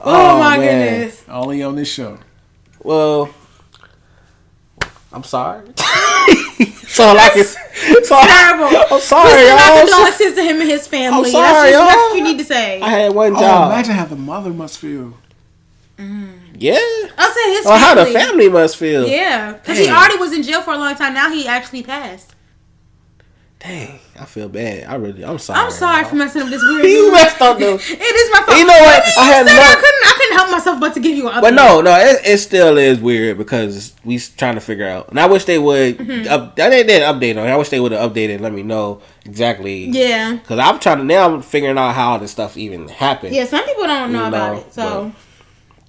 Oh, my
man.
goodness.
Only on this show.
Well, I'm sorry. so like it's so
Terrible.
I'm sorry,
Send our
y'all.
condolences to him and his family.
I'm sorry,
that's, just, that's
y'all.
what you need to say.
I had one
Oh,
job.
imagine how the mother must feel.
Yeah.
I'll say his
Or
family.
how the family must feel.
Yeah, because he
Dang.
already was in jail for a long time. Now he actually passed.
Dang, I feel bad. I really, I'm sorry.
I'm sorry for messing up this weird.
You
news.
messed up though.
It is my fault.
You know what?
Why did
I had
say that? I
not-
couldn't. I couldn't help myself but to give you an update.
But no, no, it, it still is weird because we s- trying to figure out, and I wish they would. Up, they did update on. it. I wish they would have updated and let me know exactly.
Yeah.
Because I'm trying to now. I'm figuring out how this stuff even happened.
Yeah, some people don't know
No,
about it. So,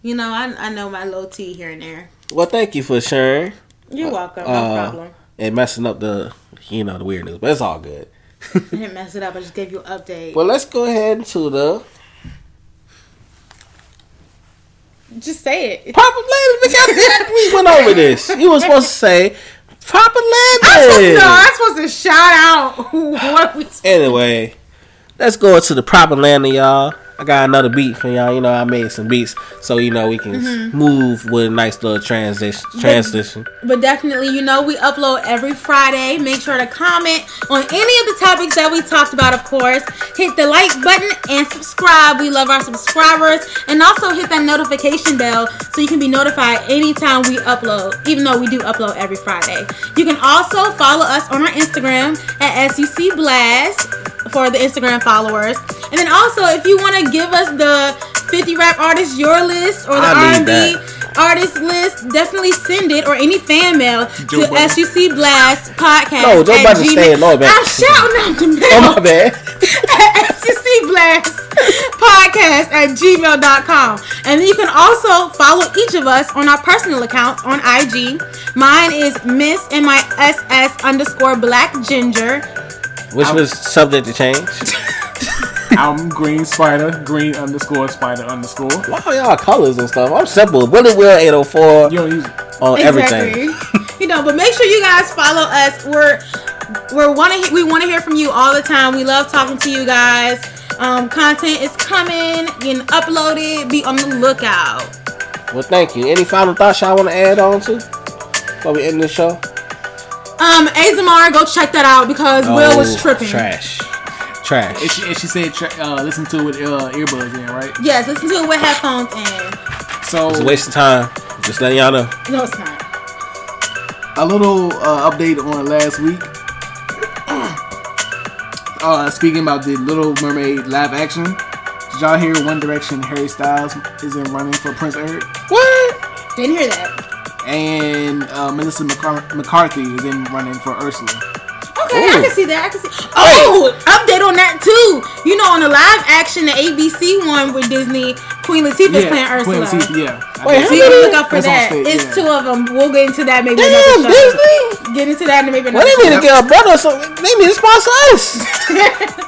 you know, I, I know my little tea here and there.
Well, thank you for sharing
You're welcome. No
uh,
problem.
and messing up the you know the weird news, but it's all good.
I didn't mess it up. I just gave you an update.
Well, let's go ahead to the
just say it.
Papa Landis. because We went over this. You were supposed to say Papa
I'm supposed,
Landis.
no, I'm supposed to shout out what we.
Anyway, let's go into the proper landing, y'all. I got another beat for y'all. You know, I made some beats, so you know we can s move with a nice little transition. Transition.
But definitely, you know, we upload every Friday. Make sure to comment on any of the topics that we talked about, of course. Hit the like button and subscribe. We love our subscribers. And also hit that notification bell so you can be notified anytime we upload, even though we do upload every Friday. You can also follow us on our Instagram at SEC Blast for the Instagram followers. And then also, if you want to give us the 50 rap artists your list or the
I
R&B
need
artist list, definitely send it or any fan mail
Joe
to
Budden.
SUC Blast Podcast.
No, Joe
at
Budden
Gmail-
stay in Lord, man.
I'm shouting out the mail.
Oh my bad.
SCC Blast Podcast at gmail.com. And then you can also follow each of us on our personal accounts on IG. Mine is Miss M-I-S-S underscore Black Ginger.
Which was subject to change.
I'm green spider, green underscore spider underscore.
Why are y'all colors and stuff? I'm simple. Willie Will 804
You don't use it.
on
Exactly.
everything.
you know, but make sure you guys follow us. We're we're want to we want to hear from you all the time. We love talking to you guys. Um, content is coming, getting uploaded. Be on the lookout.
Well, thank you. Any final thoughts y'all want to add on to before we end the show?
Um, Azamar, go check that out because Will was
Oh,
tripping.
Trash.
And
Trash.
she, and she said, tra- uh, listen to it with uh, earbuds in, right?
Yes, listen to it with headphones in.
So
It's a waste of time. Just letting y'all know.
No, it's not.
a little uh, update on last week. Uh, speaking about the Little Mermaid live action, did y'all hear One Direction Harry Styles isn't running for Prince Eric?
What?
Didn't hear that.
And uh, Melissa McCar- McCarthy is in running for Ursula.
Okay, I
Ooh.
can see that. I can see. Oh, update on that too. You know, on the live action, the ABC one with Disney, Queen Latifah's playing Ursula.
Queen Latifah, yeah. I
Wait,
guess.
So you can
Really?
look out for
That's on
that.
stage,
it's
yeah.
two of them. We'll get into that maybe
Damn,
another show.
Disney.
Get into that and maybe
Well,
another
they need
show.
to get a brother or something. They need to sponsor us.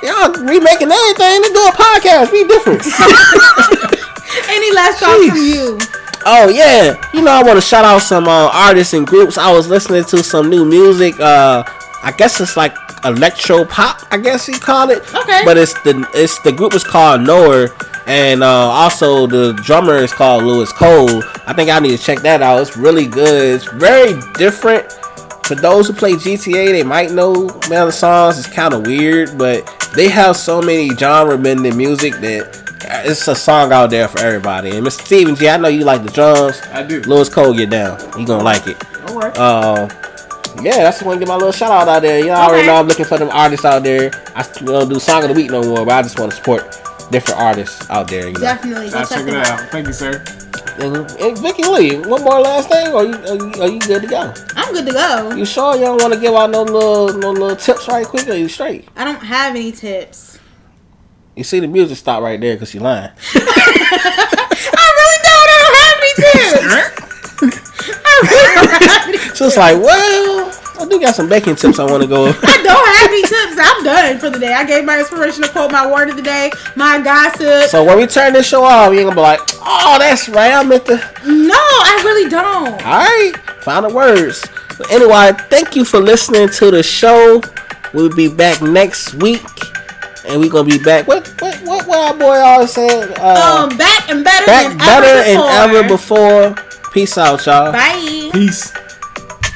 Y'all remaking everything. They do a podcast. Be different.
Any last thoughts from
Jeez.
you?
oh, yeah. You know, I want to shout out some uh, artists and groups. I was listening to some new music. Uh, I guess it's like electro pop, I guess you call it.
Okay.
But it's the it's the group is called Knower. And uh, also the drummer is called Lewis Cole. I think I need to check that out. It's really good. It's very different. for those who play GTA, they might know man the songs. It's kind of weird, but they have so many genre bending music that it's a song out there for everybody. And Mr. Steven G, I know you like the drums.
I do.
Lewis Cole, get down. You gonna like it.
Alright.
Uh, yeah, that's want to get my little shout out out there. Y'all already
Okay.
know I'm looking for them artists out there. I still don't do song of the week no more, but I just want to support different artists out there. You know.
Definitely. Go
I'll
check,
check it
them out.
out. Thank you, sir.
And, and Vicky Lee, one more last thing, or you, are, you, are you good to go?
I'm good to go.
You sure you don't want to give out no little no little tips right quick? Or you straight?
I don't have any tips.
You see the music stop right there because she lying.
I really don't. I don't have any tips. I really don't have any
So it's like, well, I do got some baking tips I want to go. over.
I don't have any tips. I'm done for the day. I gave my inspirational quote, my word of the day, my gossip.
so when we turn this show off, you ain't gonna be like, oh, that's right, I meant to.
no, I really don't.
All right, find the words. But anyway, thank you for listening to the show. We'll be back next week, and we're gonna be back. What what what, what our boy always said? Uh,
Um, back and better
back
than
better
ever
and
before.
ever before. Peace out, y'all.
Bye.
Peace.